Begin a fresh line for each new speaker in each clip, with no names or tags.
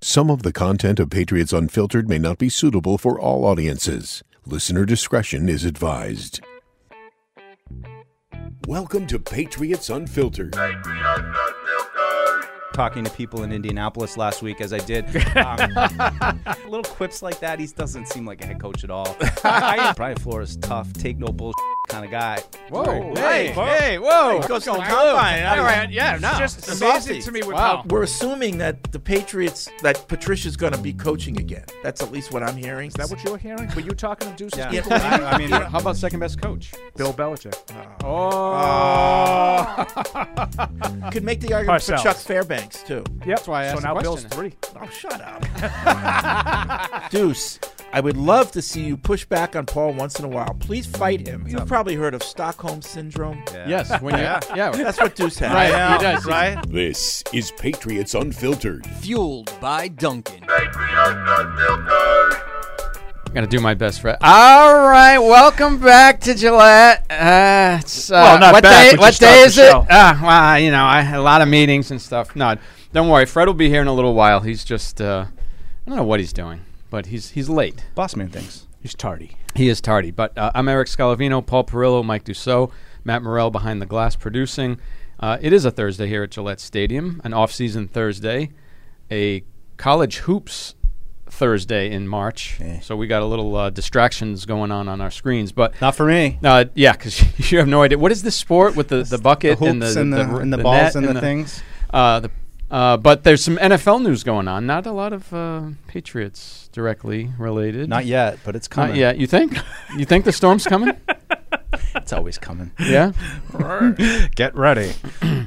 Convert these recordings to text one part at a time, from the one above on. Some of the content of Patriots Unfiltered may not be suitable for all audiences. Listener discretion is advised. Welcome to Patriots Unfiltered.
talking to people in Indianapolis last week as I did. Um, little quips like that. He doesn't seem like a head coach at all. I, Brian Flores, tough, take no bullshit kind of guy.
Whoa.
Hey,
Hey,
whoa.
hey, whoa.
He goes to the
Wow.
combine.
All right, yeah, no.
It's just
It's
amazing
saucy.
to me with
Wow.
We're assuming that the Patriots, that Patricia's going to be coaching again. That's at least what I'm hearing.
Is that what you were hearing? Were you talking to Deuces?
Yeah.
people?
I, I mean,
How about second best coach? Bill Belichick. Oh.
Oh. could make the argument for
Parcells.
Chuck Fairbanks too?
Yep. That's why I asked
the
so now
question.
Bill's three.
Oh, shut up, Deuce. I would love to see you push back on Paul once in a while. Please fight him. You've probably heard of Stockholm syndrome.
yeah.
Yes. When you, yeah.
That's what Deuce has.
Right. He does.
Right?
This is Patriots Unfiltered.
Fueled by Duncan.
I'm going to do my best, oh! Fred. All right. Welcome back to Gillette. Uh, it's, uh,
Well, not
what
back,
day,
but
what
you stopped
day is
the
it?
show.
Ah, well, you know, I had a lot of meetings and stuff. No, don't worry. Fred will be here in a little while. He's just, uh, I don't know what he's doing, but he's he's late.
boss man things.
He's tardy.
He is tardy, but uh, I'm Eric Scalavino, Paul Perillo, Mike Dussault, Matt Morrell behind the glass producing. Uh, it is a Thursday here at Gillette Stadium, an off-season Thursday, a college hoops Thursday in March.
Eh.
So we got a little uh, distractions going on on our screens, but
Not for me.
uh, yeah, because you have no idea what is this sport with the, the bucket
the
and the
hoops and the- and the balls
net
and the things?
Uh, the, uh, but there's some NFL news going on. Not a lot of uh, Patriots directly related.
Not yet, but it's coming.
Not yet. You think? You think the storm's coming?
It's always coming.
yeah.
Get ready.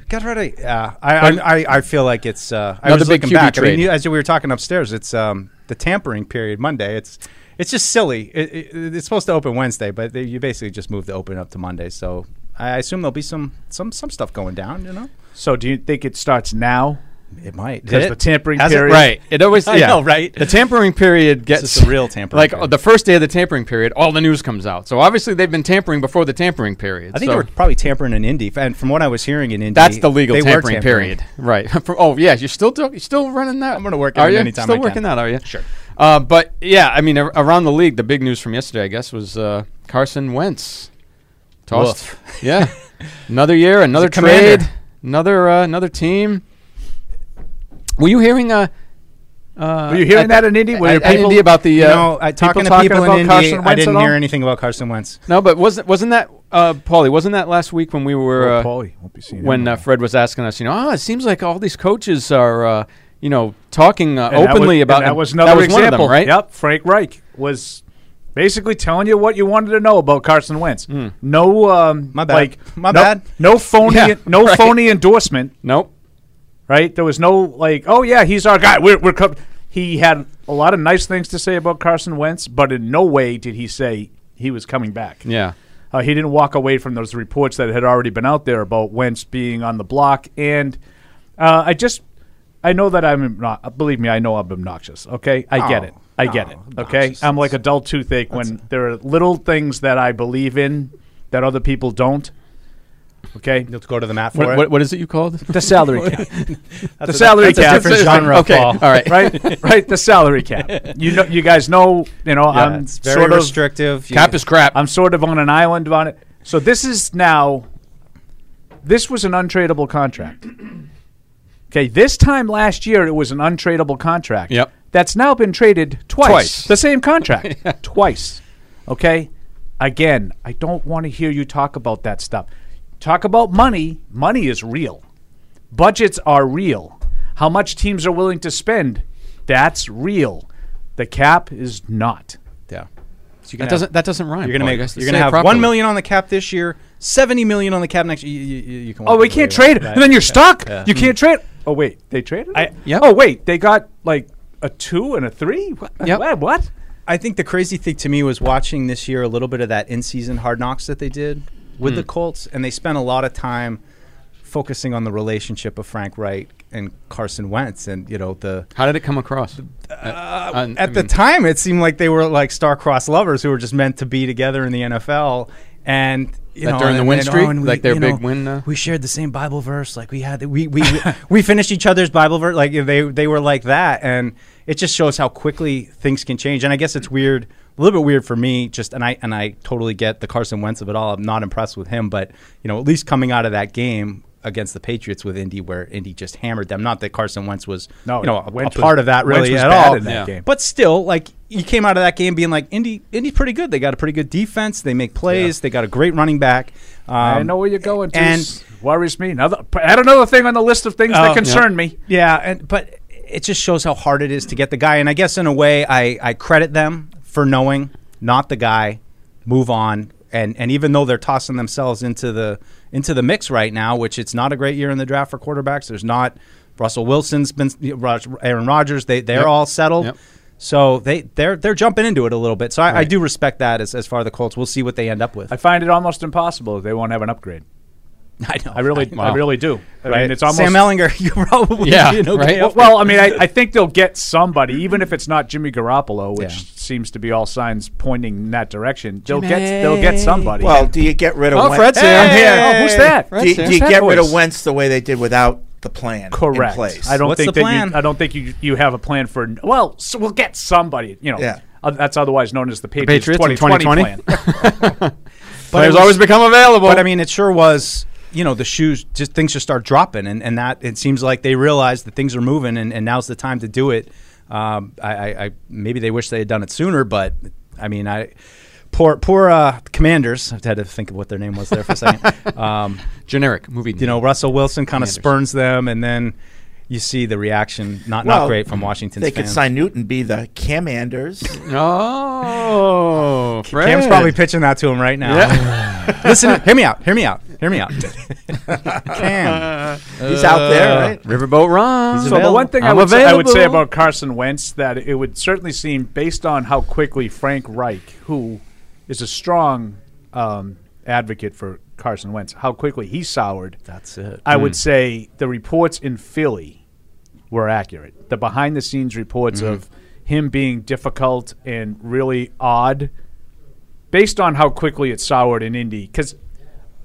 Get ready. Yeah, I, I, I, I feel like it's. Uh, I
Another
was
big
looking
QB
back. I mean,
trade.
you- as we were talking upstairs, it's um, the tampering period Monday. It's it's just silly. It, it, it's supposed to open Wednesday, but they, you basically just moved the open up to Monday. So I assume there'll be some some some stuff going down. You know,
So do you think it starts now?
it might
Because
Did
the
it?
tampering
Has it?
period-
Right. It always.
I
yeah.
know, right?
The tampering period gets
is the real tampering
Like
period.
the first day of the tampering period, all the news comes out. So obviously they've been tampering before the tampering period.
I think
so
they were probably tampering in Indy, and from what I was hearing in Indy,
That's the legal
they were
tampering, period, right? From- oh yeah, you're still do- you're still running that.
I'm gonna work it
Are
in
you
anytime
still
I can.
working that? Are you
Sure.
Uh, but yeah, I mean, ar- around the league, the big news from yesterday, I guess, was uh, Carson Wentz tossed. Yeah, another year, another
commander.
trade, another uh, another team. Were you hearing? Uh, uh,
Were you hearing
at-
that in Indy? Were
at,
your
at
people-
Indy about the? Uh,
no, I, talking
people
to people
talking
in
about
Indy,
Carson
I
Wentz at
didn't
all?
hear anything about Carson Wentz.
no, but wasn't wasn't that uh, Paulie? Wasn't that last week when we were
Oh,
uh,
Paulie. Won't be seeing him
when
in a
uh,
while.
Fred was asking us, you know, oh, it seems like all these coaches are, uh, you know, talking uh,
And that was-
openly
and
about
that was another
one of
example,
them, right?
Yep. Frank Reich was basically telling you what you wanted to know about Carson Wentz.
Hmm.
No, um,
My bad.
Like,
My
no,
bad.
No phony,
Yeah,
no
right.
phony endorsement.
Nope.
right? There was no like, oh yeah, he's our guy. We're we're co-. he had a lot of nice things to say about Carson Wentz, but in no way did he say he was coming back.
Yeah.
Uh, he didn't walk away from those reports that had already been out there about Wentz being on the block. And uh, I just, I know that I'm not. Believe me, I know I'm obnoxious. Okay, I get
Oh,
it. I get
no,
it. Okay, I'm like adult toothache when there are little things that I believe in that other people don't. Okay,
Let's go to the mat for
What,
it.
what, what is it you called?
the salary cap.
That's
the
a-
salary
that's a
cap.
different genre,
Okay,
Paul.
all right.
right, right. The salary cap. You know, you guys know. You know,
Yeah,
I'm
it's very
sort of.
restrictive. You-
Cap is crap.
I'm sort of on an island on it. So this is now. This was an untradeable contract. Okay, this time last year it was an untradeable contract.
Yep.
That's now been traded twice.
Twice.
The same contract twice. Okay. Again, I don't want to hear you talk about that stuff. Talk about money. Money is real. Budgets are real. How much teams are willing to spend, that's real. The cap is not.
yeah. So you
that doesn't that doesn't rhyme.
You're gonna make.
Paul. You guys
You're gonna
say it
have
properly.
one million on the cap this year, seventy million on the cap next. year. You, you, you can.
Oh,
walk
we
the
can't
way
trade.
back.
And then you're stuck. You can't
Mm-hmm.
trade. Oh wait, they traded.
I-
it?
Yep.
Oh wait, they got like a two and a three. What?
Yep.
What? what?
I think the crazy thing to me was watching this year a little bit of that in-season hard knocks that they did with
Hmm.
the Colts, and they spent a lot of time focusing on the relationship of Frank Wright and Carson Wentz, and you know the uh,
How did it come across? Uh,
at the time it seemed like they were like star-crossed lovers who were just meant to be together in the NFL and you
That
know
during the
and
win
then,
streak?
and
Like their
you know,
big win, uh?
We shared the same Bible verse. Like we had the, we we we finished each other's Bible verse. Like they they were like that, and it just shows how quickly things can change. And I guess it's weird, a little bit weird for me. Just and I and I totally get the Carson Wentz of it all. I'm not impressed with him, but you know at least coming out of that game. Against the Patriots with Indy, where Indy just hammered them. Not that Carson Wentz was,
No,
you know, a, a
Wentz was-
part of that
Wentz
really
was
at
bad
all.
in that Yeah. game.
But still, like you came out of that game being like Indy, Indy's pretty good. They got a pretty good defense. They make plays. They got a great running back. Um,
I know where you're going. To.
and-
worries me. Another, add another thing on the list of things
Oh,
that concern me.
yeah, and but it just shows how hard it is to get the guy. And I guess in a way, I I credit them for knowing not the guy, move on. And, and even though they're tossing themselves into the into the mix right now, which it's not a great year in the draft for quarterbacks. There's not Russell Wilson's been Rod- Aaron Rodgers. They they're
Yep.
all settled.
Yep.
So they they're they're jumping into it a little bit. So I, I do respect that as, as far as the Colts. We'll see what they end up with.
I find it almost impossible if they won't have an upgrade.
I know.
I really,
Wow.
I really do. I mean, it's almost
Sam Ellinger. You probably
Yeah,
be an okay
right?
Well, well, I mean, I, I think they'll get somebody, even if it's not Jimmy Garoppolo, which
Yeah.
seems to be all signs pointing in that direction. They'll get, they'll get somebody.
Well, do you get rid of
Oh,
Wen-
Fred's
do
here.
I'm here. Oh, who's that?
you,
Fred's here.
do you get rid
voice.
of Wentz the way they did without the plan
Correct.
in place?
I don't
What's
think
the
that
plan?
you. I don't think you. You have a plan for. Well, so we'll get somebody. You know.
Yeah.
Uh, that's otherwise known as the Patriots,
Patriots in
2020, plan.
2020?
But it
Players
was-
always become available.
But I mean, it sure was. You know, the shoes just things just start dropping, and, and that it seems like they realize that things are moving, and, and now's the time to do it. Um, I, I, I maybe they wish they had done it sooner, but I mean, I poor poor uh, commanders. I had to think of what their name was there for a second. um,
generic movie.
you know, Russell Wilson kind of spurns them, and then you see the reaction not
Well,
not great from Washington's
They could
fans.
sign Newton be the commanders.
Oh, Fred.
Cam's probably pitching that to him right now. Listen, hear me out. Hear me out. Hear me out. Cam,
He's out there, right?
Uh, Riverboat Ron.
Ah, So the
Available.
one thing I
I'm
would, say, I would say
available.
about Carson Wentz that it would certainly seem, based on how quickly Frank Reich, who is a strong um, advocate for Carson Wentz, how quickly he soured.
that's it.
I
Hmm.
would say the reports in Philly were accurate. The behind the scenes reports
Mm-hmm.
of him being difficult and really odd, based on how quickly it soured in Indy. Because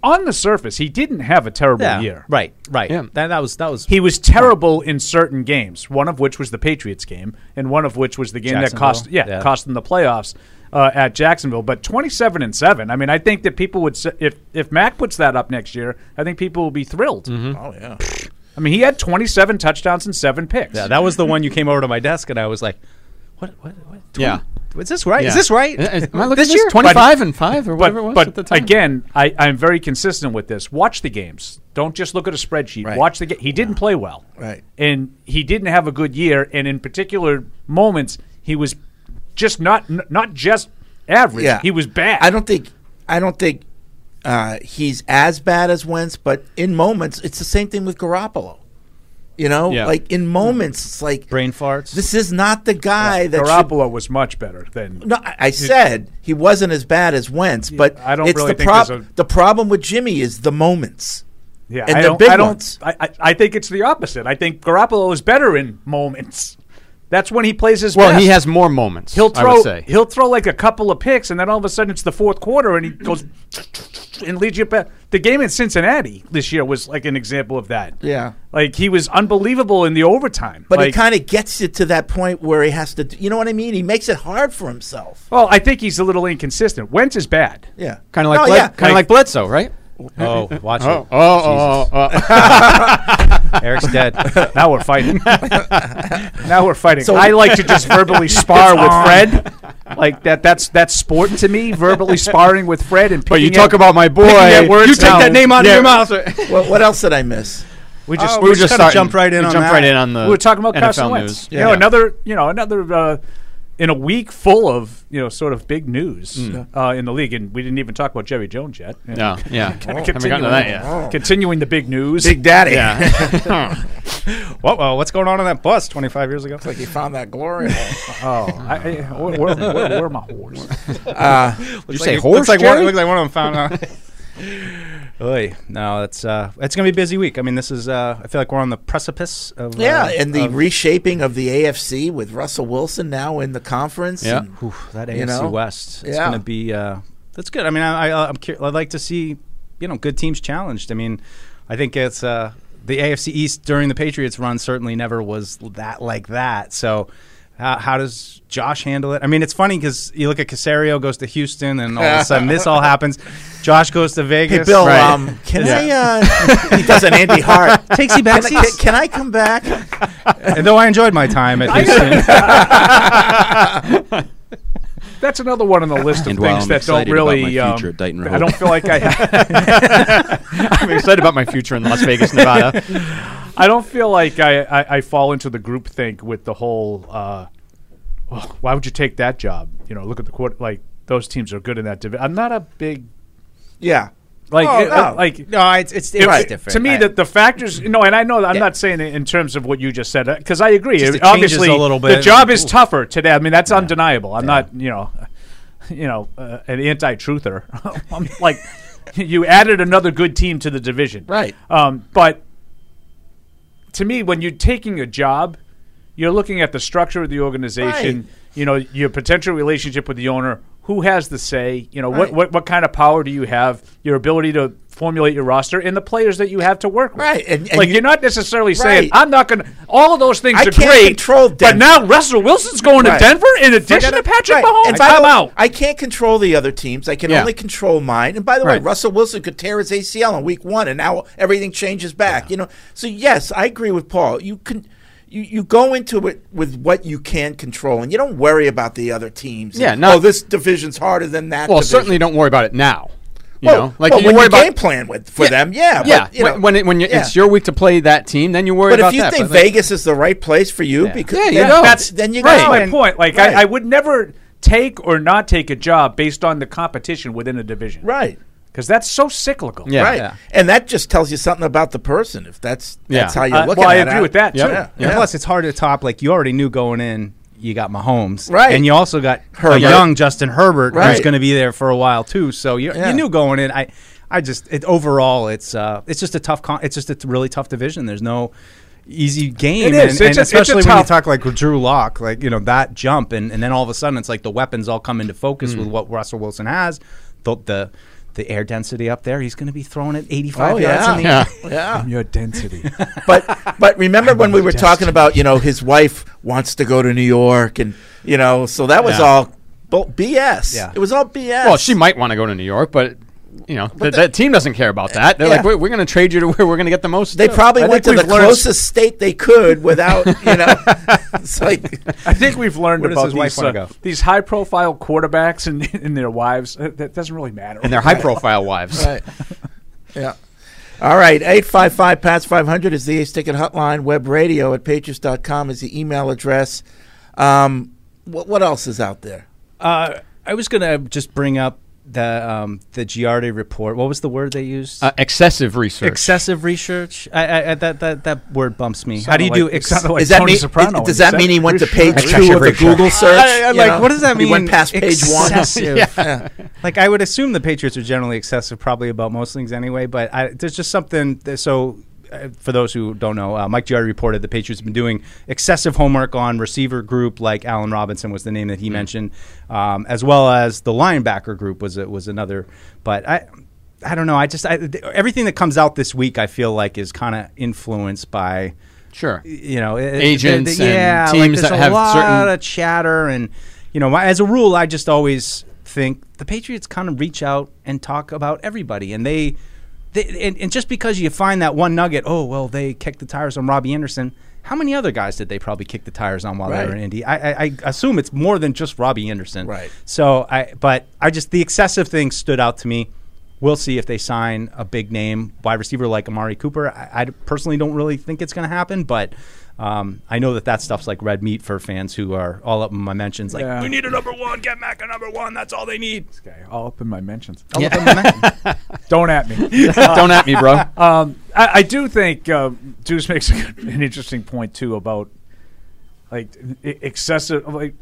on the surface, he didn't have a terrible
yeah.
year.
Right, right.
Yeah.
That, that was that was
He was terrible in certain games. One of which was the Patriots game, and one of which was the game that cost
Jacksonville,
yeah,
yeah.
cost them the playoffs uh, at Jacksonville. But twenty-seven and seven. I mean, I think that people would s- if if Mac puts that up next year, I think people will be thrilled.
Mm-hmm.
Oh yeah.
I mean, he had twenty-seven touchdowns and seven picks.
yeah, that was the one you came over to my desk and I was like, what what what?
Yeah.
Is this right?
Yeah.
Is this right?
Uh, Am I looking
this
at this?
year?
25 and 5 or whatever it
but
was at the
but
time.
again, I, I'm very consistent with this. Watch the games. Don't just look at a spreadsheet.
Right.
Watch the game. He didn't play well.
Right.
And he didn't have a good year. And in particular moments, he was just not n- not just e-, average.
Yeah.
He was bad.
I don't think I don't think uh, he's as bad as Wentz, but in moments it's the same thing with Garoppolo. You know,
Yeah.
like in moments it's like
Brain farts.
This is not the guy that should-
Garoppolo was much better than
No, I I said he wasn't as bad as Wentz, but
I don't
it's
really
the
think
prob-
there's a-
the problem with Jimmy is the moments.
yeah.
and
I
the
don't.
big
I, don't
ones.
I, I I think it's the opposite. I think Garoppolo is better in moments. That's when he plays his
well,
best.
he has more moments.
He'll throw.
I would say.
He'll throw like a couple of picks, and then all of a sudden it's the fourth quarter, and he goes and leads you back. The game in Cincinnati this year was like an example of that.
Yeah.
like he was unbelievable in the overtime.
But
like,
it kind of gets you to that point where he has to, do, you know what I mean? He makes it hard for himself.
well, I think he's a little inconsistent. Wentz is bad.
Yeah,
kind of like
No,
Bled-
yeah.
kind of like Bledsoe, right?
Oh, watch it.
oh,
oh.
Eric's dead.
Now we're fighting. now we're fighting.
So-
I like to just verbally spar with Fred. Like that. That's that's sport to me. Verbally sparring with Fred and.
But Oh, you
picking
talk
at-
about my boy.
picking at words
you take
now.
that name out
Yeah.
of your mouth.
Well, what else did I miss? Oh,
Oh, We just
we just kinda jumped right in
we
on
jumped
that.
right in on the.
we were talking about
NFL
Carson
news.
Wentz. You know, another you know another uh, in a week full of you know sort of big news
Hmm.
uh, in the league, and we didn't even talk about Jerry Jones yet. You know,
Yeah, yeah. Haven't
continuing,
gotten to that yet.
continuing the big news.
Big Daddy.
Whoa, whoa, what's going on in that bus 25 years ago?
like he found that glory.
Oh, I, I, where, where, where, where my horse?
Did
you say horse,
Uh, Like one,
Jerry?
looks like one of them found out. Oy, no, it's uh, it's gonna be a busy week. I mean, this is uh, I feel like we're on the precipice of
yeah,
uh,
and the reshaping of the AFC with Russell Wilson now in the conference.
Yeah.
and-
Oof, that AFC
You know?
West. It's
Yeah.
going to be uh, that's good. I mean, I, I I'm cur- I'd like to see you know good teams challenged. I mean, I think it's uh, the AFC East during the Patriots run certainly never was that like that. So. How, how does Josh handle it? I mean, it's funny because you look at Casario goes to Houston, and all of a sudden this all happens. Josh goes to Vegas.
Hey, Bill,
Right.
um, can I? Uh, he does an Andy Hart.
Takes you
Can
back
I, can, can I come back?
And though I enjoyed my time at Houston,
That's another one on the list of
And while
things
I'm
that don't
excited about
really.
my future
um,
at Dighton
I
Road.
don't feel like I.
I'm excited about my future in Las Vegas, Nevada.
I don't feel like I, I, I fall into the group think with the whole. Uh, "Oh, why would you take that job? You know, look at the quarter. Like those teams are good in that division. I'm not a big
Yeah.
like
Oh,
it- uh,
no.
like.
no, it's it's, it's
it-
different
To me,
Right.
that the factors, no, and I know that I'm
Yeah.
not saying it in terms of what you just said because I agree.
Just
It-
it changes
obviously,
a little
the
bit.
job is tougher today. I mean, that's undeniable. I'm not, you know, you know, uh, an anti-truther. I'm like, you added another good team to the division,
Right.
Um, but to me, when you're taking a job, you're looking at the structure of the organization.
Right.
You know, your potential relationship with the owner. Who has the say? You know, what,
Right.
what what kind of power do you have? Your ability to formulate your roster and the players that you have to work with.
Right, and- and
like
you-
you, are not necessarily saying
Right.
I'm not going. to All of those things
I
are
can't
great.
control
But
Denver.
now Russell Wilson's going
Right.
to Denver in addition
Forget
to
it.
Patrick
Right.
Mahomes.
And by
I'm
the-
out.
I can't control the other teams. I can
Yeah.
only control mine. And by the
Right.
way, Russell Wilson could tear his ACL in week one, and now everything changes back. You know. So yes, I agree with Paul. You can. You, you go into it with what you can control, and you don't worry about the other teams.
Yeah,
And,
not-
oh, this division's harder than that.
Well,
division."
certainly don't worry about it now. You
well,
know, like
well,
you
when
worry
you
about
game plan with for them, yeah,
yeah.
but, you
when,
know,
when it, when you
yeah.
it's your week to play that team, then you worry
But
about
if you
that.
think
But, like,
Vegas is the right place for you, because
Yeah, you
then
don't.
that's then you
That's
go.
my
And-
point. Like
right.
I, I would never take or not take a job based on the competition within a division.
right,
Because that's so cyclical.
Yeah.
right,
yeah.
and that just tells you something about the person. If that's that's
Yeah.
how you're
Uh,
looking
well, I
at
agree
it.
with that
Yep.
too.
Yeah.
And plus, it's hard to top. Like you already knew going in, you got Mahomes,
Right.
And you also got
Herbert.
a young Justin Herbert, who's
Right.
going to be there for a while too. So you,
Yeah.
you knew going in. I, I just it, overall, it's uh, it's just a tough. Con- it's just a t- really tough division. There's no easy game.
It
And,
is. It's
and
a- it's a
especially when you
tough-
talk like Drew Lock, like you know that jump, and and then all of a sudden it's like the weapons all come into focus
Mm.
with what Russell Wilson has. The the, the air density up there, he's going to be throwing it 85
Oh
yards.
yeah,
in the
yeah.
Your density.
but but remember when we were talking about you know his wife wants to go to New York and you know so that was
Yeah.
all bu- BS.
Yeah.
It was all BS.
well, she might want to go to New York, but you know, th- that team doesn't care about that. They're like,
Yeah.
we're, we're going to trade you to where we're going to get the most.
They
stuff."
probably
I
went to
think
the
we've learned-
closest state they could without you know. it's like
I think we've learned
Where does
about
his wife
these,
wanna
uh,
go?
these high-profile quarterbacks and, and their wives. Uh, that doesn't really matter.
and their high-profile wives.
yeah. All right, 855 PATS 500 is the Ace Ticket Hotline. Web radio at patriots.com is the email address. Um, what, what else is out there?
Uh, I was gonna just bring up the um, the Giardi report. What was the word they used?
Uh, excessive research.
Excessive research. I, I, that that that word bumps me. How do you do?
It
Ex-
sounded like
Is that
Tony
mean,
Soprano
does
when
that mean he went to
said that.
page
Research.
two of the
Research.
Google search?
I- I-
You
like,
know,
what does that mean?
He went past page one.
Excessive. Like, I would assume the Patriots are generally excessive, probably about most things anyway. But I, there's just something. That, so, uh, for those who don't know, uh, Mike Giardi reported the Patriots have been doing excessive homework on receiver group, like Allen Robinson was the name
Hmm.
that he mentioned, um, as well as the linebacker group was was another. But I. I don't know. I just I, th- everything that comes out this week, I feel like is kind of influenced by
Sure.
you know it- it-
Agents
the- the-
and
yeah, like,
teams
there's
that
a
have
lot
certain-
of chatter and you know my- as a rule I just always think the Patriots kind of reach out and talk about everybody and they, they and, and just because you find that one nugget oh well they kicked the tires on Robbie Anderson how many other guys did they probably kick the tires on while
Right.
they were in Indy I, I, I assume it's more than just Robbie Anderson
Right.
so I but I just the excessive thing stood out to me. We'll see if they sign a big name wide receiver like Amari Cooper. I, I personally don't really think it's going to happen, but um, I know that that stuff's like red meat for fans who are all up in my mentions. Like,
Yeah.
we need a number one, get Mac a number one. That's all they need.
Okay, all up in my mentions.
All up in my men-
Don't at me.
Don't at me, bro.
Um, I, I do think uh, Deuce makes a good, an interesting point too about like e- excessive, like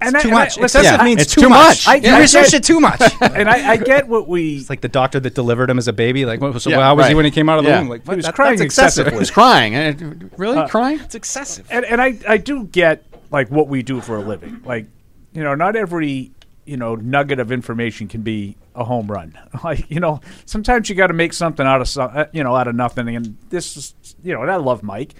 and
too
and
much.
listen,
Excessive
I-
means
it's
too,
too
much.
much.
I,
Yeah.
You researched it too much. it's
and I, I get what we.
like the doctor that delivered him as a baby. Like, what, so
Yeah,
how was he
right.
when he came out of the
Yeah.
womb? Like,
He
what?
was
That-
crying
that's excessive.
excessively.
It's crying. Uh, Really crying?
it's excessive.
and, and I, I do get like what we do for a living. Like, you know, not every you know nugget of information can be a home run. Like you know, sometimes you got to make something out of some, uh, you know out of nothing. And this is you know, and I love Mike.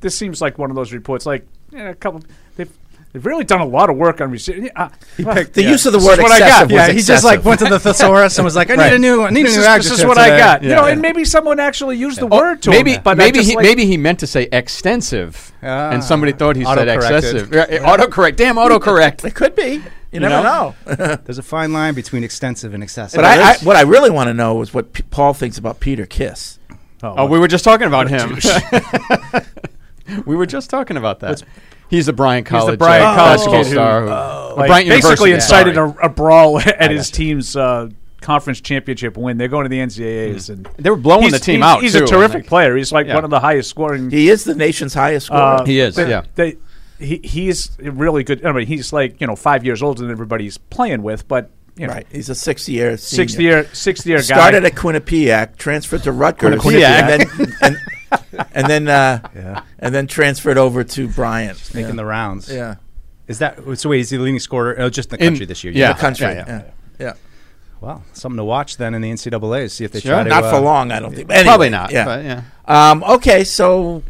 This seems like one of those reports. Like yeah, a couple, they've they've really done a lot of work on receiving. Uh, he
picked- The use of the word excessive was
Yeah, he just like
excessive.
went to the thesaurus and was like, I need a new, I need
this
a new
is,
adjective.
This is what
today.
I got. You
Yeah.
know, and maybe someone actually used the word to
Oh, maybe
him, Oh, but I
maybe
just
he,
like-
maybe he meant to say extensive,
Ah.
and somebody thought he said
Autocorrected.
excessive. Yeah, it- autocorrect, damn autocorrect.
It could be. You, never
know?
know.
There's a fine line between extensive and excessive.
But I, I, what I really want to know is what P- Paul thinks about Peter Kiss.
oh, we were just talking about him. we were just talking about that. He's the Brian College,
Bryant
uh,
College
basketball
kid who, uh,
star, who,
Oh.
like,
Bryant
basically
University,
incited a,
sorry.
a brawl at his team's uh, conference championship win. They're going to the NCAAs, and
Mm. They were blowing
he's-
the team
he's-
out,
He's
too,
a
I
terrific
think.
player. He's like
Yeah.
one of the highest scoring.
He is the nation's highest scorer.
uh,
He is,
they-
yeah.
They, he he's really good. I mean, he's like you know five years older than everybody he's playing with, but you know,
right. He's a sixth-year
sixth year sixth year guy.
Started at Quinnipiac, transferred to Rutgers, and
Quinnipiac.
then and, and then uh, and then transferred over to Bryant.
making the rounds.
Yeah,
Is that so? Wait, is he the leading scorer? Oh, just in the
In-
country this year.
yeah.
the country.
yeah, yeah.
Yeah, yeah.
Wow, something to watch then in the NCAA. See if they
Sure.
try to
Not
uh,
for long, I don't think. But anyway,
probably not.
Yeah.
but yeah.
Um, okay, so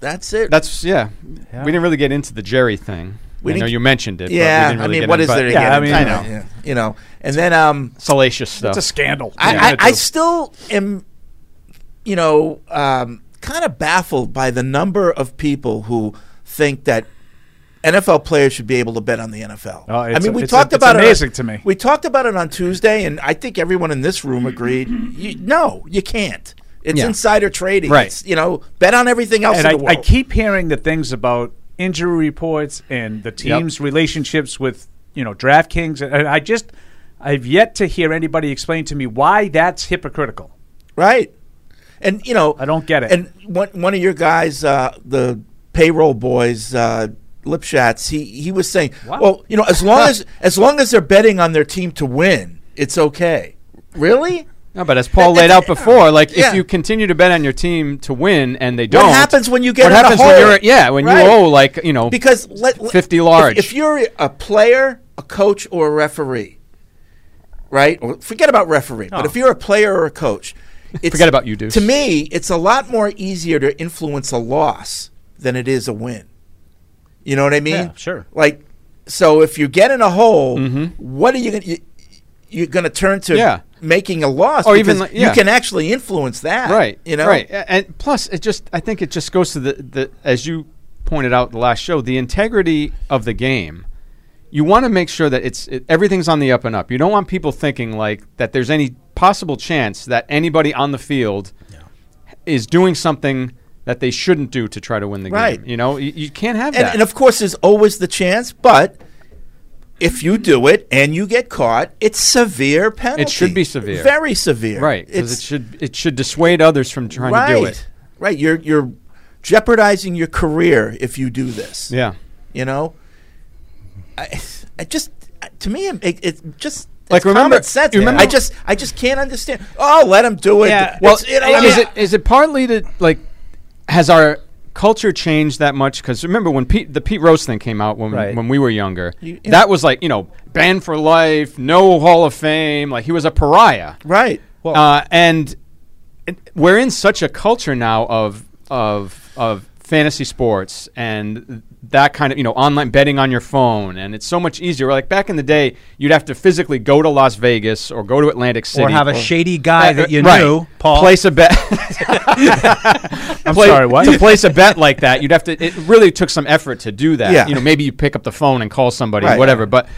that's it.
That's yeah.
Yeah.
We didn't really get into the Jerry thing.
We
I know
didn't-
you mentioned it. but we
yeah.
didn't really
I mean,
get
what is
into
there to
yeah,
get
I
into?
mean,
know. Yeah, you know, and then um,
Salacious stuff.
It's a scandal.
I, I,
Yeah.
I still am, you know, um, kind of baffled by the number of people who think that NFL players should be able to bet on the NFL.
Oh,
I
it's-
mean, we
it's-
talked
it's
about it.
amazing
on-
to me.
We talked about it on Tuesday, and I think everyone in this room agreed. You, no, you can't. It's
Yeah.
insider trading.
Right.
It's, you know, bet on everything else
and
in
I,
the
I
world.
keep hearing the things about injury reports and the team's relationships with you know DraftKings, and I just I've yet to hear anybody explain to me why that's hypocritical.
Right. And you know,
I don't get it.
And one one of your guys, uh, the payroll boys, uh, Lipschatz, he he was saying,
Wow.
well, you know, as long as as long as they're betting on their team to win, it's okay. Really?
No, but as Paul laid
It's-
out before, like
yeah.
if you continue to bet on your team to win and they don't,
What happens when you get
what
in a
happens when
hole?
you're yeah when
Right.
you owe like you know
Because let, let-
50 large.
If, if you're a player, a coach, or a referee, right? Or forget about referee, but
Oh.
if you're a player or a coach, it's,
Forget about you, Deuce.
To me, it's a lot more easier to influence a loss than it is a win. You know what I mean?
Yeah, sure.
Like, so if you get in a hole, what are you going to? You're going to turn to
Mm-hmm. Yeah.
making a loss,
Or even
because
like- yeah.
you can actually influence that,
right
You know,
right A- and plus it just I think it just goes to the the as you pointed out the last show the integrity of the game. You want to make sure that it's it, everything's on the up and up. You don't want people thinking like that there's any possible chance that anybody on the field is doing something that they shouldn't do to try to win the
Right.
game. You know, you, you can't have
and,
that.
and of course, there's always the chance, but if you do it and you get caught, it's severe penalty.
should be severe.
very severe.
Right, because it
it's
should it should dissuade others from trying
right,
to do it.
right. You're you're jeopardizing your career if you do this.
Yeah,
you know, I, I just to me it, it just.
Like,
it's
remember-
common sense.
you remember-
I just, I just can't understand. Oh, let him do it.
Well,
It's- you know,
is it is it partly to like has our culture changed that much? Because remember when Pete, the Pete Rose thing came out when
Right.
when we were younger,
yeah.
that was like you know banned for life, no Hall of Fame. Like he was a pariah.
right?
Well-
uh, and it, we're in such a culture now of of of fantasy sports and that kind of you know online betting on your phone and it's so much easier like back in the day you'd have to physically go to Las Vegas or go to Atlantic City
or have a shady guy
Uh,
that you
right.
knew, Paul.
place a bet
I'm
play-
sorry, what?
to place a bet like that, you'd have to. It really took some effort to do that.
Yeah.
You know, maybe you pick up the phone and call somebody, or
Right.
whatever. But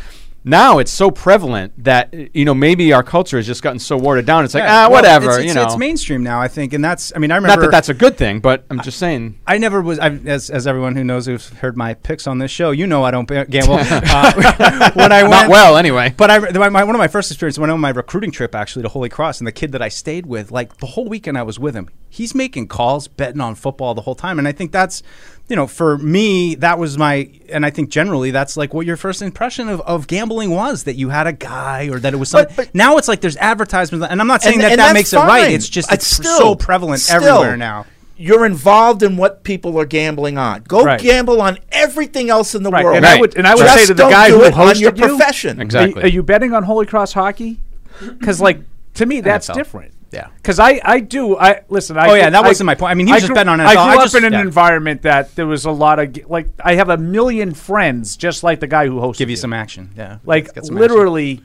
now it's so prevalent that you know maybe our culture has just gotten so watered down. It's like
Yeah.
ah,
Well,
whatever.
It's, it's,
you know,
it's mainstream now, I think, and that's. I mean, I
not
remember
that that's a good thing, but I'm just saying.
I never was, I, as, as everyone who knows who's heard my picks on this show, you know I don't ba- gamble. uh, when I went,
Not well, anyway.
But I, my, my- one of my first experiences when I went on my recruiting trip actually to Holy Cross, and the kid that I stayed with, like the whole weekend I was with him, he's making calls, betting on football the whole time, and I think that's, you know, for me that was my, and I think generally that's like what your first impression of, of gambling was that you had a guy or that it was something.
but-
now it's like there's advertisements, and I'm not saying
And-
that
and
that
that's
makes it right.
fine.
It's just
It's
it's,
still-
so prevalent
still,
everywhere now.
you're involved in what people are gambling on. Go
Right.
gamble on everything else in the
Right.
world.
And I
Right.
would and I would
Just
say to the
don't
guy
do
who
it on
hosted
your
you,
profession.
are you-
Exactly.
Are, you betting on Holy Cross hockey? Because like to me, that's
NFL.
different.
Yeah.
Because I, I do I listen. I
Oh, yeah,
grew-
that wasn't my point. I mean, he was just
grew-
betting on
I
NFL.
grew
I
up
just-
in an
yeah.
environment that there was a lot of g- like I have a million friends just like the guy who hosted.
Give you
it.
some action. Yeah.
like
Get some action.
literally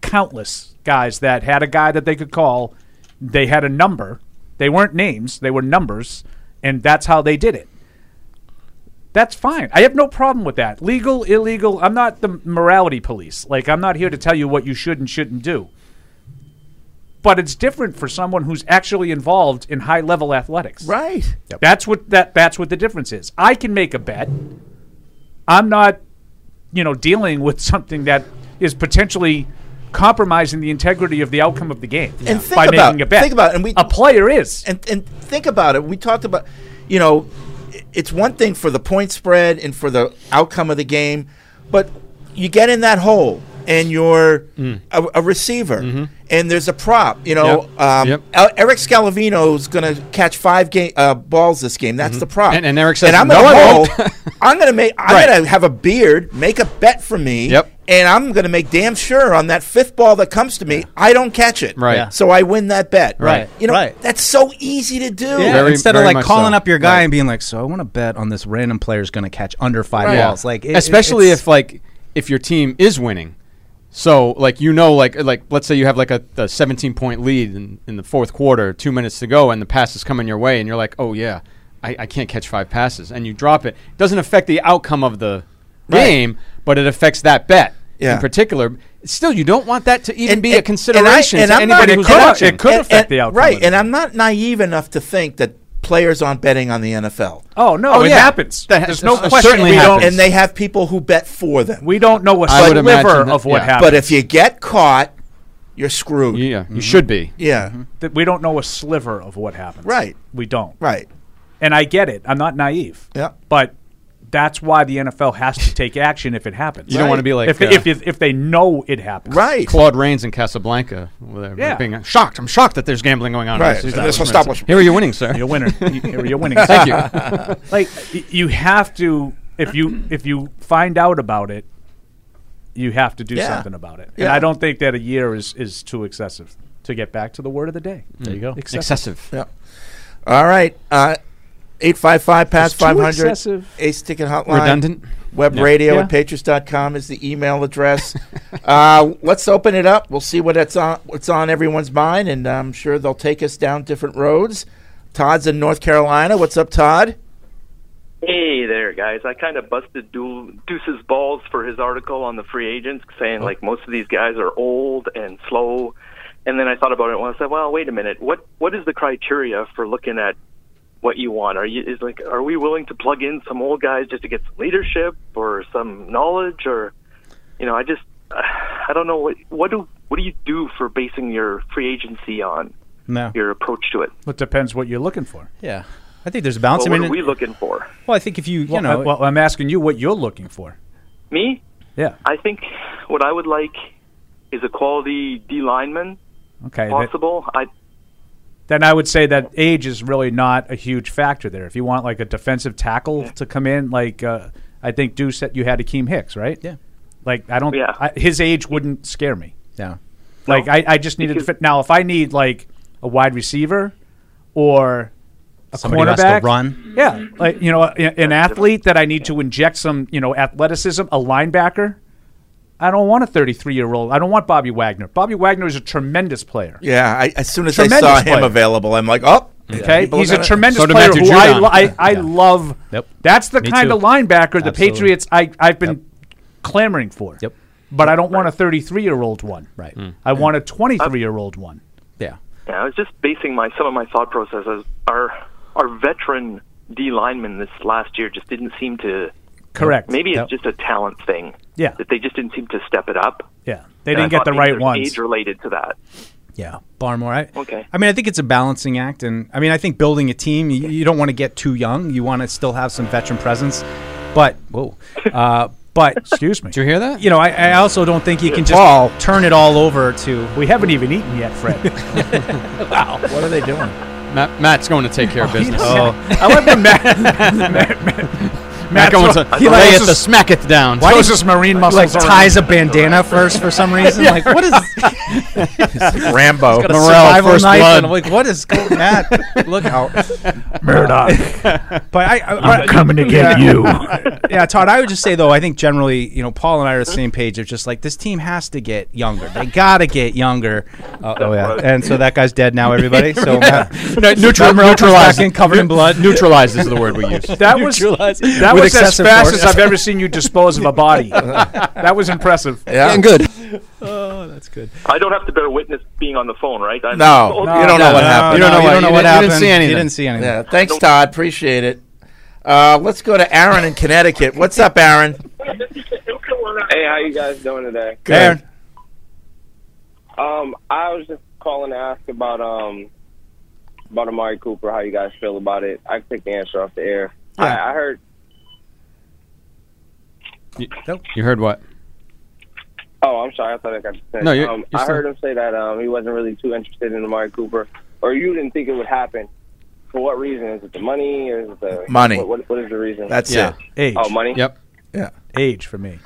countless guys that had a guy that they could call. They had a number. They weren't names. They were numbers, and that's how they did it. That's fine. I have no problem with that. Legal, illegal. I'm not the morality police. Like I'm not here to tell you what you should and shouldn't do. But it's different for someone who's actually involved in high level athletics.
Right.
That's what that that's what the difference is. I can make a bet. I'm not, you know, dealing with something that is potentially compromising the integrity of the outcome of the game
And think
by
about-
making a bet.
think about it, and we-
a player is
and and think about it. We talked about, you know, i- it's one thing for the point spread and for the outcome of the game, but you get in that hole and you're a, a receiver and there's a prop. You know,
Yep.
Um,
Yep.
El- Eric Scalavino is going to catch five game uh, balls this game. That's the prop.
And- and Eric says,
I'm
"No,
gonna
I won't."
hold- I'm going to make. I'm going to have a beard. Make a bet for me.
Yep.
And I'm going to make damn sure on that fifth ball that comes to me, I don't catch it.
Right. Yeah.
So I win that bet.
Right.
You know,
Right.
that's so easy to do.
Yeah,
Very-
instead
very
of
much
like calling
so.
up your guy
Right.
and being like, "So I want to bet on this random player's going to catch under five
Right.
balls," like it-
especially
it's-
if like if your team is winning. So like you know like like let's say you have like a, a 17 point lead in, in the fourth quarter, two minutes to go, and the pass is coming your way, and you're like, oh yeah, I, I can't catch five passes, and you drop it. Doesn't affect the outcome of the
Right.
game, but it affects that bet
Yeah.
in particular. Still, you don't want that to even
And-
be
and-
a consideration
and I-
to
and I'm
anybody
not-
who's
and I-
watching.
it could affect the outcome
Right.
of the
And I'm not naive enough to think that players aren't betting on the NFL.
Oh no,
Oh,
it
yeah.
happens.
That ha-
There's no
that
question
certainly
we
happens.
don't
And they have people who bet for them.
we don't know a
I would
sliver
imagine that-
of what
yeah.
happens.
but if you get caught, you're screwed. Mm-hmm.
yeah, you should be.
Yeah,
That we don't know a sliver of what happens.
Right.
We don't.
Right.
And I get it. I'm not naive.
Yeah.
But that's why the NFL has to take action if it happens.
You don't want to be like
if,
uh,
if, if, if they know it happens.
Right.
Claude Rains in Casablanca. Where they're
Yeah.
being shocked. I'm shocked that there's gambling going on. in
Right.
this
This
establishment.
establishment.
Here are your winnings, sir.
You're a winner. You're you're winning.
Thank you.
like y- you have to if you if you find out about it, you have to do
Yeah.
something about it. And
Yeah.
I don't think that a year is is too excessive. To get back to the word of the day. Mm. There you go. Excessive.
Excessive.
Yeah. All right. Uh, 855 past
It's too
500.
excessive.
Ace Ticket Hotline.
Redundant.
Web
Yeah.
radio
Yeah.
at patriots.com is the email address. uh, let's open it up. We'll see what it's on, what's on everyone's mind, and I'm sure they'll take us down different roads. Todd's in North Carolina. What's up, Todd?
Hey there, guys. I kind of busted Du- Deuce's balls for his article on the free agents, saying
Oh.
like most of these guys are old and slow. And then I thought about it and I said, well, wait a minute. What what is the criteria for looking at what you want? Are you is like are we willing to plug in some old guys just to get some leadership or some knowledge or you know I just I don't know what what do what do you do for basing your free agency on
no,
your approach to it?
It depends what you're looking for.
yeah, I think there's a balance.
Well,
I
what
mean,
are we looking for?
well, I think if you, you
Well,
know,
I, well, I'm asking you what you're looking for.
Me?
Yeah.
I think what I would like is a quality D lineman
Okay. that-
possible. I
then I would say that age is really not a huge factor there. If you want like a defensive tackle to come in, like uh, I think Deuce said you had Akeem Hicks, right?
Yeah.
Like I don't.
Yeah.
I, his age wouldn't scare me.
yeah,
Like I, I just needed to fit. Now if I need like a wide receiver or a
Somebody who has to
cornerback,
run.
Yeah, like you know, a- an athlete that I need to inject some, you know, athleticism. A linebacker. I don't want a 33 year old. I don't want Bobby Wagner. Bobby Wagner is a tremendous player.
Yeah, I, as soon as I
Tremendous
saw him
player.
available, I'm like, oh,
Okay,
people are
he's a
gonna-
tremendous
So did
player
Matthew
who I,
Judon.
lo- I, I
Yeah.
love.
Yep.
That's the
Me
kind
too.
of linebacker the
Absolutely.
Patriots I, I've been clamoring for.
Yep.
But I don't want a 33 year old one.
Right.
Mm.
I want a 23 year old one.
yeah,
yeah, I was just basing my some of my thought processes. Our our veteran D lineman this last year just didn't seem to.
Correct.
Maybe it's
Yep.
just a talent thing.
Yeah.
that they just didn't seem to step it up.
Yeah. They
And I
didn't get
thought
the
maybe
right
there's
ones.
Age related to that.
yeah, Barmore. I,
Okay.
I mean, I think it's a balancing act, and I mean, I think building a team, you, you don't want to get too young. You want to still have some veteran presence, but whoa, uh, but
Excuse me.
Did you hear that?
you know, I, I also don't think you can just
Paul.
turn it all over to
We haven't even eaten yet, Fred.
What are they doing? Oh,
Matt, Matt's going to take care of business.
I went to Matt. Matt,
Matt going to
he
lay
likes
it the
his,
smack it down.
why does his marine
like
muscles are-
ties a bandana first for some reason. Like what is
Rambo.
a survival knife? And I'm like what is going Matt? Look out!
Murdoch?
But I, I, I
coming to get you.
yeah, Todd, I would just say though, I think generally, you know, Paul and I are the same page of just like this team has to get younger. They gotta get younger. Uh, oh yeah, and so that guy's dead now, everybody. So Matt,
no, neutral,
back
neutralized.
in covered in blood.
Neutralized is the word we use.
That was
Neutralized.
that
With
was as
excessive
fast
force.
as I've ever seen you dispose of a body. that was impressive.
Yeah.
And good.
I don't have to bear witness being on the phone, right? I'm
No,
Oh,
you don't know
no,
what
no,
happened.
you don't know.
no,
you
you
don't know what
didn't-
happened.
you didn't see anything.
You didn't see anything.
Yeah, thanks, Todd. Appreciate it. Uh, let's go to Aaron in Connecticut. What's up, Aaron?
Hey, how you guys doing today?
Good.
Aaron.
Um, I was just calling to ask about um about Amari Cooper. How you guys feel about it? I can take the answer off the air. I, I heard
You heard what?
Oh, I'm sorry. I thought I got to say.
No, you're-
um,
you're
I
still-
heard him say that um, he wasn't really too interested in Amari Cooper, or you didn't think it would happen. For what reason? Is it the money? Or is it the
Money.
What, what, what is the reason?
That's
Yeah.
it.
Age,
oh, money.
Yep.
age for me.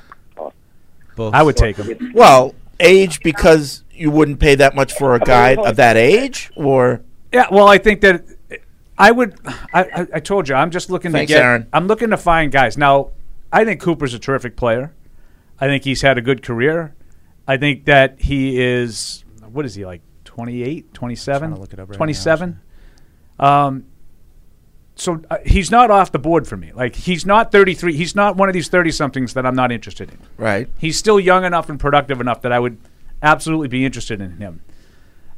Both.
I would take him.
Well, age because you wouldn't pay that much for a guy of that age, or
Yeah, well, I think that I would. I, I, I told you, I'm just looking
Thanks,
to get.
Aaron.
I'm looking to find guys. Now, I think Cooper's a terrific player. I think he's had a good career. I think that he is. What is he like? 28, 27,
look it up right now,
27. um, so uh, he's not off the board for me. Like he's not 33. He's not one of these 30 somethings that I'm not interested in.
right.
He's still young enough and productive enough that I would absolutely be interested in him.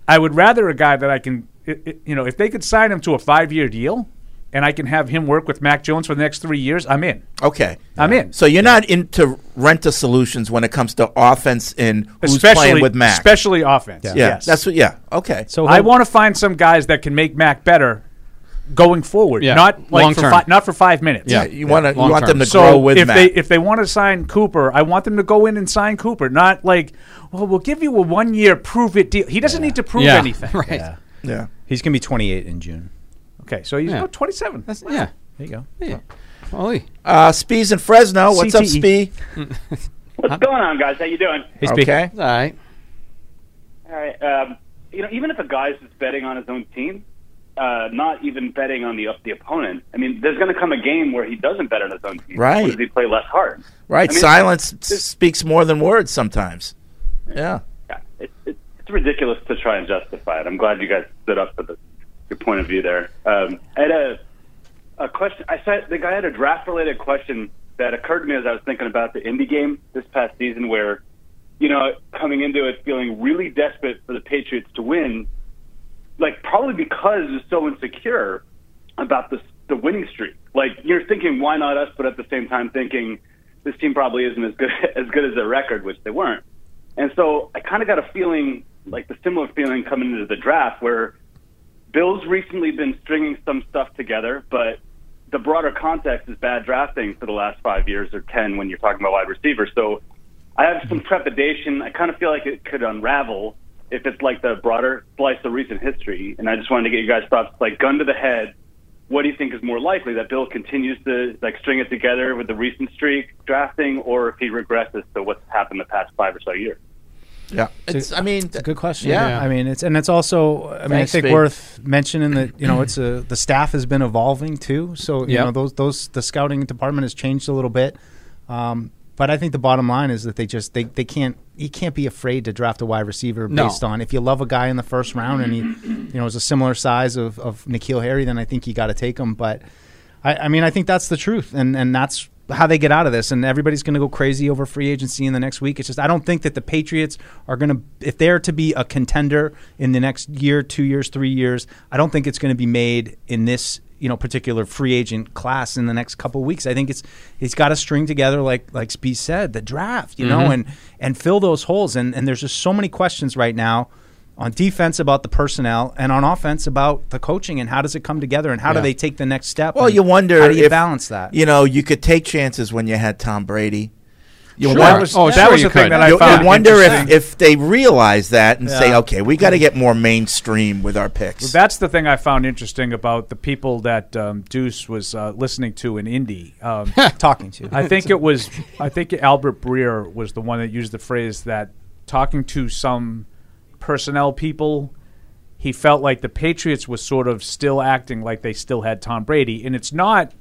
I would rather a guy that I can, i i you know, if they could sign him to a five year deal and I can have him work with Mac Jones for the next three years, I'm in.
Okay.
I'm in.
So you're not into rent a solutions when it comes to offense and who's playing with Mac.
Especially offense.
yeah,
Yes.
that's what. Yeah, okay.
So
I want to find some guys that can make Mac better going forward,
Yeah.
not like
Long
for
term.
fi- not for five minutes.
Yeah.
you want to you
long
want
term.
them to
So
grow with
if
Mac.
they if they want to sign Cooper, I want them to go in and sign Cooper, not like, well, we'll give you a one year prove it deal. He doesn't need to prove
yeah.
anything.
Right.
yeah.
He's gonna be 28 in June.
Okay, so he's
Yeah.
oh, 27.
That's, yeah.
There you go.
Hey. Ollie.
Uh, Spees in Fresno. What's up,
CTE?
Spee?
What's going on, guys? How you doing?
Hey, Speak.
Okay.
All right.
All right. Um, you know, even if a guy's just betting on his own team, uh, not even betting on the the opponent. I mean, there's going to come a game where he doesn't bet on his own team.
Right.
Or Does he play less hard?
Right.
I mean,
Silence
it's-
speaks more than words sometimes. Yeah.
Yeah, it, it, it's ridiculous to try and justify it. I'm glad you guys stood up for the, your point of view there. Um, I had a, a question. I said the guy had a draft related question that occurred to me as I was thinking about the indie game this past season, where you know coming into it feeling really desperate for the Patriots to win, like probably because it was so insecure about the the winning streak. Like you're thinking, why not us? But at the same time, thinking this team probably isn't as good as good as their record, which they weren't. And so I kind of got a feeling, like the similar feeling coming into the draft, where Bill's recently been stringing some stuff together, but the broader context is bad drafting for the last five years or 10 when you're talking about wide receivers. So I have some trepidation. I kind of feel like it could unravel if it's like the broader slice of recent history. And I just wanted to get you guys' thoughts, like gun to the head. What do you think is more likely that Bill continues to like string it together with the recent streak drafting, or if he regresses to what's happened the past five or so years?
Yeah. It's. I mean.
Good question.
Yeah.
Yeah.
I mean it's and it's also I mean
Thanks,
I think
Speak.
worth mentioning that you know it's a the staff has been evolving too. So you
Yep.
know those those the scouting department has changed a little bit. Um, but I think the bottom line is that they just they, they can't you can't be afraid to draft a wide receiver
No.
based on if you love a guy in the first round and he you know is a similar size of of Nikhil Harry then I think you got to take him. But I, I mean I think that's the truth and and that's how they get out of this and everybody's going to go crazy over free agency in the next week. It's just I don't think that the Patriots are going to if they're to be a contender in the next year, two years, three years. I don't think it's going to be made in this you know particular free agent class in the next couple weeks. I think it's it's got to string together like like Spee said the draft, you know, and and fill those holes. And and there's just so many questions right now on defense about the personnel and on offense about the coaching and how does it come together and how do they take the next step.
Well,
and
you wonder
how do you
if,
balance that.
You know, you could take chances when you had Tom Brady. You
Sure.
wonder,
Oh, that sure was you the thing could. that I
you,
found
You wonder if,
interesting.
if they realize that and say,
Yeah.
okay, we got to get more mainstream with our picks.
Well, that's the thing I found interesting about the people that um, Deuce was uh, listening to in Indy. Um,
talking to.
I think it was. I think Albert Breer was the one that used the phrase that talking to some personnel people. He felt like the Patriots was sort of still acting like they still had Tom Brady, and it's not.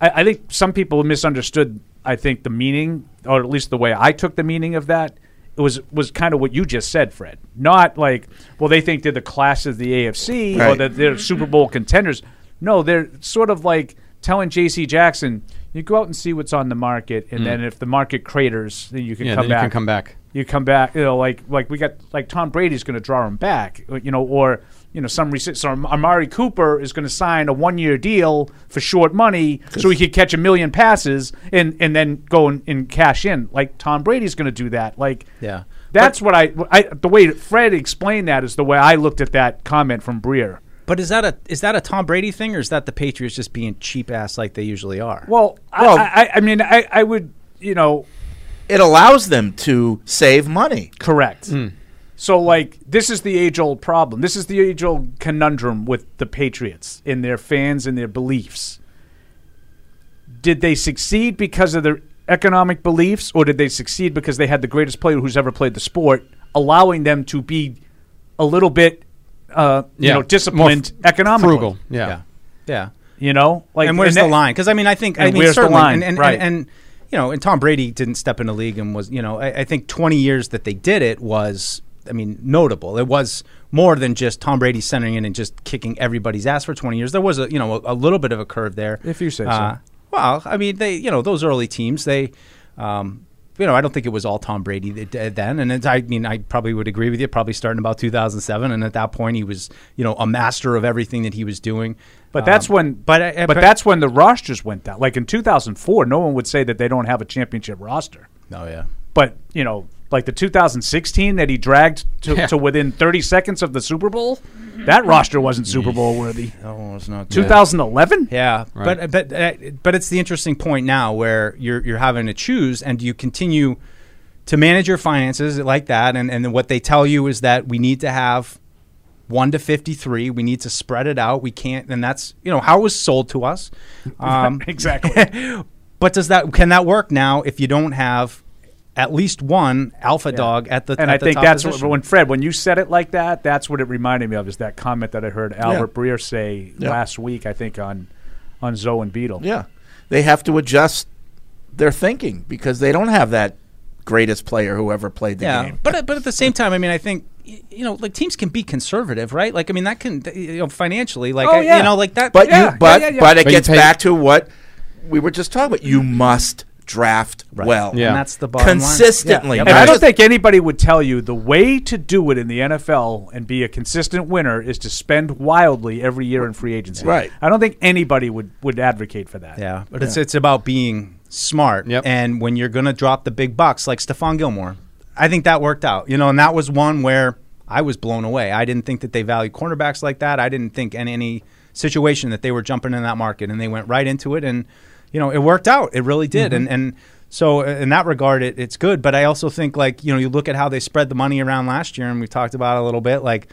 I, I think some people misunderstood. I think the meaning, or at least the way I took the meaning of that, it was was kind of what you just said, Fred. Not like, well, they think they're the class of the AFC or
Right.
that they're Super Bowl contenders. No, they're sort of like telling J.C. Jackson, you go out and see what's on the market, and
Mm.
then if the market craters, then you can
Yeah,
come
then you
back.
can come back.
You come back. You know, like like we got like Tom Brady's going to draw him back. uh, You know, or you know some rec- so Amari Cooper is going to sign a one year deal for short money so he could catch a million passes and and then go and, and cash in. Like Tom Brady's going to do that. Like
Yeah.
that's what I, I the way Fred explained that is the way I looked at that comment from Breer.
But is that a is that a Tom Brady thing, or is that the Patriots just being cheap ass like they usually are?
Well, I- I, I, I mean, I, I would, you know,
it allows them to save money.
Correct.
Hmm.
So, like, this is the age old problem. This is the age old conundrum with the Patriots and their fans and their beliefs. Did they succeed because of their economic beliefs, or did they succeed because they had the greatest player who's ever played the sport, allowing them to be a little bit, uh, you
Yeah.
know,
More f-
disciplined economically?
frugal. Yeah. Yeah. Yeah.
You know, like,
and where's
and
the
that-
line? Because I mean, I think I
And
mean,
where's the
certainly-
line?
And, and,
Right.
and, and you know, and Tom Brady didn't step in the league and was you know, I, I think twenty years that they did it was, I mean, notable. It was more than just Tom Brady centering in and just kicking everybody's ass for twenty years. There was a you know a, a little bit of a curve there. Uh,
If you say so.
Well, I mean, they you know those early teams they. Um, you know, I don't think it was all Tom Brady that did then, and it's, I mean, I probably would agree with you. Probably starting about 2007, and at that point, he was, you know, a master of everything that he was doing.
But that's
Um,
when,
but,
but,
I- I-
but that's when the rosters went down. Like in 2004, no one would say that they don't have a championship roster.
Oh yeah.
But you know, like the 2016 that he dragged to,
Yeah.
to within 30 seconds of the Super Bowl, that roster wasn't Super Bowl worthy.
No, it's not. good.
2011.
Yeah, but
Right.
but uh, but it's the interesting point now where you're you're having to choose, and do you continue to manage your finances like that? And and then what they tell you is that we need to have one to fifty three. We need to spread it out. We can't, and that's you know how it was sold to us. Um,
exactly.
but does that can that work now if you don't have at least one alpha dog at the
and
at
I
the
think
top
that's
position?
what, when Fred, when you said it like that, that's what it reminded me of is that comment that I heard Albert Breer say
Yeah.
last week. I think on on Zoe and Beetle.
Yeah. They have to adjust their thinking because they don't have that greatest player who ever played the
yeah,
game.
but at- but at the same time, I mean, I think y- you know, like teams can be conservative, right? Like, I mean, that can you know financially, like
Oh,
I-
yeah.
you know, like that.
But you, but but it gets back to what we were just talking about. You must draft well.
And that's the bottom line.
consistently.
And I don't think anybody would tell you the way to do it in the NFL and be a consistent winner is to spend wildly every year in free agency.
Right.
I don't think anybody would, would advocate for that.
Yeah, but it's it's about being smart. And when you're gonna drop the big bucks, like Stephon Gilmore, I think that worked out. You know, and that was one where I was blown away. I didn't think that they valued cornerbacks like that. I didn't think in any situation that they were jumping in that market, and they went right into it. And you know, it worked out. It really did.
Mhm.
Mm-hmm.
And and so uh, in that regard, it, it's good. But I also think like you know, you look at how they spread the money around last year, and we talked about it a little bit, like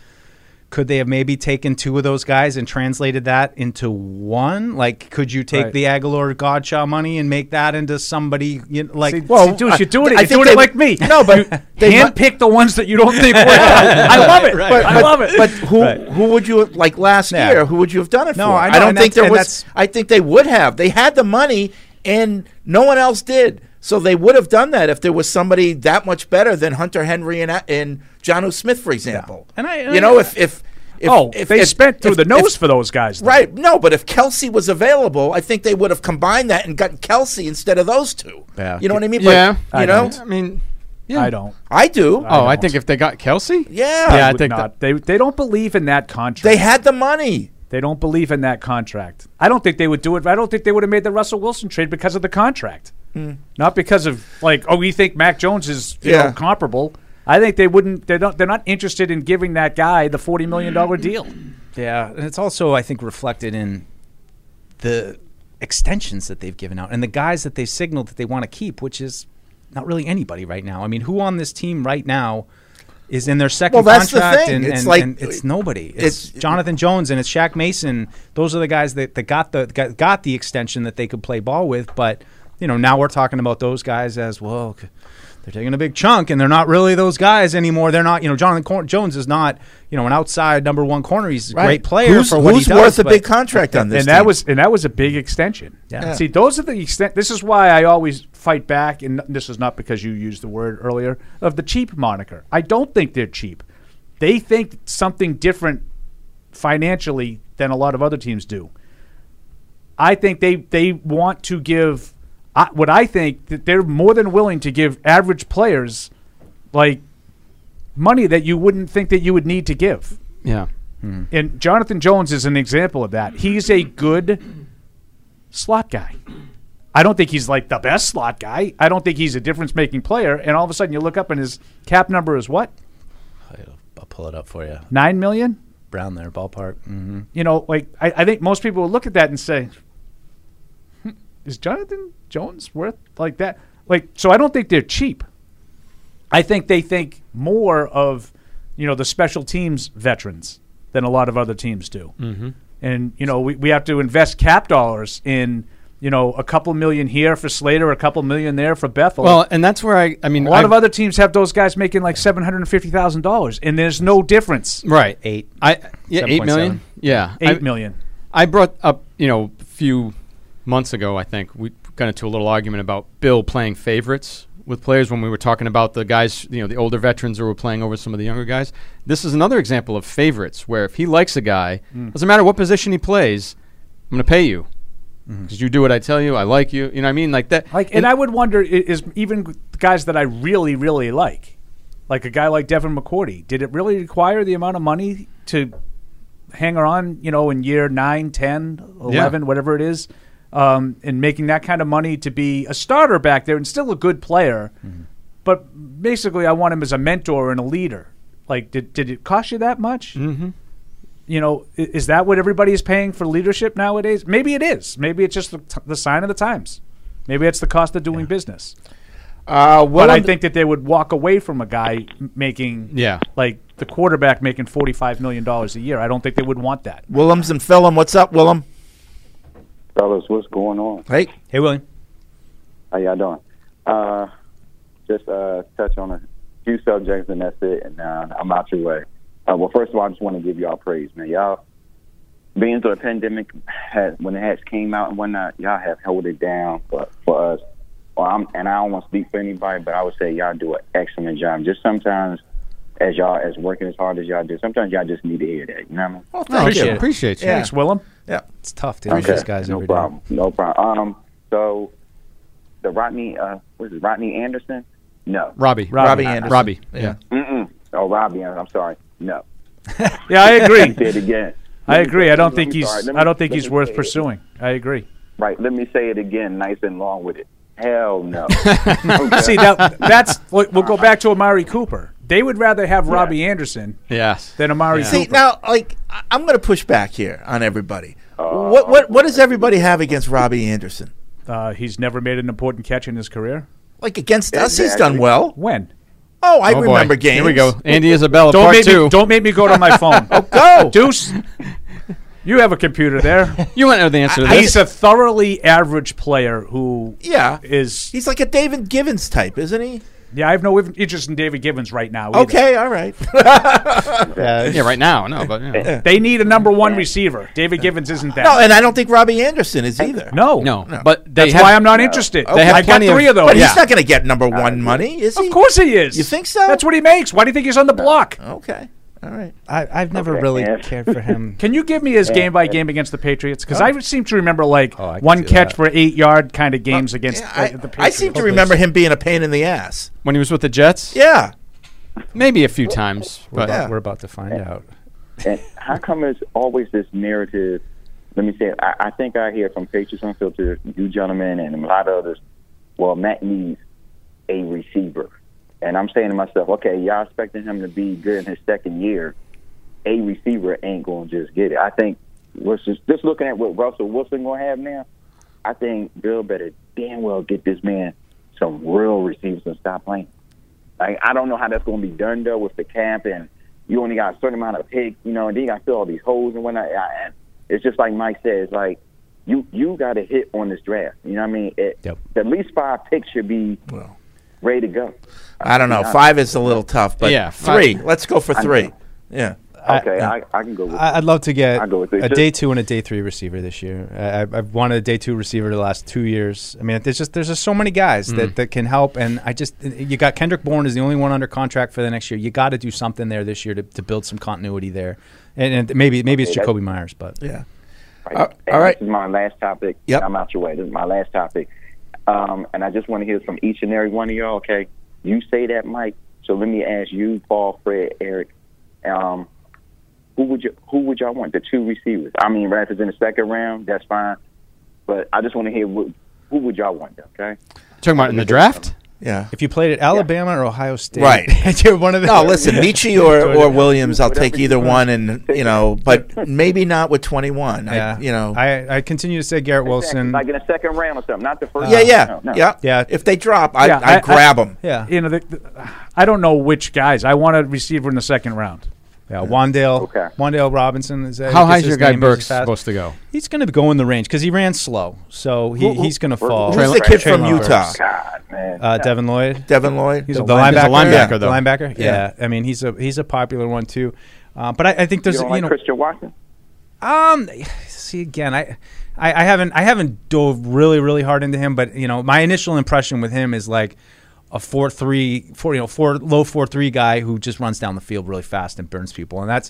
could they have maybe taken two of those guys and translated that into one? Like, could you take
Right.
the Aguilar Godshaw money and make that into somebody you know, like?
well, see, dude, you're doing it. You're doing it like me.
No, but
they handpick the ones that you don't think work. out. I love it.
But,
I
but-
love it.
But who who would you have, like last year? Who would you have done it
No,
for?
I know,
don't
and
think
that's-
there
and
was.
that's-
I think they would have. They had the money, and no one else did. So they would have done that if there was somebody that much better than Hunter Henry and uh, and John Smith, for example.
And I-
you know, if if. If,
uh, oh,
if
they
if-
spent through
if-
the nose
if-
for those guys. though.
Right. No, but if Kelsey was available, I think they would have combined that and gotten Kelsey instead of those two.
Yeah.
You know what I mean?
Yeah.
But,
I
you know?
don't. I mean, yeah. I don't.
I do.
oh, I think if they got Kelsey,
Yeah.
yeah, I
would
think that,
not. they they don't believe in that contract.
They had the money.
They don't believe in that contract. I don't think they would do it. I don't think they would have made the Russell Wilson trade because of the contract,
Mm.
not because of like oh we think Mac Jones is you
Yeah.
know, comparable. I think they wouldn't. They don't. They're not interested in giving that guy the forty million dollar deal.
Yeah, and it's also I think reflected in the extensions that they've given out and the guys that they've signaled that they want to keep, which is not really anybody right now. I mean, who on this team right now is in their second
Well, that's the
contract?
thing.
And,
It's
and-
like-
and it's nobody. It's, Jonathan Jones and it's Shaq Mason. Those are the guys that, that got the got, got the extension that they could play ball with. But you know, now we're talking about those guys as well. c- They're taking a big chunk, and they're not really those guys anymore. They're not, you know, Jonathan Cor- Jones is not, you know, an outside number one corner. He's a
Right.
great player
Who's-
for what
who's
he does.
worth a
but-
big contract on this And that team? was- and that was a big extension.
Yeah.
See, those are the extent. This is why I always fight back, and this is not because you used the word earlier of the cheap moniker. I don't think they're cheap. They think something different financially than a lot of other teams do. I think they they want to give I, what I think that they're more than willing to give average players like money that you wouldn't think that you would need to give.
Yeah.
Hmm.
And Jonathan Jones is an example of that. He's a good slot guy. I don't think he's like the best slot guy. I don't think he's a difference making player. And all of a sudden you look up and his cap number is what?
I'll pull it up for you.
Nine million?
Brown there, ballpark. Mm-hmm.
You know, like I, I think most people will look at that and say, "Hmm, is Jonathan Jones worth like that? Like, so I don't think they're cheap. I think they think more of, you know, the special teams veterans than a lot of other teams do.
Mm-hmm.
And, you know, we, we have to invest cap dollars in, you know, a couple million here for Slater, a couple million there for Bethel.
Well, and that's where I. I mean,
a lot
I-
of other teams have those guys making like $750,000, and there's no difference.
Right. Eight. I yeah,
Seven
eight
point
million.
seven.
Yeah,
Eight
eight million.
million.
I brought up, you know, a few months ago. I think we got into a little argument about Bill playing favorites with players when we were talking about the guys, you know, the older veterans who were playing over some of the younger guys. This is another example of favorites where if he likes a guy,
Mm.
doesn't matter what position he plays, I'm going to pay you
Mm-hmm.
because you do what I tell you. I like you. You know what I mean? Like that.
Like, and, I would wonder i- is even g- guys that I really, really like, like a guy like Devin McCourty, did it really require the amount of money to hang on, you know, in year 9, 10, 11, whatever it is, um, and making that kind of money to be a starter back there and still a good player?
Mm-hmm.
But basically, I want him as a mentor and a leader. Like, did, did it cost you that much?
Mm-hmm.
You know, i- is that what everybody is paying for leadership nowadays? Maybe it is. Maybe it's just the, t- the sign of the times. Maybe it's the cost of doing business.
Uh,
but I think that they would walk away from a guy m- making,
Yeah.
like the quarterback making $45 million a year. I don't think they would want that.
Willems and Phillum, what's up, Willem?
Fellas, what's going on?
Hey.
Hey, William.
How y'all doing? Uh, just uh, touch on a few subjects and that's it, and uh, I'm out your way. Uh, well, first of all, I just want to give y'all praise, man. Y'all, being through the pandemic, had, when the hats came out and whatnot, y'all have held it down for, for us. Well, I'm, and I don't want to speak for anybody, but I would say y'all do an excellent job. Just sometimes, as y'all, as working as hard as y'all do, sometimes y'all just need to hear that. You know what I mean?
Well,
Oh, thank Appreciate you. it. Appreciate you.
Thanks, Willem.
Yeah.
It's tough to
Okay.
interview these guys
no
every day.
problem. No problem. Um, so the Rodney, uh, what is it, Rodney Anderson? No,
Robbie.
Robbie
Uh,
Anderson.
Robbie. Yeah.
Mm-mm. Oh, Robbie Anderson. I'm sorry. No.
Yeah, I
Let me
agree.
say it again.
I
Let me
agree.
say-
I don't
let
think
me-
he's.
sorry, let me-
I don't think
let
he's
me
worth
say it.
pursuing. I agree.
Right. Let me say it again, nice and long with it. Hell no.
See that that's we'll we'll go back to Amari Cooper. They would rather have Robbie Anderson
Yes.
than Amari
See
Cooper.
now, like I- I'm going to push back here on everybody.
Uh,
what what what does everybody have against Robbie Anderson?
Uh, he's never made an important catch in his career.
Like against us, he's done well.
When?
Oh, I
Oh, boy.
remember games.
Here we go. Andy Isabella,
Don't
part
make
two.
me. Don't make me go to my phone. oh,
go,
Deuce. You have a computer there.
You want to know the answer to this?
He's a thoroughly average player who
Yeah,
is.
he's like a David Givens type, isn't he?
Yeah, I have no interest in David Givens right now. either.
Okay, all right.
yeah, right now. No, but you know.
They need a number one receiver. David Givens isn't that.
No, and I don't think Robbie Anderson is either.
No.
no, But they
That's
have,
why I'm not interested.
They have
I've got
plenty
three of,
of-
those.
But
Yeah.
he's not going to get number one money, is he?
Of course he is.
You think so?
That's what he makes. Why do you think he's on the block?
Okay, all right.
I, I've never
Okay.
really
Yeah.
cared for him.
Can you give me his game by game against the Patriots? Because
Oh.
I seem to remember like
Oh, I
one
can do
catch
that.
for eight yard kind of games against
Uh, Yeah,
the,
I,
the
I
Patriots.
seem to remember him being a pain in the ass.
when he was with the Jets,
Yeah,
maybe a few times.
We're,
But
Yeah.
about, we're about to find out.
And how come it's always this narrative? Let me say, it. I, I think I hear from Patriots Unfiltered, you gentlemen, and a lot of others. Well, Matt needs a receiver, and I'm saying to myself, okay, y'all expecting him to be good in his second year. A receiver ain't going to just get it. I think we're just, just looking at what Russell Wilson going to have now. I think Bill better damn well get this man some real receivers and stop playing. Like I don't know how that's going to be done though with the camp and you only got a certain amount of picks, you know, and then you got to fill all these holes and whatnot. I- And it's just like Mike says, like you you got to hit on this draft. You know what I mean? It, At least five picks should be ready to go.
I don't know. Five is a little tough, but
Yeah, five-
three. Let's go for
I know.
three. Yeah.
Okay, I, I can go with.
uh, I- I'd love to get
I'll go with it.
a
Just-
day two and a day three receiver this year. I, I- I've wanted a day two receiver the last two years. I mean, there's just there's just so many guys
Mm.
that, that can help, and I just you got Kendrick Bourne is the only one under contract for the next year. You got to do something there this year to, to build some continuity there, and, and maybe maybe it's
Okay, that's-
Jacoby Myers, but
yeah, Uh,
Right. all right. This is my last topic. Yep. I'm out your way. This is my last topic. Um, and I just want to hear from each and every one of y'all, okay? You say that, Mike. So let me ask you, Paul, Fred, Eric, um, who would you who would y'all want? The two receivers. I mean, if it's in the second round, that's fine. But I just want to hear what, who would y'all want, okay?
Talking about in the draft.
Yeah.
If you played at Alabama or Ohio State,
Right.
you're one of the
No, listen, Michi or, or Williams, I'll take either one, and you know, but maybe not with twenty one.
Yeah.
I, you know,
I, I continue to say Garrett Wilson.
Like in the second round or something, not the first.
Yeah,
round.
yeah,
No, no.
yeah,
yeah.
If they drop, I,
Yeah,
I, grab them.
Yeah.
You know, the, the, I don't know which guys. I want a receiver in the second round.
Yeah, Wandale. Wandale Robinson is that
How
I guess
high is
his
your guy
name is
Burks
fast.
supposed to go?
He's going to go in the range because he ran slow, so he,
Who- who-
he's going to
who's
fall.
the kid from
Traylon
Utah?
Burks.
God, man.
Uh, Devin Lloyd.
Devin Lloyd.
He's
The
a the
linebacker?
linebacker.
Yeah.
The linebacker.
Yeah.
Yeah. I mean he's a he's a popular one too, uh, but I, I think there's
you
you,
don't like
know
Christian Watson?
um, see again, I, I, I haven't, I haven't dove really, really hard into him, but you know, my initial impression with him is like a four three, four, you know, four low four three guy who just runs down the field really fast and burns people, and that's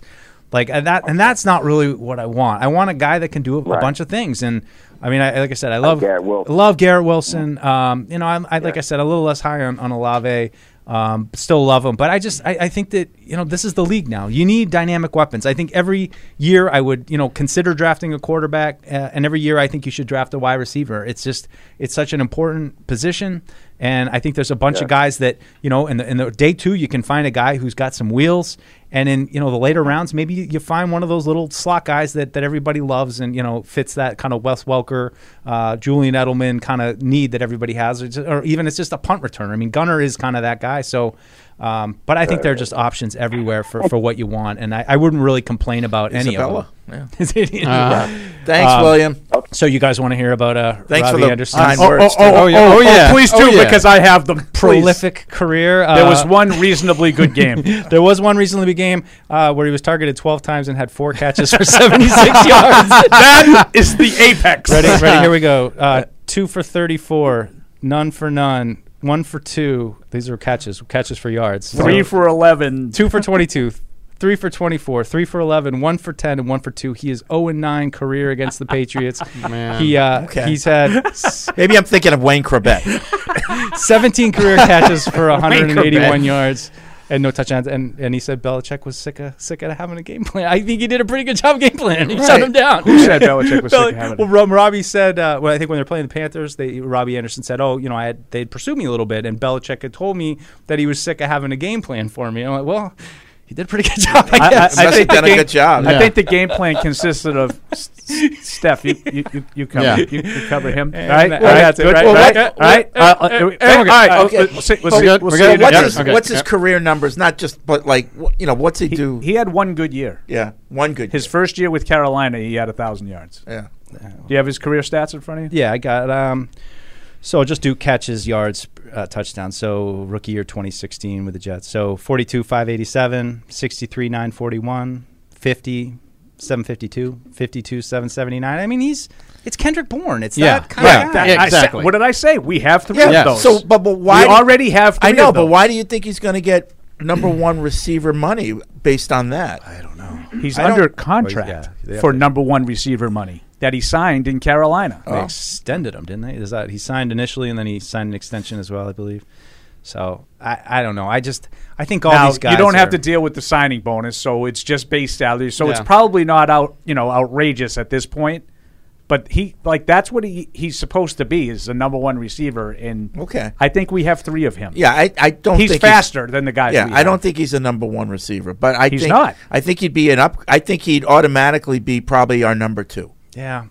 like and that, and that's not really what I want. I want a guy that can do a, a
Right.
bunch of things, and I mean, I, like I said, I love
Garrett Wilson.
love Garrett Wilson. Um, you know, I'm, I like I said, a little less high on, on Olave. Um, still love him, but I just I, I think that you know this is the league now. You need dynamic weapons. I think every year I would you know consider drafting a quarterback, uh, and every year I think you should draft a wide receiver. It's just it's such an important position, and I think there's a bunch
Yeah.
of guys that you know in the in the day two you can find a guy who's got some wheels, and in you know the later rounds maybe you, you find one of those little slot guys that that everybody loves and you know fits that kind of Wes Welker, uh, Julian Edelman kind of need that everybody has, or, just- or even it's just a punt returner. I mean Gunner is kind of that guy, so. Um, but I think there are just options everywhere for, for what you want, and I, I wouldn't really complain about
Isabella.
any of them.
Yeah.
Is it-
Uh, Thanks, William.
So you guys want to hear about uh,
Thanks for
Robbie
the
Anderson?
kind Oh, words,
Oh, oh, oh, yeah. please do, because I have them. Please.
prolific career.
There was
uh,
one reasonably good game.
there was one recently big game uh, where he was targeted 12 times and had four catches for 76 yards.
That is the apex.
Ready, ready here we go. Uh, two for 34, none for none, one for two. These are catches, catches for yards.
Three
So-
for 11.
two for 22. Three for 24, three for 11, one for 10, and one for two. He is 0 and 9 career against the Patriots.
Man.
He uh,
Okay.
he's had
Maybe I'm thinking of Wayne Corbett.
17 career catches for
Wayne
181
Corbett.
yards and no touchdowns. And and he said Belichick was sick of sick of having a game plan. I think he did a pretty good job game planning. He shut
Right.
him down.
Who said Belichick was sick of having it?
Well, Rob, Robbie said. Uh, well, I think when they're playing the Panthers, they Robbie Anderson said, "Oh, you know, I had, they'd pursue me a little bit," and Belichick had told me that he was sick of having a game plan for me. And I'm like, well. He did a pretty good job. I, guess.
the game- I think the game plan consisted of S- S- Steph. You you you, you cover
Yeah.
you, you cover him.
And
right,
that-
all right,
that's it,
good,
right,
all right,
right.
all right.
Uh,
Uh,
uh,
uh,
okay.
all right,
Okay.
okay. We'll see- we'll
Well,
see-
well,
we'll
so
see you
what's
next-
his,
okay.
what's his
Yep.
career numbers? Not just, but like, wh- you know, what's he, do?
He had one good year.
Yeah, one good.
His first year with Carolina, he had a thousand yards.
Yeah.
Do you have his career stats in front of you?
Yeah, I got. Um, so I'll just do catches, yards, uh, touchdowns. So rookie year 2016 with the Jets. So 42, 587, 63, 941, 50, 752, 52, 779. I mean, he's it's Kendrick Bourne. It's
Yeah.
that kind
Yeah,
of
that-
guy.
I said- Exactly. what did I say? We have three of those.
So, but, but why?
We already have
I
three
know,
of
but
those.
why do you think he's going to get number one receiver money based on that? I don't know.
He's under contract for number one receiver money that he signed in Carolina.
They extended him, didn't they? Is that he signed initially and then he signed an extension as well, I believe. So I, I don't know. I just I think all
Now,
these guys
you don't have
are-
to deal with the signing bonus, so it's just base salary. So it's
Yeah.
probably not out, you know, outrageous at this point. But he like that's what he he's supposed to be is the number one receiver. And
Okay.
I think we have three of him.
Yeah, I, I don't.
He's
think
faster than the guys.
Yeah,
we
I
have.
don't think he's a number one receiver, but I
He's
think
not.
I think he'd be an up. I think he'd automatically be probably our number two.
Yeah.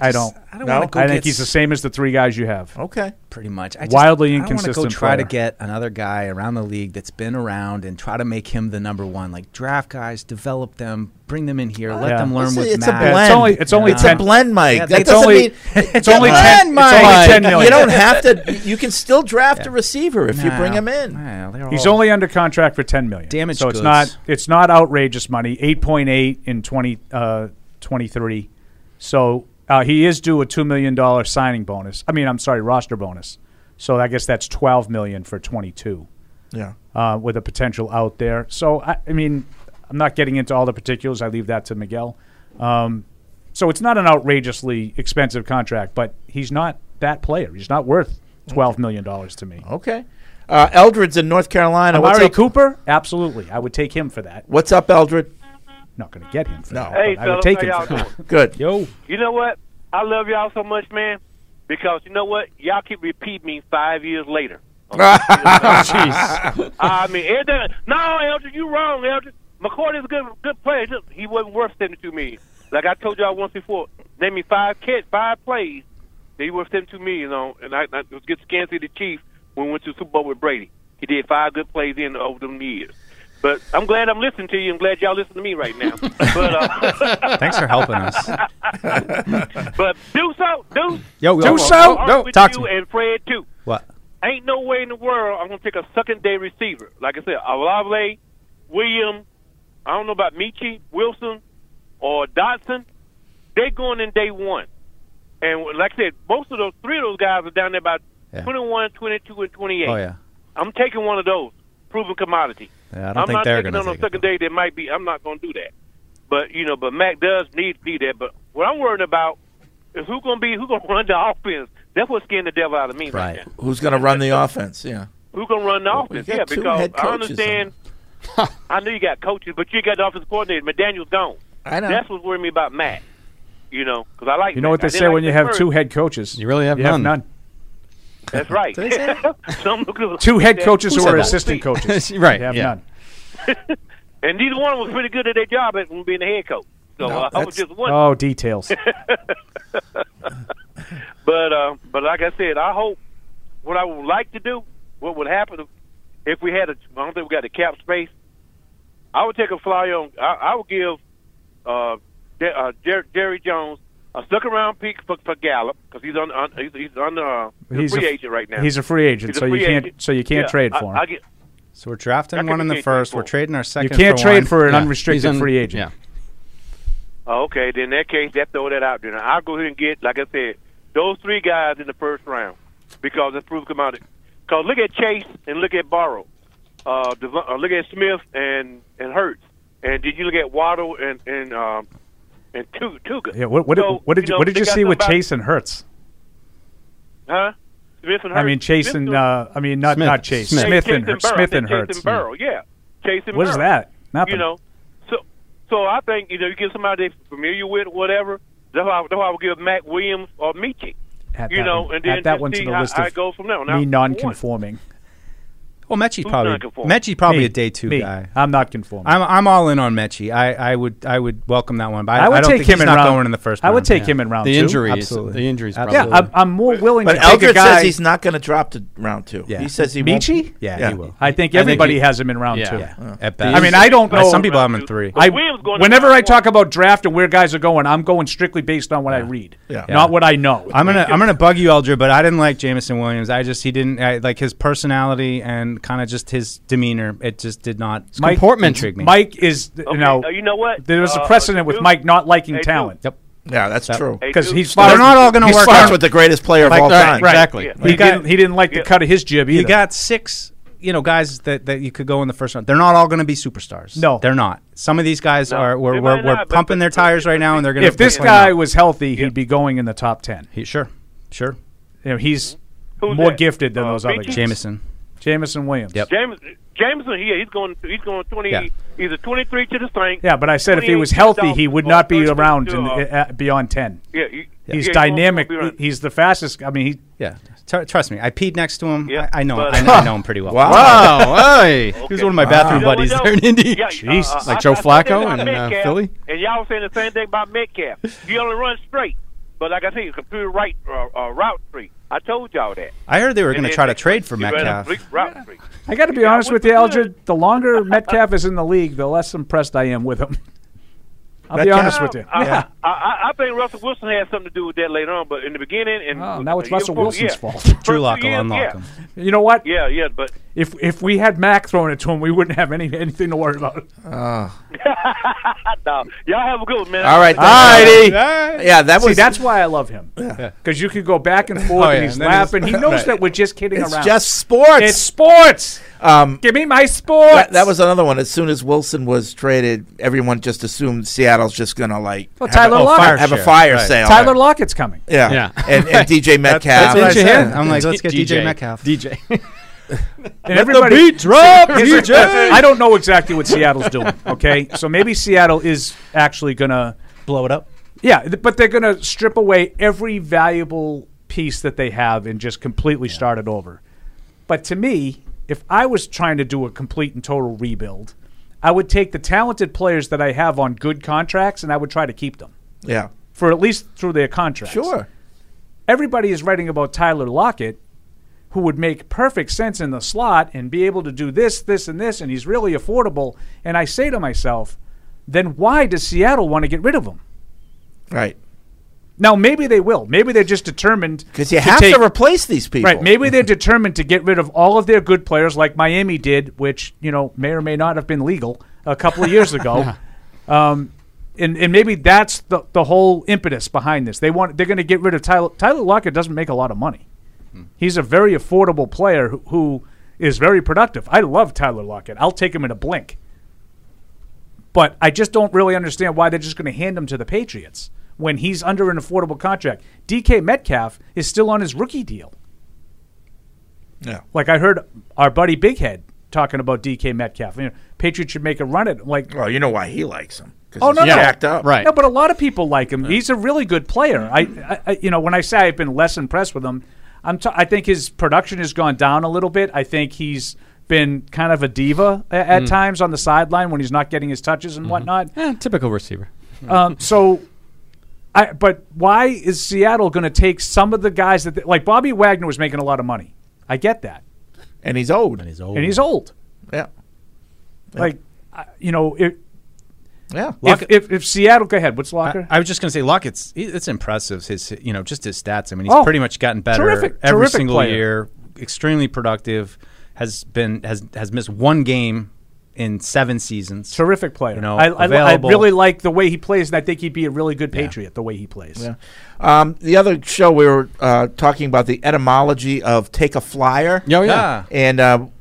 I, don't.
I don't No? wanna go
I think
get
he's the same as the three guys you have.
Okay.
Pretty much. I just-
Wildly
I don't wanna
inconsistent.
Go try to
player.
get another guy around the league that's been around and try to make him the number one. Like draft guys, develop them, bring them in here, let
Yeah.
them learn
It's a-
with
it's a
Matt.
blend. It's only- it's only
It's a
10
blend, Mike.
Yeah,
that
it's
doesn't
only-
mean
it's only
a
10
blend,
it's only
Mike.
10 million.
You don't have to. You can still draft a receiver if you bring him in.
He's only under contract for ten million.
Damaged
so
goods.
it's not it's not outrageous money. Eight point eight in 20, uh, 23. So uh, he is due a two million dollar signing bonus. I mean, I'm sorry, roster bonus. So I guess that's twelve million for twenty two.
Yeah.
uh, with a potential out there. So I, I mean, I'm not getting into all the particulars. I leave that to Miguel. Um, so it's not an outrageously expensive contract, but he's not that player. He's not worth twelve million dollars to me.
Okay. Uh, Eldred's in North Carolina. What's
Amari
up?
Cooper, absolutely. I would take him for that.
What's up, Eldred?
Not going to get him for
No.
that.
Hey,
but I would
fellas,
take
how
him.
y'all
for
doing?
that.
Good.
Yo.
You know what? I love y'all so much, man, because you know what? Y'all keep repeating me five years later.
Jeez.
I mean, everything. No, Elder, you wrong, Elder. McCourty's a good, good player. Just, he wasn't worth seventy-two million. Like I told y'all once before, name me five kids, five plays that he worth seventy-two million on. And I, I it was against Kansas City Chiefs when we went to the Super Bowl with Brady. He did five good plays in over them years. But I'm glad I'm listening to you. I'm glad y'all listen to me right now. But, uh,
Thanks for helping us.
but do so, do
Yo, yo,
do
yo.
so.
Yo,
with
talk to
you
me.
and Fred too.
What?
Ain't no way in the world I'm gonna take a second day receiver. Like I said, Alave, William, I don't know about Michi, Wilson, or Dotson. They going in day one, and like I said, most of those three of those guys are down there about
Yeah.
twenty one, twenty two, 21, 22, and 28.
Oh yeah.
I'm taking one of those proven commodity.
Yeah, I don't
I'm
think
not
they're
taking
gonna
on a
take it.
second day. That might be. I'm not gonna do that. But you know, but Mac does need to be there. But what I'm worried about is who gonna be who gonna run the offense. That's what scared the devil out of me. Right. now.
Who's going to run the offense? Yeah.
Who gonna run the
Well,
offense?
you got
Yeah,
two
because
head
I
coaches
understand. I know you got coaches, but you got the offensive coordinator. McDaniel's gone.
I know.
That's what worried me about Mac. You know, because I like.
You know what
Mac. I
they
didn't
say
like
when you
Nick
have
Fury.
two head coaches? You really have you
none.
Have none.
That's right. Some look-
Two head coaches
Who
who are
said that?
assistant coaches.
Right,
You have
yeah.
none.
And neither one was pretty good at their job at being a head coach. So
No,
uh, I was
that's-
just wondering.
oh, details.
but uh, but like I said, I hope what I would like to do, what would happen if we had a, I don't think we got a cap space. I would take a fly on. I, I would give uh, De- uh, Jer- Jerry Jones a second round pick for, for Gallup because he's on, on he's, he's on uh, he's
He's
a
a
free
f-
agent right now.
he's a free agent,
He's a
so you
free
can't-
agent.
so you can't
Yeah,
trade
I-
for him.
I get-
So we're drafting one in the first. We're trading our second.
can't
for
trade
one.
for an Yeah. unrestricted He's un- free agent. yeah.
Oh, Okay, then in that case, that throw that out there. I'll go ahead and get, like I said, those three guys in the first round because it's proof commodity. Because look at Chase and look at Borrow. Uh, Dev- uh, look at Smith and and Hurts. And did you look at Waddle and and um, and Tu- Tuga?
Yeah, what, what,
So,
what did you,
know,
what did
they
you
got
see with
somebody-
Chase and Hurts?
Huh? Smith and
I
Hurts.
mean Chase and uh, I mean not
Smith.
not Chase
Smith.
Smith,
Chase
and Hurts
Burrow. I
Smith
said
and
Chase
Hurts.
and Burrow, yeah. Chase and
What is
Burrow.
that? Nothing.
You know, so so I think you know you get somebody they're familiar with, whatever. That's why, that's why I would give Mac Williams or Michi.
Add
you
that
know,
one-
and then
add that
just
one to
see
the
how
list
I
of
go from there. Now,
me non-conforming.
Well, Mechie's
Who's
probably
non-conform?
Mechie's probably
Me.
a day two
Me.
guy.
I'm not conforming.
I'm, I'm all in on Mechie. I, I would I would welcome that one. But I,
I would
don't
take
think
him
he's
in
not
round-
going in the first.
I would
round.
take him in round The two. injuries-
Absolutely.
the injuries
Absolutely.
probably- Yeah, I'm- I'm more willing
But
to take a
Eldred
guy-
says he's not going to drop to round two. He says he
Michi?
won't.
I think everybody has him in round two. I mean, I don't know. I, whenever I talk about draft and where guys are going, I'm going strictly based on what I read,
Yeah.
not what I know.
I'm gonna I'm gonna bug you, Eldred, but I didn't like Jamison Williams. I just he didn't I, like his personality and kind of just his demeanor. It just did not
Mike-
intrigue me.
Mike is you know
uh, you know what?
there was
Uh,
a precedent with
Duke-
Mike not liking
Hey,
talent.
Yep.
Yeah, that's true.
Because
Duke-
he's
They're
far-
not all gonna
he's
work
far-
out. with the greatest player of
Like
all
that,
time.
right.
Exactly.
He,
You got-
didn't, he didn't like the cut of his jib either.
You got six, you know, guys that, that you could go in the first round. They're not all going to be superstars. No, they're not. Some of these guys are. We're, we're, we're pumping their tires right now, and they're going to.
if this guy was healthy, he'd be going in the top ten.
He sure, sure.
You know, he's
Who's
more
that?
gifted than
Uh,
those other
Mickey?
guys.
Jamison.
Jamison Williams.
James Jameson, yeah, he's going he's going twenty.
Yeah.
He's a twenty three to the Saints.
Yeah, but I said if he
28
was
to the
healthy,
Dolphins,
he would
or
not be
33
around
to,
in
uh,
the, uh, beyond ten.
yeah, he- yeah,
he's
he won't-
dynamic.
won't be around.
He- He's the fastest. I mean, he.
Yeah, Tr- trust me. I peed next to him. I, I know. Him.
but-
I, know- I know him pretty well.
Wow.
Wow, hey.
He was one of my bathroom
Wow.
buddies there in Indy. Jesus,
like Joe
I said that
Flacco
about
in uh,
Metcalf,
Philly.
And y'all saying the same thing about Metcalf. He only runs straight. But like I say, it's a pure right uh, uh, route tree. I told y'all that.
I heard they were going
And
to
it-
try to trade for
you ran a
Metcalf.
bleak route tree.
I got to be honest with you, Eldred. The longer Metcalf is in the league, the less impressed I am with him. I'll be honest with you.
I,
yeah.
I, I, I think Russell Wilson had something to do with that later on, but in the beginning and
Oh, now it's
the year
Russell
before-
Wilson's
yeah.
fault.
Drew Lock will years, unlock yeah. him.
You know what?
Yeah, yeah, but
If if we had Mac throwing it to him, we wouldn't have any anything to worry about.
Ah.
no, y'all have a good one, man.
All right,
All
then. All
right.
right. Yeah, that See, was- that's why I love him. Because you could go back and forth,
Oh, yeah,
and he's
and then he's-
laughing. He knows
Right.
that we're just kidding
It's
around.
just sports.
It's sports.
Um,
Give me my sports.
That, that was another one. As soon as Wilson was traded, everyone just assumed Seattle's just gonna like
Well,
have
Tyler
a, oh,
Lockett.
have a fire sale.
Tyler Lockett's coming.
Yeah. And, and DJ Metcalf.
I'm like, let's get DJ, Metcalf.
DJ.
And
Let the
everybody,
beat drop,
Here's-
DJ.
I don't know exactly what Seattle's doing. Okay, so maybe Seattle is actually gonna
blow it up.
Yeah, th- but they're gonna strip away every valuable piece that they have and just completely start it over. But to me, if I was trying to do a complete and total rebuild, I would take the talented players that I have on good contracts and I would try to keep them
Yeah.
for at least through their contracts. Sure. Everybody is writing about Tyler Lockett, who would make perfect sense in the slot and be able to do this, this, and this, and he's really affordable. And I say to myself, then why does Seattle want to get rid of him?
Right.
Now maybe they will. Maybe they're just determined because
you have to replace these people.
Right. Maybe they're determined to get rid of all of their good players, like Miami did, which you know may or may not have been legal a couple of years ago. um, and, and maybe that's the, the whole impetus behind this. They want they're going to get rid of Tyler. Tyler Lockett doesn't make a lot of money. He's a very affordable player who, who is very productive. I love Tyler Lockett. I'll take him in a blink. But I just don't really understand why they're just going to hand him to the Patriots when he's under an affordable contract. DK Metcalf is still on his rookie deal.
Yeah.
Like I heard our buddy Big Head talking about DK Metcalf. You know, Patriots should make a run at him. Like,
well, you know why he likes him. 'Cause
Oh
he's
no, no,
jacked up. Right.
No, but a lot of people like him. He's a really good player. I, I, I, you know, when I say I've been less impressed with him, I'm. T- I think his production has gone down a little bit. I think he's been kind of a diva a- at
Mm. Mm-hmm.
times on the sideline when he's not getting his touches and whatnot.
typical receiver.
Um, so, I, but why is Seattle going to take some of the guys that, they, like Bobby Wagner, was making a lot of money? I get that,
and he's old, and
he's old,
and he's old.
Yeah,
like I- you know, it,
yeah.
If, if, if Seattle, go ahead. What's Locker?
I was just going to say, Lockett's he- it's impressive. His you know just his stats. I mean, he's
Oh,
pretty much gotten better
terrific,
every
terrific
single
player.
year. Extremely productive. Has been has has missed one game in seven seasons.
Terrific player.
You know,
I, I, I
available.
really like the way he plays, and I think he'd be a really good Patriot the way he plays.
Yeah. Um, the other show we were uh, talking about the etymology of take a flyer.
Yeah, oh, yeah.
And um,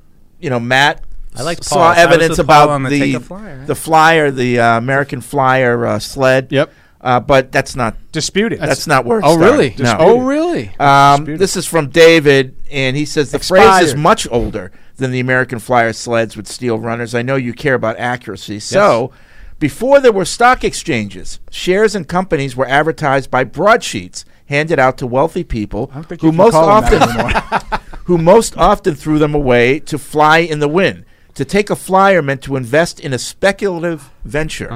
you know, Matt
Ah. I liked
s-
Paul. I
saw
was
evidence
with Paul
about
on the
the
take
the
a flyer.
flyer, the, uh, American flyer uh, sled. Yep. Uh, but that's not
disputed.
That's, not where. it
Oh,
started.
really?
No.
Disputed. Oh, really?
Um, this is from David, and he says the phrase is
Expired.
much older than the American flyer sleds with steel runners. I know you care about accuracy, so. Before there were stock exchanges, shares in companies were advertised by broadsheets handed out to wealthy people
think you
who
can
most
call
often
them that
who most often threw them away to fly in the wind. To take a flyer meant to invest in a speculative venture.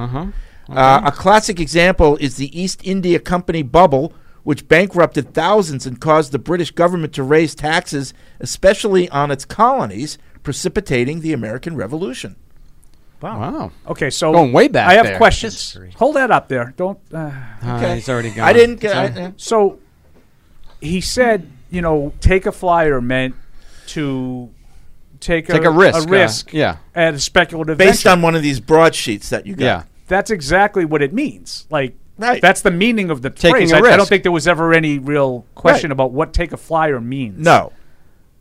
Uh-huh. a classic example is the East India Company bubble, which bankrupted thousands and caused the British government to raise taxes, especially on its colonies, precipitating the American Revolution.
Wow.
Wow.
Okay, so
Going way back
I have
there.
questions. Hold that up there. Don't. Uh,
Ah, Okay. he's already
I gone. didn't get- I- Sorry.
so he said, you know, take a flyer meant to take a,
Take a risk, uh,
a risk
yeah.
at a speculative
Based
venture.
on one of these broadsheets that you got.
That's exactly what it means. Like
Right.
that's the meaning of the
Taking
phrase.
a
I- I, don't
risk.
think there was ever any real question
Right.
about what take a flyer means.
No.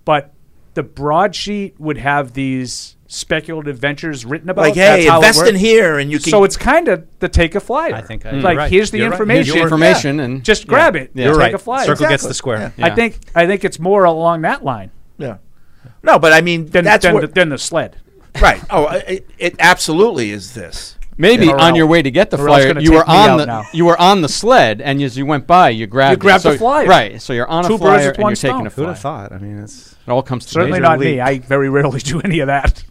But the broadsheet would have these speculative ventures written about.
Like,
That's
hey,
how it
invest in
works.
here and you can-
So it's kind of the take a flyer. I
think
I- you're
like
right.
here's the
You're right.
information.
Here's your information and-
just
Yeah.
grab it.
Yeah.
and
You're
take
right.
a flyer.
Circle gets the Exactly. square. Yeah.
I think I think it's more along that line.
Yeah. No, but I mean,
Then-
that's
then
where-
the- then the sled.
Right. Oh, I- it, it absolutely is this.
Maybe
Yeah. Or
on
I'll-
your way to get the
or else
flyer,
gonna
you
take
were
me
on
out
the
now.
you were on the sled, and as you went by, you grabbed
grabbed
it.
the flyer.
right? So you're on
Two
a
birds
flyer
with
and
one
you're taking
stone.
a
Who'd
flyer.
have
thought? I mean, it's
it all comes
Certainly
to
not me. I very rarely do any of that.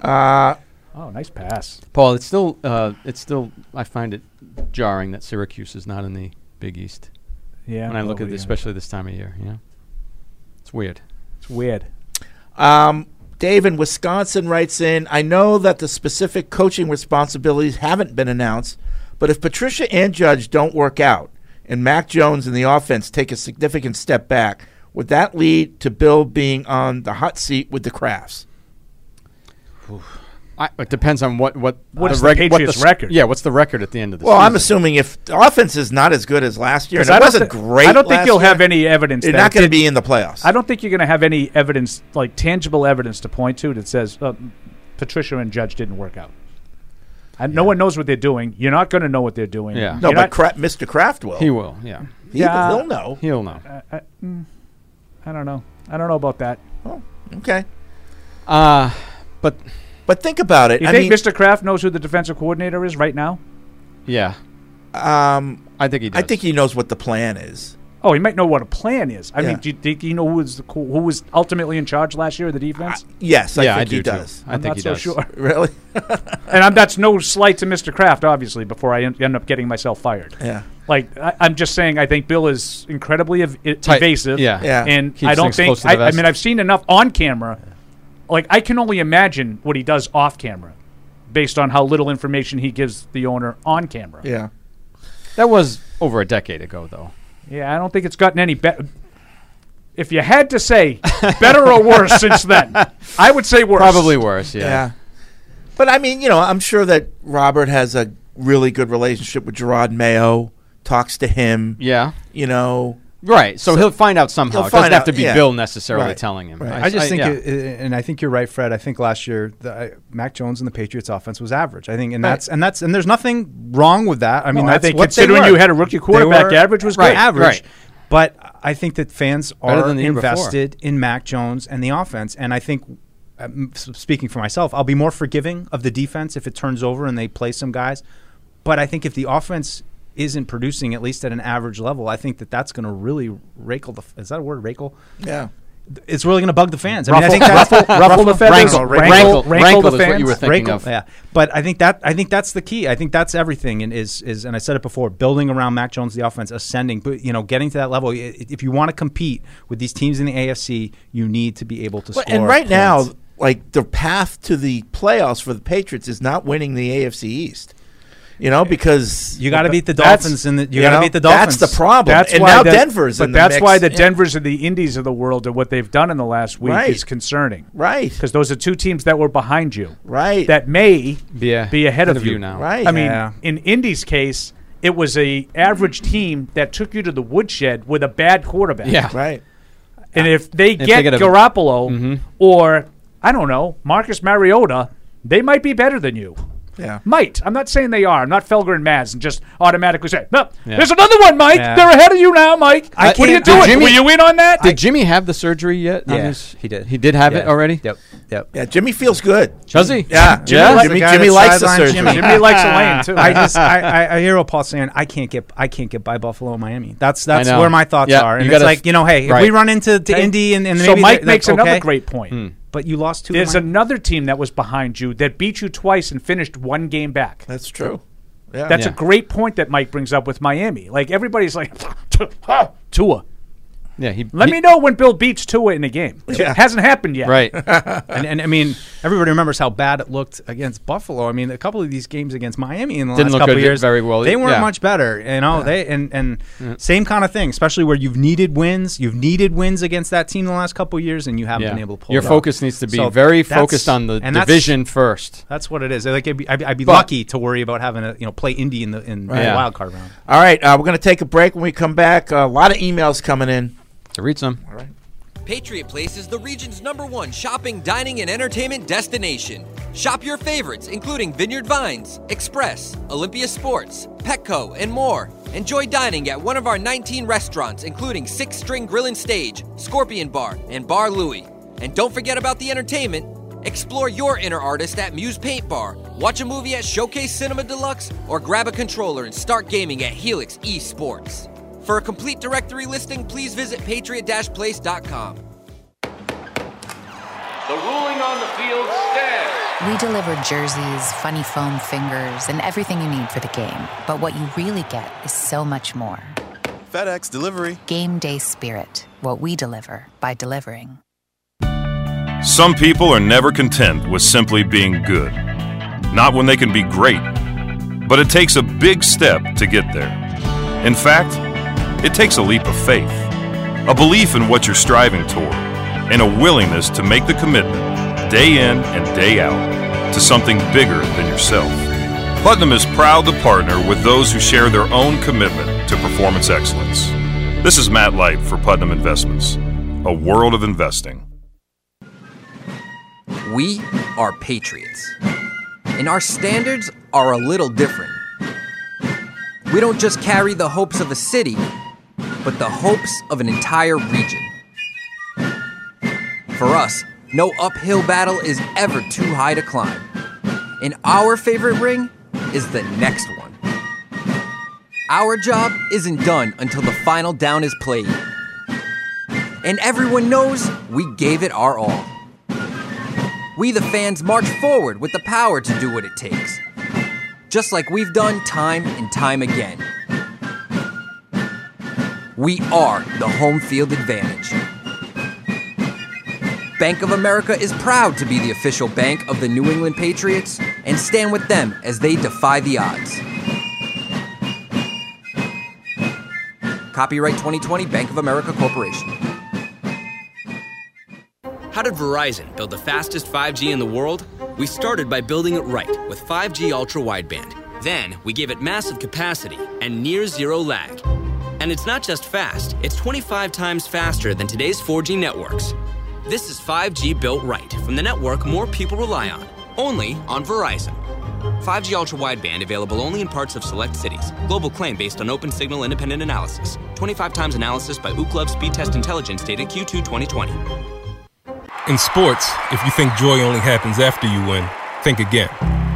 Uh,
oh, nice pass.
Paul, it's still uh, it's still I find it jarring that Syracuse is not in the Big East.
Yeah,
When I look
well,
at
we
this, especially this time of year, you know, it's weird.
It's weird.
Um, Dave in Wisconsin writes in I know that the specific coaching responsibilities haven't been announced, but if Patricia and Judge don't work out and Mac Jones and the offense take a significant step back, would that lead to Bill being on the hot seat with the crafts?
I, it depends on what what
What is the
Uh, what
Patriots'
s-
record?
Yeah, what's the record at the end of the
Well,
season?
I'm assuming if the offense is not as good as last year, and
'Cause
it
I don't
wasn't
thi-
great.
I don't think
last
you'll
year,
have any evidence.
They're
that
not
it
going to
did-
be in the playoffs.
I don't think you're going to have any evidence, like tangible evidence, to point to that says uh, Patricia and Judge didn't work out. And no one knows what they're doing. You're not going to know what they're doing.
Yeah.
No,
You're
but
not-
Cra- Mr. Kraft will.
He will, yeah.
He,
Yeah.
He'll know.
He'll know.
I, I- mm, I don't know. I don't know about that.
Oh, Okay.
Uh, but
but think about it.
You
I
think
mean-
Mr. Kraft knows who the defensive coordinator is right now?
Yeah.
Um,
I think he.
I think he knows what the plan is.
Oh, he might know what a plan is. I
Yeah.
mean, do you think you know who was the, co- who was ultimately in charge last year of the defense?
Yes, I
Yeah, I
think
do
he
too.
does.
I I'm think
not he so does. sure.
Really?
and I'm, that's no slight to Mr. Kraft, obviously. Before I en- end up getting myself fired.
Yeah.
Like I, I'm just saying, I think Bill is incredibly ev- i-
Tight.
evasive.
Yeah. Yeah.
And
Keeps
I don't
things
think.
close to the
I, I
vest.
mean, I've seen enough on camera. Like I can only imagine what he does off camera, based on how little information he gives the owner on camera.
Yeah.
That was over a decade ago, though.
Yeah, I don't think it's gotten any better. If you had to say better or worse since then, I would say worse.
Probably worse. Yeah.
But I mean, you know, I'm sure that Robert has a really good relationship with Gerard Mayo. Talks to him.
Yeah.
You know.
Right, so he'll find out somehow. It doesn't have to be Bill necessarily
Right,
telling him.
right.
I, just
I-
think,
yeah.
it, it- and I think you're right, Fred. I think last year, the, I, Mac Jones and the Patriots' offense was average. I think, and
Right.
that's and that's and there's nothing wrong with that. I mean,
No, I
that's
think
what they
considering you
were.
had a rookie
They
quarterback, average was
right,
good.
average.
Right.
But I think that fans
Better
are
than the year before.
invested in Mac Jones and the offense, and I think. um, s- Speaking for myself, I'll be more forgiving of the defense if it turns over and they play some guys. But I think if the offense isn't producing, at least at an average level, I think that that's going to really rankle the. Is that a word? Rankle?
Yeah.
It's really going to bug the fans. I mean, I
Ruffle-
think that's
ruffle- ruffle the feathers,
Rankle, rankle,
rankle- rankle the
is what
fans.
you were thinking
Rankle,
of. Yeah, but I think that I think that's the key. I think that's everything. And is is and I said it before, building around Mac Jones, the offense ascending, but you know, getting to that level. i- If you want to compete with these teams in the AFC, you need to be able to
Well,
score.
and right now,
points.
like the path to the playoffs for the Patriots is not winning the AFC East. You know, because
You gotta beat the
That's-
Dolphins in the- you gotta
know,
beat the
That's
Dolphins.
the problem.
That's
and
why
now
the-
Denver's
But
in
that's
the mix.
why the Denver's and the Indies of the world and what they've done in the last week
Right.
is concerning.
Right.
Because those are two teams that were behind you.
Right.
That may
Be a-
be ahead of, you.
now.
Right.
I mean,
Yeah.
in Indy's case, it was a average team that took you to the woodshed with a bad quarterback.
Yeah.
Right.
And if they
If they
get
get a-
Garoppolo
Mhm.
or I don't know, Marcus Mariota, they might be better than you.
Yeah.
Might. I'm not saying they are. I'm not Felger and Maz and just automatically say, no,
Yeah.
there's another one, Mike.
Yeah.
They're ahead of you now, Mike.
I
Uh, what are you
can't-
doing?
did Jimmy-
Were you in on that?
Did Jimmy have the surgery yet? on
Yeah,
his-
he did.
He did have it
Yeah.
already.
Yep. Yep.
Yeah, Jimmy feels good.
Does he?
Yeah.
Jimmy Yeah. likes-
Jimmy,
the guy
Jimmy
that
likes the
sidelined
surgery.
Jimmy.
Jimmy likes a lane, too.
I just I, I, I hear what Paul's saying. I can't get I can't get by Buffalo and Miami. That's that's
I know.
where my thoughts
Yeah,
are. And
you
it's
gotta-
like you know, hey,
right.
if we run into to
Okay.
Indy and, and
so
maybe
Mike
they're-
makes
like,
another
okay, Hmm.
great point.
But you lost two. to
There's
Miami.
another team that was behind you that beat you twice and finished one game back.
That's true. Yeah.
That's
Yeah.
a great point that Mike brings up with Miami. Like everybody's like Tua.
Yeah. He.
Let
he-
me know when Bill beats Tua in a game. It hasn't happened yet.
Right.
and, and I mean, everybody remembers how bad it looked against Buffalo. I mean, a couple of these games against Miami in the
Didn't
last
look
couple
good,
years
very well, e-,
They weren't
yeah.
much better, you know. They and and same kind of thing, especially where you've needed wins, you've needed wins against that team the last couple of years, and you haven't
Yeah.
been able to pull.
Your
it off.
focus needs to be
So
very
that's-
focused on the
and that's-
division first.
That's what it is. Like I'd be, I'd be- I'd be
But-
lucky to worry about having to you know play Indy in the in
Right. Yeah.
the wild card round.
All right, uh, we're going to take a break. When we come back, a lot of emails coming in.
To read some.
All right.
Patriot Place is the region's number one shopping, dining, and entertainment destination. Shop your favorites, including Vineyard Vines, Express, Olympia Sports, Petco, and more. Enjoy dining at one of our 19 restaurants, including Six String Grill and Stage, Scorpion Bar, and Bar Louie. And don't forget about the entertainment. Explore your inner artist at Muse Paint Bar, watch a movie at Showcase Cinema Deluxe, or grab a controller and start gaming at Helix Esports. For a complete directory listing, please visit patriot-place.com.
The ruling on the field stands.
We deliver jerseys, funny foam fingers, and everything you need for the game. But what you really get is so much more.
FedEx delivery.
Game day spirit. What we deliver by delivering.
Some people are never content with simply being good, not when they can be great. But it takes a big step to get there. In fact, it takes a leap of faith, a belief in what you're striving toward, and a willingness to make the commitment day in and day out to something bigger than yourself. Putnam is proud to partner with those who share their own commitment to performance excellence. This is Matt Light for Putnam Investments, a world of investing.
We are patriots. And our standards are a little different. We don't just carry the hopes of a city, but the hopes of an entire region. For us, no uphill battle is ever too high to climb. And our favorite ring is the next one. Our job isn't done until the final down is played. And everyone knows we gave it our all. We, the fans, march forward with the power to do what it takes, just like we've done time and time again. We are the home field advantage. Bank of America is proud to be the official bank of the New England Patriots and stand with them as they defy the odds. Copyright 2020 Bank of America Corporation.
How did Verizon build the fastest 5G in the world? We started by building it right with 5G ultra wideband. Then we gave it massive capacity and near zero lag. And it's not just fast, it's 25 times faster than today's 4G networks. This is 5G built right from the network more people rely on, only on Verizon. 5G ultra wideband available only in parts of select cities. Global claim based on open signal independent analysis. 25 times analysis by Ookla Speed Test Intelligence data Q2 2020.
In sports, if you think joy only happens after you win, think again.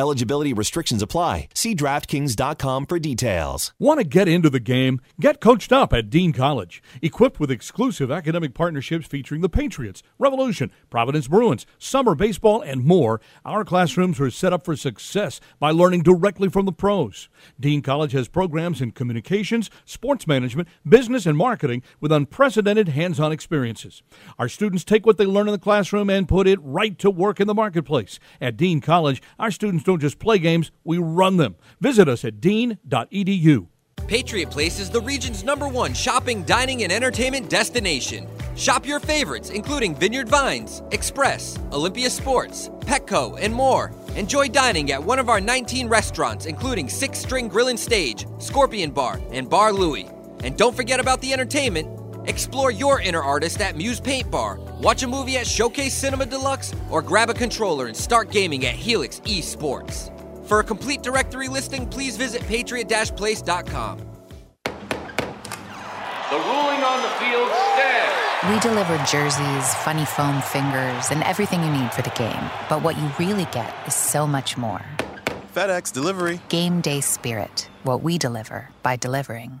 Eligibility restrictions apply. See DraftKings.com for details.
Want to get into the game? Get coached up at Dean College. Equipped with exclusive academic partnerships featuring the Patriots, Revolution, Providence Bruins, summer baseball, and more, our classrooms are set up for success by learning directly from the pros. Dean College has programs in communications, sports management, business, and marketing with unprecedented hands on experiences. Our students take what they learn in the classroom and put it right to work in the marketplace. At Dean College, our students don't just play games, we run them. Visit us at dean.edu.
Patriot Place is the region's number one shopping, dining, and entertainment destination. Shop your favorites, including Vineyard Vines, Express, Olympia Sports, Petco, and more. Enjoy dining at one of our 19 restaurants, including Six String Grill and Stage, Scorpion Bar, and Bar Louie. And don't forget about the entertainment. Explore your inner artist at Muse Paint Bar, watch a movie at Showcase Cinema Deluxe, or grab a controller and start gaming at Helix Esports. For a complete directory listing, please visit patriot-place.com.
The ruling on the field stands.
We deliver jerseys, funny foam fingers, and everything you need for the game. But what you really get is so much more.
FedEx delivery.
Game day spirit. What we deliver by delivering.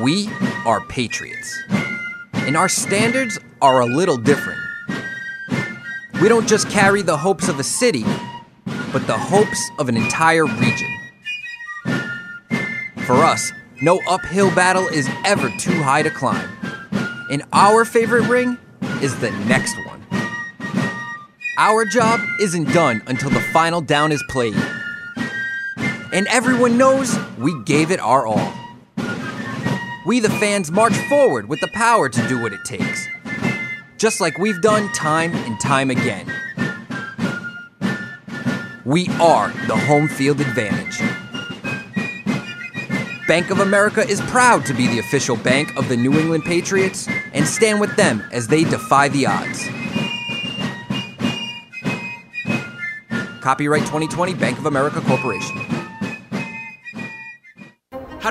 We are patriots. And our standards are a little different. We don't just carry the hopes of a city, but the hopes of an entire region. For us, no uphill battle is ever too high to climb. And our favorite ring is the next one. Our job isn't done until the final down is played. And everyone knows we gave it our all. We, the fans, march forward with the power to do what it takes, just like we've done time and time again. We are the home field advantage. Bank of America is proud to be the official bank of the New England Patriots and stand with them as they defy the odds. Copyright 2020 Bank of America Corporation.
How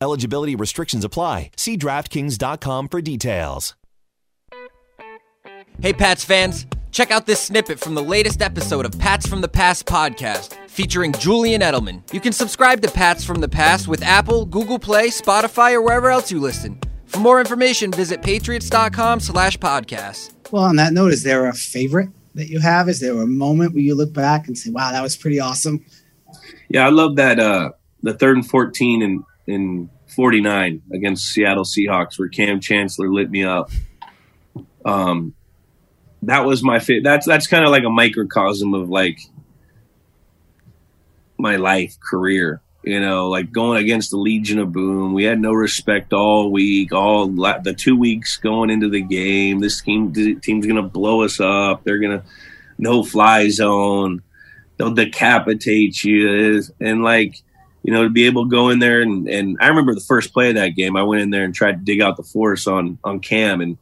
Eligibility restrictions apply. See DraftKings.com for details.
Hey, Pats fans, check out this snippet from the latest episode of Pats from the Past podcast featuring Julian Edelman. You can subscribe to Pats from the Past with Apple, Google Play, Spotify, or wherever else you listen. For more information, visit patriots.com slash podcast.
Well, on that note, is there a favorite that you have? Is there a moment where you look back and say, wow, that was pretty awesome?
Yeah, I love that uh, the third and fourteen and in forty nine against Seattle Seahawks, where Cam Chancellor lit me up. Um, that was my favorite. That's that's kind of like a microcosm of like my life career. You know, like going against the Legion of Boom. We had no respect all week, all la- the two weeks going into the game. This team th- team's gonna blow us up. They're gonna no fly zone. They'll decapitate you. And like, you know, to be able to go in there and and I remember the first play of that game. I went in there and tried to dig out the force on on Cam and.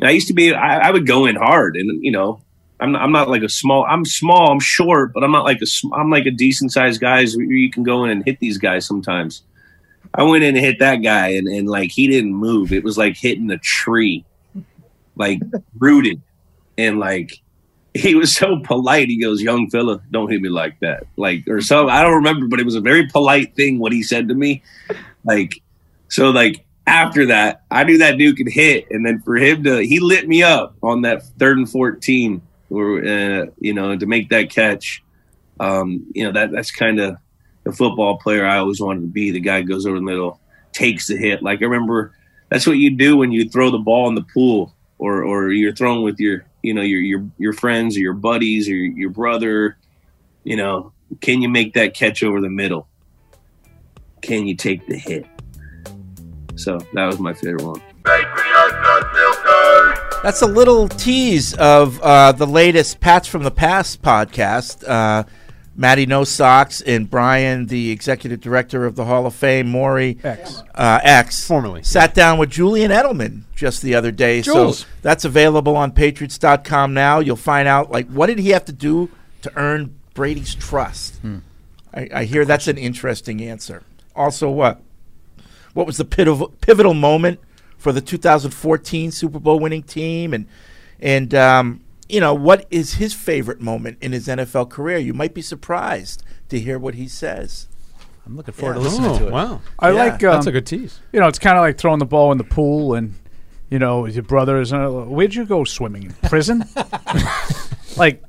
and I used to be. I, I would go in hard, and you know, I'm not, I'm not like a small. I'm small. I'm short, but I'm not like a. sm- I'm like a decent sized guy. So you can go in and hit these guys sometimes. I went in and hit that guy, and and like he didn't move. It was like hitting a tree, like rooted, and like he was so polite. He goes, "Young fella, don't hit me like that," like or some. I don't remember, but it was a very polite thing what he said to me. Like so, like after that, I knew that dude could hit, and then for him to he lit me up on that third and fourteen or uh, you know to make that catch um, you know that that's kind of the football player I always wanted to be. The guy goes over the middle, takes the hit. Like I remember, that's what you do when you throw the ball in the pool, or or you're throwing with your you know your your your friends or your buddies or your, your brother. You know, can you make that catch over the middle? Can you take the hit? So that was my favorite one.
That's a little tease of uh, the latest Pats from the Past podcast. Uh, Maddie No Socks and Brian, the executive director of the Hall of Fame, Maury
X,
uh, X
formerly,
sat down with Julian Edelman just the other day.
Jules.
So that's available on Patriots.com now. You'll find out like what did he have to do to earn Brady's trust.
Hmm.
I, I hear that's an interesting answer. Also, what what was the pivotal pivotal moment for the 2014 Super Bowl winning team, and and um, you know what is his favorite moment in his NFL career? You might be surprised to hear what he says.
I'm looking
forward
to listening to it.
Oh,
wow.
I
Yeah.
like um,
Oh, That's
a good tease.
You know, it's kind of like throwing the ball in the pool, and you know, your brother is. uh, Where'd you go swimming in prison? like,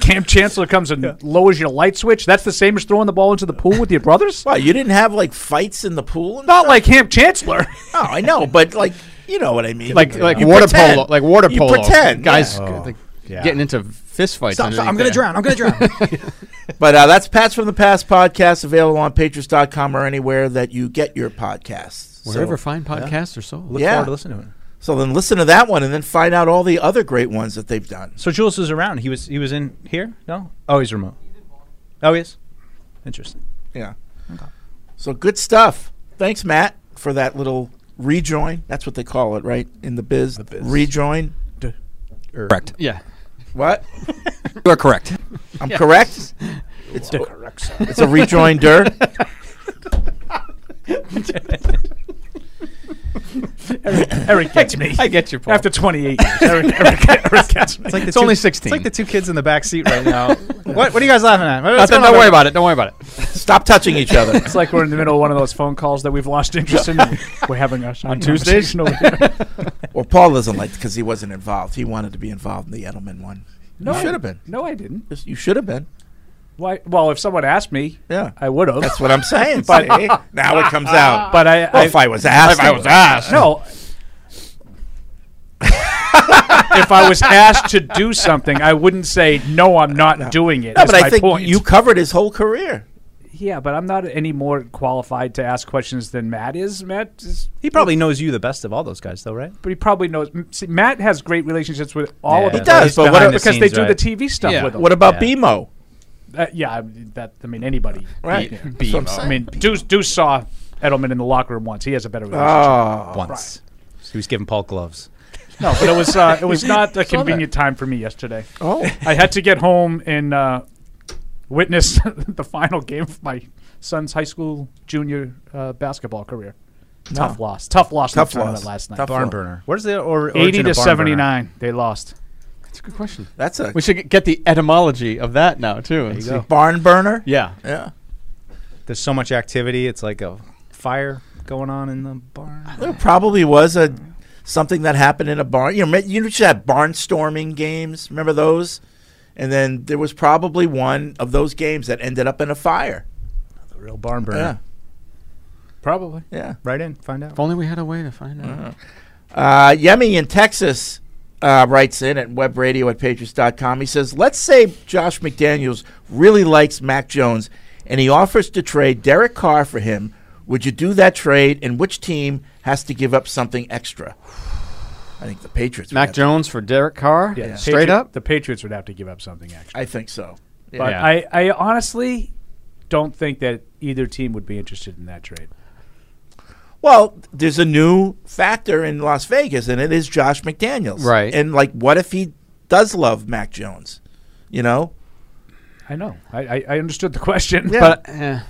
Camp Chancellor comes and lowers your light switch. That's the same as throwing the ball into the pool with your brothers.
Wow, you didn't have like fights in the pool?
Not like Camp Chancellor.
oh, I know, but like you know what I mean.
Like like
You
water
pretend.
polo, like water
You
polo.
pretend,
guys,
yeah.
g- like, getting into fist fights.
Stop, stop,
underneath
I'm gonna
there.
drown, I'm gonna drown. But uh, that's Pats from the Past podcast available on patriots.com or anywhere that you get your podcasts.
Wherever fine podcasts are sold. Look forward to listening to it.
So then listen to that one and then find out all the other great ones that they've done.
So Jules is around. He was he was in here. No. Oh, he's remote. Oh, he is. Interesting.
Yeah. So good stuff. Thanks, Matt, for that little rejoin. That's what they call it, right? In the biz. Rejoin.
Correct. Yeah.
What?
You are correct.
I'm
Yeah.
correct.
You
It's,
are correct, sir.
it's a rejoinder.
Eric, Eric gets me.
I get you, Paul.
After 28 years, Eric, Eric, Eric gets me.
It's, like the two- It's like the two kids in the back seat right now. what, what are you guys laughing at? What- what's
Nothing,
going on
don't worry
there?
about it, don't worry about it.
Stop touching each other.
it's like we're in the middle of one of those phone calls that we've lost interest in. and We're having our
On Tuesdays?
conversation over here.
well, Paul doesn't like because he wasn't involved. He wanted to be involved in the Edelman one.
No,
you
I-
should have been.
No, I didn't.
You should have been.
Why? Well, if someone asked me,
yeah,
I would have.
That's what I'm saying, see? Now it comes out.
But I,
Well, if I was asked, I would.
no. if I was asked to do something, I wouldn't say no. I'm not doing it.
No,
is
but I
my
think
point.
you covered his whole career.
Yeah, but I'm not any more qualified to ask questions than Matt is. Matt is.
He probably knows you the best of all those guys, though, right?
But he probably knows. m- See, Matt has great relationships with all of
Yeah.
the
He does,
players
but what
behind
ab-
the because
scenes,
they do
right?
the TV stuff
Yeah.
with them.
What about Yeah. BMO?
Uh, yeah, I- that I mean anybody.
Right.
Yeah.
That's what I'm
I
saying.
mean, Deuce, Deuce saw Edelman in the locker room once. He has a
Ah.
better relationship. Ah,
Once. He was giving Paul gloves.
No, but it was uh, it was not a
Saw that.
convenient time for me yesterday.
Oh,
I had to get home and uh, witness the final game of my son's high school junior uh, basketball career. Tough
No.
loss. Tough loss. in
Tough
the tournament
loss.
last night.
Tough Barn loss. burner. Where's the or- origin
eighty
of
to
barn burner?
seventy nine? They lost.
That's a good question.
That's a.
We should g- get the etymology of that now too. and
you
see.
go.
Barn burner.
Yeah.
Yeah.
There's so much activity. It's like a fire going on in the barn.
There probably was a something that happened in a barn. You know, you used to have barnstorming games. Remember those? And then there was probably one of those games that ended up in a fire.
The real barn burner.
Probably.
Yeah.
Right in. Find out.
If only we had a way to find out.
Uh-huh. Uh, Yemi in Texas uh, writes in at webradio at patriots.com. He says, Let's say Josh McDaniels really likes Mac Jones and he offers to trade Derek Carr for him. Would you do that trade? And which team has to give up something extra? I think the Patriots. would
Mac
have-
Jones for Derek Carr.
Yeah, the
Straight
Patri-
up.
the Patriots would have to give up something extra.
I think so.
But
Yeah.
I, I honestly don't think that e- either team would be interested in that trade.
Well, there's a new factor in Las Vegas, and it is Josh McDaniels.
Right.
And, like, what if he does love Mac Jones? You know?
I know. I, I, I understood the question.
Yeah.
But eh,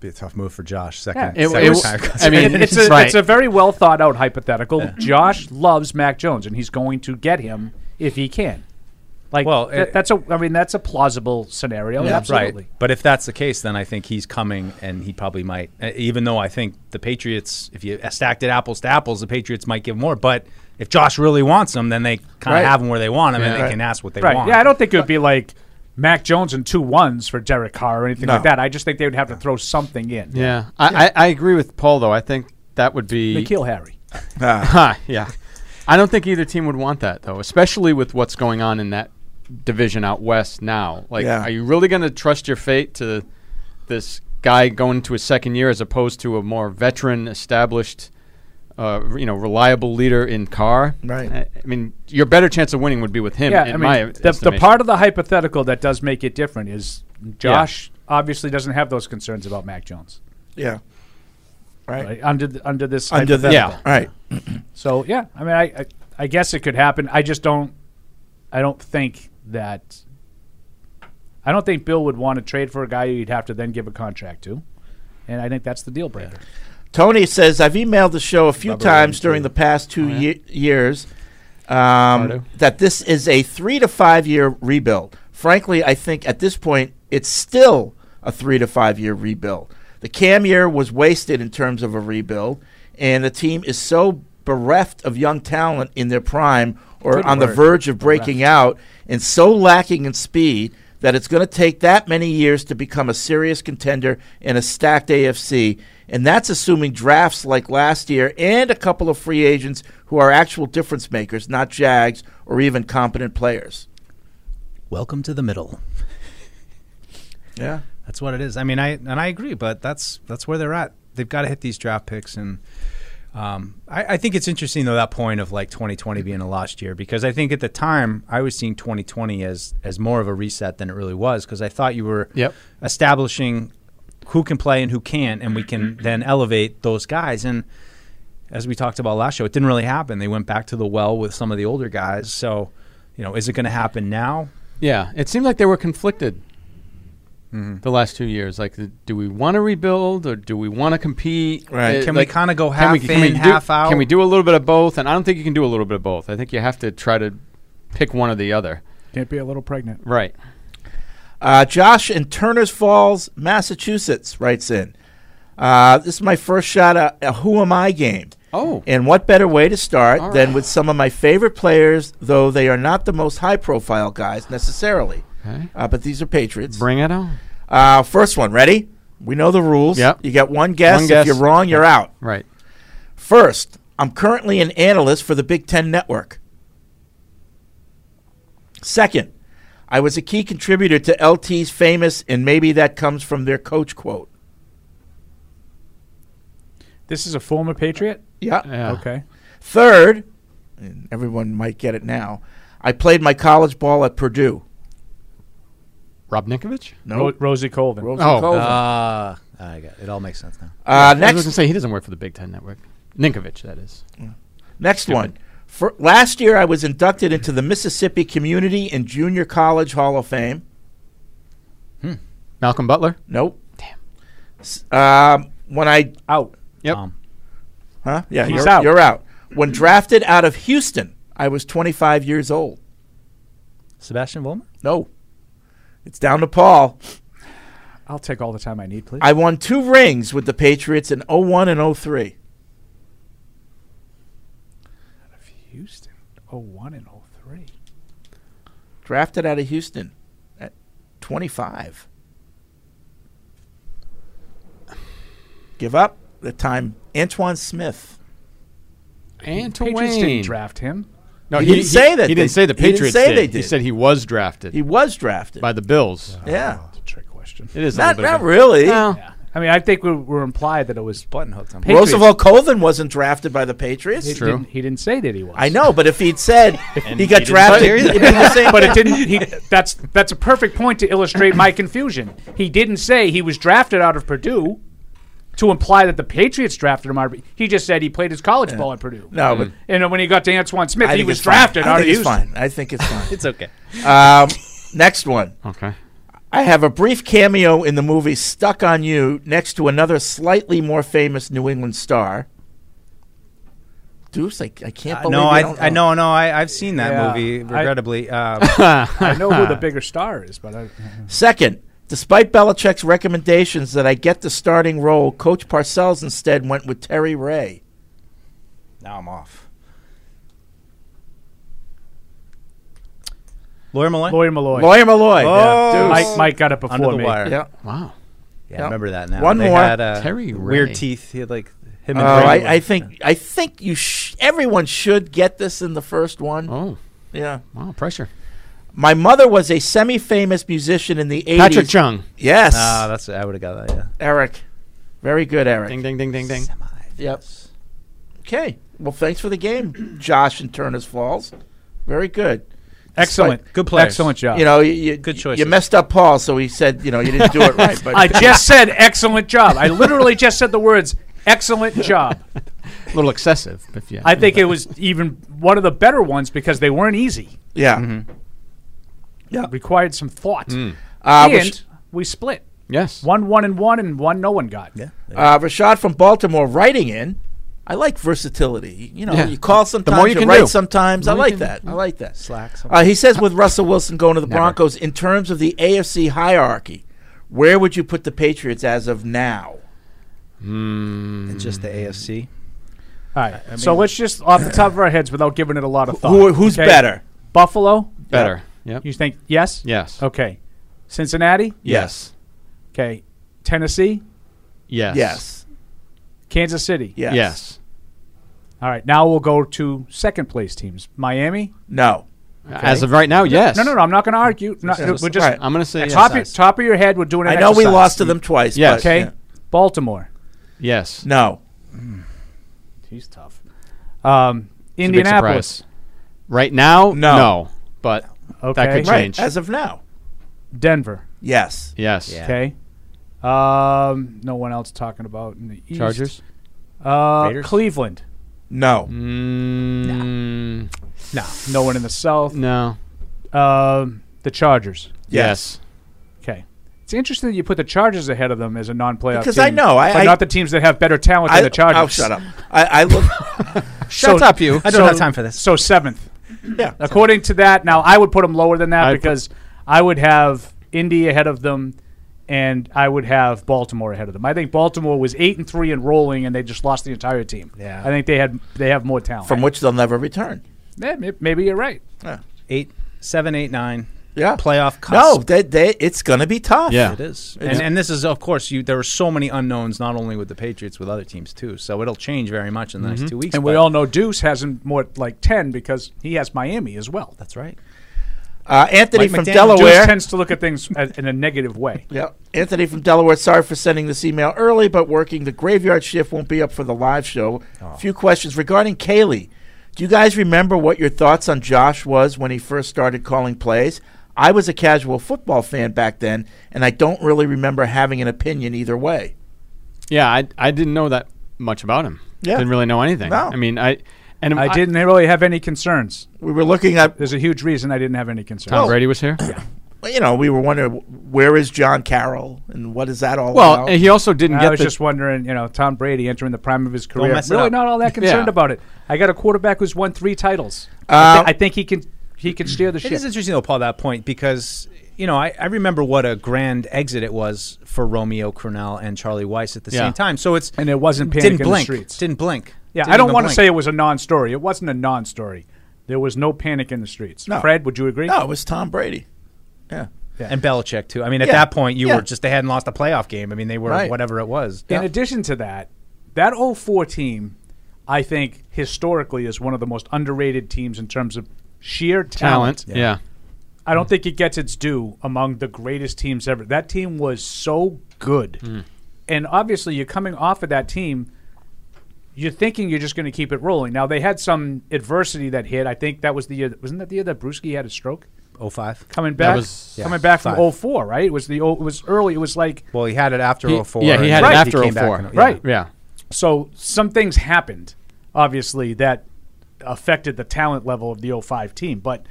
Be a tough move for Josh.
Yeah.
Second.
It-
second
it-
time.
I mean, it's a,
right.
it's a very well thought out hypothetical. Josh loves Mac Jones, and he's going to get him if he can. Like, well,
Well, it-
that's a. I mean, that's a plausible scenario. Absolutely.
Right. But if that's the case, then I think he's coming, and he probably might. uh, Even though I think the Patriots, if you stacked it apples to apples, the Patriots might give more. But if Josh really wants him, then they kind of
Right.
have him where they want him, and
Yeah.
they can ask what they
right.
want.
Yeah, I don't think it would be like Mac Jones and two ones for Derek Carr or anything
No.
like that. I just think they would have to throw something in.
Yeah, I, I, I agree with Paul though. I think that would be
Nikhil Harry.
Ah.
Ha, yeah, I don't think either team would want that though, especially with what's going on in that division out west now. Like,
Yeah.
are you really going to trust your fate to this guy going to his second year as opposed to a more veteran, established, uh, you know, reliable leader in Carr?
Right.
I, I mean, your better chance of winning would be with him.
yeah,
in
I mean,
my
the, the
estimation.
part of the hypothetical that does make it different is Josh obviously doesn't have those concerns about Mac Jones.
Yeah. Right.
Under th- under this
Under that-
hypothetical.
Yeah. Right.
so yeah, I mean, I, I I guess it could happen. I just don't. I don't think that. I don't think Bill would want to trade for a guy who you'd have to then give a contract to, and I think that's the deal breaker.
Tony says I've emailed the show a few
Rubber
times
room,
during
too.
the past two
Oh, yeah.
ye- years
Righto.
um, that this is a three to five year rebuild. Frankly, I think at this point it's still a three to five year rebuild. The Cam year was wasted in terms of a rebuild, and the team is so bereft of young talent in their prime or
Good
on the
word.
verge of breaking out, and so lacking in speed that it's going to take that many years to become a serious contender in a stacked AFC. And that's assuming drafts like last year and a couple of free agents who are actual difference makers, not Jags or even competent players.
Welcome to the middle.
Yeah.
That's what it is. I mean, I and I agree, but that's that's where they're at. They've got to hit these draft picks, and um, I, I think it's interesting though that point of like 2020 being a lost year because I think at the time I was seeing 2020 as as more of a reset than it really was because I thought you were
Yep.
establishing who can play and who can't, and we can then elevate those guys. And as we talked about last show, it didn't really happen. They went back to the well with some of the older guys. So, you know, is it going to happen now?
Yeah, it seemed like they were conflicted
Mm-hmm.
the last two years. Like, th- do we want to rebuild or do we want to compete?
Right.
Uh,
Can we kinda go half in,
do-
half out?
Can we do a little bit of both? And I don't think you can do a little bit of both. I think you have to try to pick one or the other.
Can't be a little pregnant.
Right.
Uh, Josh in Turner's Falls, Massachusetts writes in. Uh, this is my first shot at a Who Am I game.
Oh.
And what better way to start
All
than with some of my favorite players, though they are not the most high profile guys necessarily.
Okay.
Uh, but these are Patriots.
Bring it on.
Uh, first one, ready? We know the rules.
Yep.
You get one guess.
One guess.
If you're wrong, you're out.
Right.
First, I'm currently an analyst for the Big Ten Network. Second, I was a key contributor to LT's famous, and maybe that comes from their coach quote.
This is a former Patriot.
Yeah.
Okay.
Third, and everyone might get it now, I played my college ball at Purdue.
Rob Nikovich?
No.
Ro- Rosie Colvin.
Rosie Oh. Colvin.
Ah, I got it. All makes sense now.
Uh,
I was
next-
going to say he doesn't work for the Big Ten Network. Ninkovich, that is.
Next
Stupid.
one. For, last year, I was inducted into the Mississippi Community and Junior College Hall of Fame.
Hmm. Malcolm Butler?
Nope. Damn. Um, when I
out.
Yep.
Huh? Yeah,
He's
you're
out.
You're out. When drafted out of Houston, I was 25 years old.
Sebastian Vollmer?
No. It's down to Paul.
I'll take all the time I need, please.
I won two rings with the Patriots in 01 and 03.
Houston. Oh one and oh three.
Drafted out of Houston at 25. Give up the time. Antoine Smith.
Antoine.
Patriots didn't draft him.
No,
He
he,
didn't say that
He
they-
didn't say the
he didn't
Patriots
say
did.
they
He
did.
said he was drafted.
He was drafted
by the Bills.
Yeah.
It's a trick question.
It is a
Not-
little bit of
not
a-
really.
No.
Yeah. I mean, I think we were implied that it was button hooked.
Roosevelt Colvin wasn't drafted by the Patriots.
He True. didn't- he didn't say that he was.
I know, but if he'd said
And
he got
he didn't
drafted,
say either.
it'd be the same
but it
thing.
didn't. He, that's that's a perfect point to illustrate my confusion. He didn't say he was drafted out of Purdue to imply that the Patriots drafted him. Out of, he just said he played his college ball at Purdue.
No, but-
and when he got to Antoine Smith,
I
he
think
was
it's fine.
drafted
I
out of
think it's
Houston.
fine. I think it's fine.
It's Uh, okay.
Um, next one.
Okay.
I have a brief cameo in the movie Stuck on You next to another slightly more famous New England star. Deuce, I, I can't
Uh,
believe
no,
you
I,
don't
I know, no, I, I've seen that
Yeah,
movie.
I-
Regrettably, um,
I know who the bigger star is, but I,
Second, despite Belichick's recommendations that I get the starting role, Coach Parcells instead went with Terry Ray.
Now I'm off. Lawyer Malloy.
Lawyer Malloy.
Lawyer Malloy.
Yeah.
Oh.
Deuce.
Mike, Mike got it before
Under the
me.
wire.
Yeah.
Wow.
Yeah,
Yeah.
I remember that now.
One
They
more.
Had, uh,
Terry Ray.
Weird teeth. He had like him.
oh,
and Ray were-
I, I think I think you sh- everyone should get this in the first one.
Oh,
yeah.
Wow, pressure.
My mother was a semi-famous musician in the eighties.
Patrick Chung.
Yes.
Ah, that's I would have got that. Yeah.
Eric, very good, Eric.
Ding ding ding ding ding.
Yep. Okay. Well, thanks for the game, Josh and Turner's Falls. Very good.
Excellent.
Despite-
Good players. Excellent job.
You know, you, you-
Good
You
choices.
messed up Paul, so he said, you know, you didn't do it right. But
I just said excellent job. I literally just said the words excellent job.
A little excessive, if you.
I think it was even one of the better ones because they weren't easy.
Yeah.
Mm-hmm. Yeah. Required some thought.
Uh,
and
which-
we split.
Yes.
One one and one and one no one got. Yeah.
Uh, Rashad from Baltimore writing in. I like versatility. You know,
Yeah.
you call
The more
sometimes,
you
you,
can
write
do.
sometimes.
The
I
more
like
you
that.
can-
I like that.
Slack
Uh, he says with Russell Wilson going to the
Never.
Broncos, in terms of the AFC hierarchy, where would you put the Patriots as of now?
And just the AFC.
All right.
I
so
mean-
let's just off the top of our heads without giving it a lot of thought.
who- who's better?
Buffalo?
Better. Yep.
You think yes?
Yes.
Okay. Cincinnati?
Yes.
Okay. Tennessee?
Yes.
Yes. Kansas City?
Yes. Yes.
All right. Now we'll go to second place teams. Miami?
No.
As of right now, yes.
No, no, no. I'm not going to argue. No,
Just-
no, we're just,
all right, I'm gonna say
top,
yes.
of- top of your head. We're doing. An
I know we
exercise.
lost to them twice, Yes. but-
Okay.
yeah.
Baltimore.
Yes.
No.
He's tough. Um,
It's a big
Indianapolis.
surprise. Right now,
No.
no. But that
Right,
could change.
as of now.
Denver.
Yes.
Yes. Yeah.
Okay. Um, no one else talking about in the East.
Chargers?
Uh,
Raiders?
Cleveland.
No.
Mm,
No. No one in the South.
No.
Um, the Chargers.
Yes.
Okay. It's interesting that you put the Chargers ahead of them as a non-playoff
Because
team,
I know, I-
but
I-
not the teams that have better talent
I-
than the Chargers.
Oh, shut up. I, I look.
So- so- So seventh.
Yeah.
According to that, now I would put them lower than that
I'd put-
because I would have Indy ahead of them, and I would have Baltimore ahead of them. I think Baltimore was eight and three and rolling, and they just lost the entire team.
Yeah.
I think they had they have more talent.
From which they'll never return.
Yeah, may- maybe you're right.
Eight, seven, eight, nine.
Yeah.
Playoff. Cusp.
No, they, they, it's going to be tough.
it is.
It's-
And, and this is, of course, you. There are so many unknowns, not only with the Patriots, with other teams too. So it'll change very much in the next two weeks.
Mm-hmm. and we
but-
all know Deuce has him more at, like ten because he has Miami as well.
That's right.
Uh, Anthony
Mike
from
McDaniel.
Delaware.
Deuce tends to look at things a- in a negative way.
Yep. Anthony from Delaware, sorry for sending this email early, but working the graveyard shift won't be up for the live show.
Oh.
A few questions regarding Kaylee. Do you guys remember what your thoughts on Josh was when he first started calling plays? I was a casual football fan back then, and I don't really remember having an opinion either way.
Yeah, I, I didn't know that much about him.
Yeah.
Didn't really know anything.
No.
I mean, I and
I, didn't really have any concerns.
We were looking at.
There's a huge reason I didn't have any concerns.
Tom Brady was here.
Well, you know, we were wondering where is John Carroll and what is that all about?
and he also didn't
I
get
was
the-
just wondering, you know, Tom Brady entering the prime of his career.
mess it
Really
up.
not all that concerned
Yeah.
about it. I got a quarterback who's won three titles. I, thi-
Um,
I think he can he can steer the
It is
ship.
interesting though, Paul, that point because you know I, I remember what a grand exit it was for Romeo Cornell and Charlie Weiss at the
Yeah.
same time. So it's
and it wasn't panic
didn't
in the
blink,
streets.
didn't blink.
Yeah,
Didn't
I don't
even
want to
blink.
say it was a non-story. It wasn't a non-story. There was no panic in the streets.
No.
Fred, would you agree?
no, it was Tom Brady. Yeah.
and Belichick too. I mean, at
Yeah.
that point, you
Yeah.
were just they hadn't lost a playoff game. I mean, they were
Right.
whatever it was.
In addition to that, that 04 team, I think historically is one of the most underrated teams in terms of sheer talent.
talent. Yeah.
I don't think it gets its due among the greatest teams ever. That team was so good.
Hmm.
And obviously, you're coming off of that team. You're thinking you're just going to keep it rolling. Now they had some adversity that hit. I think that was the year. Wasn't that the year that Brewski had a stroke?
Oh five
Coming back, coming back from
old.
04, right? It was the o- it was early. It was like
Well, he had it after
He-
04.
yeah, he
and
had it
then
after
came back
04.
and-
Right.
Yeah.
So some things happened, obviously, that affected the talent level of the 05 team. But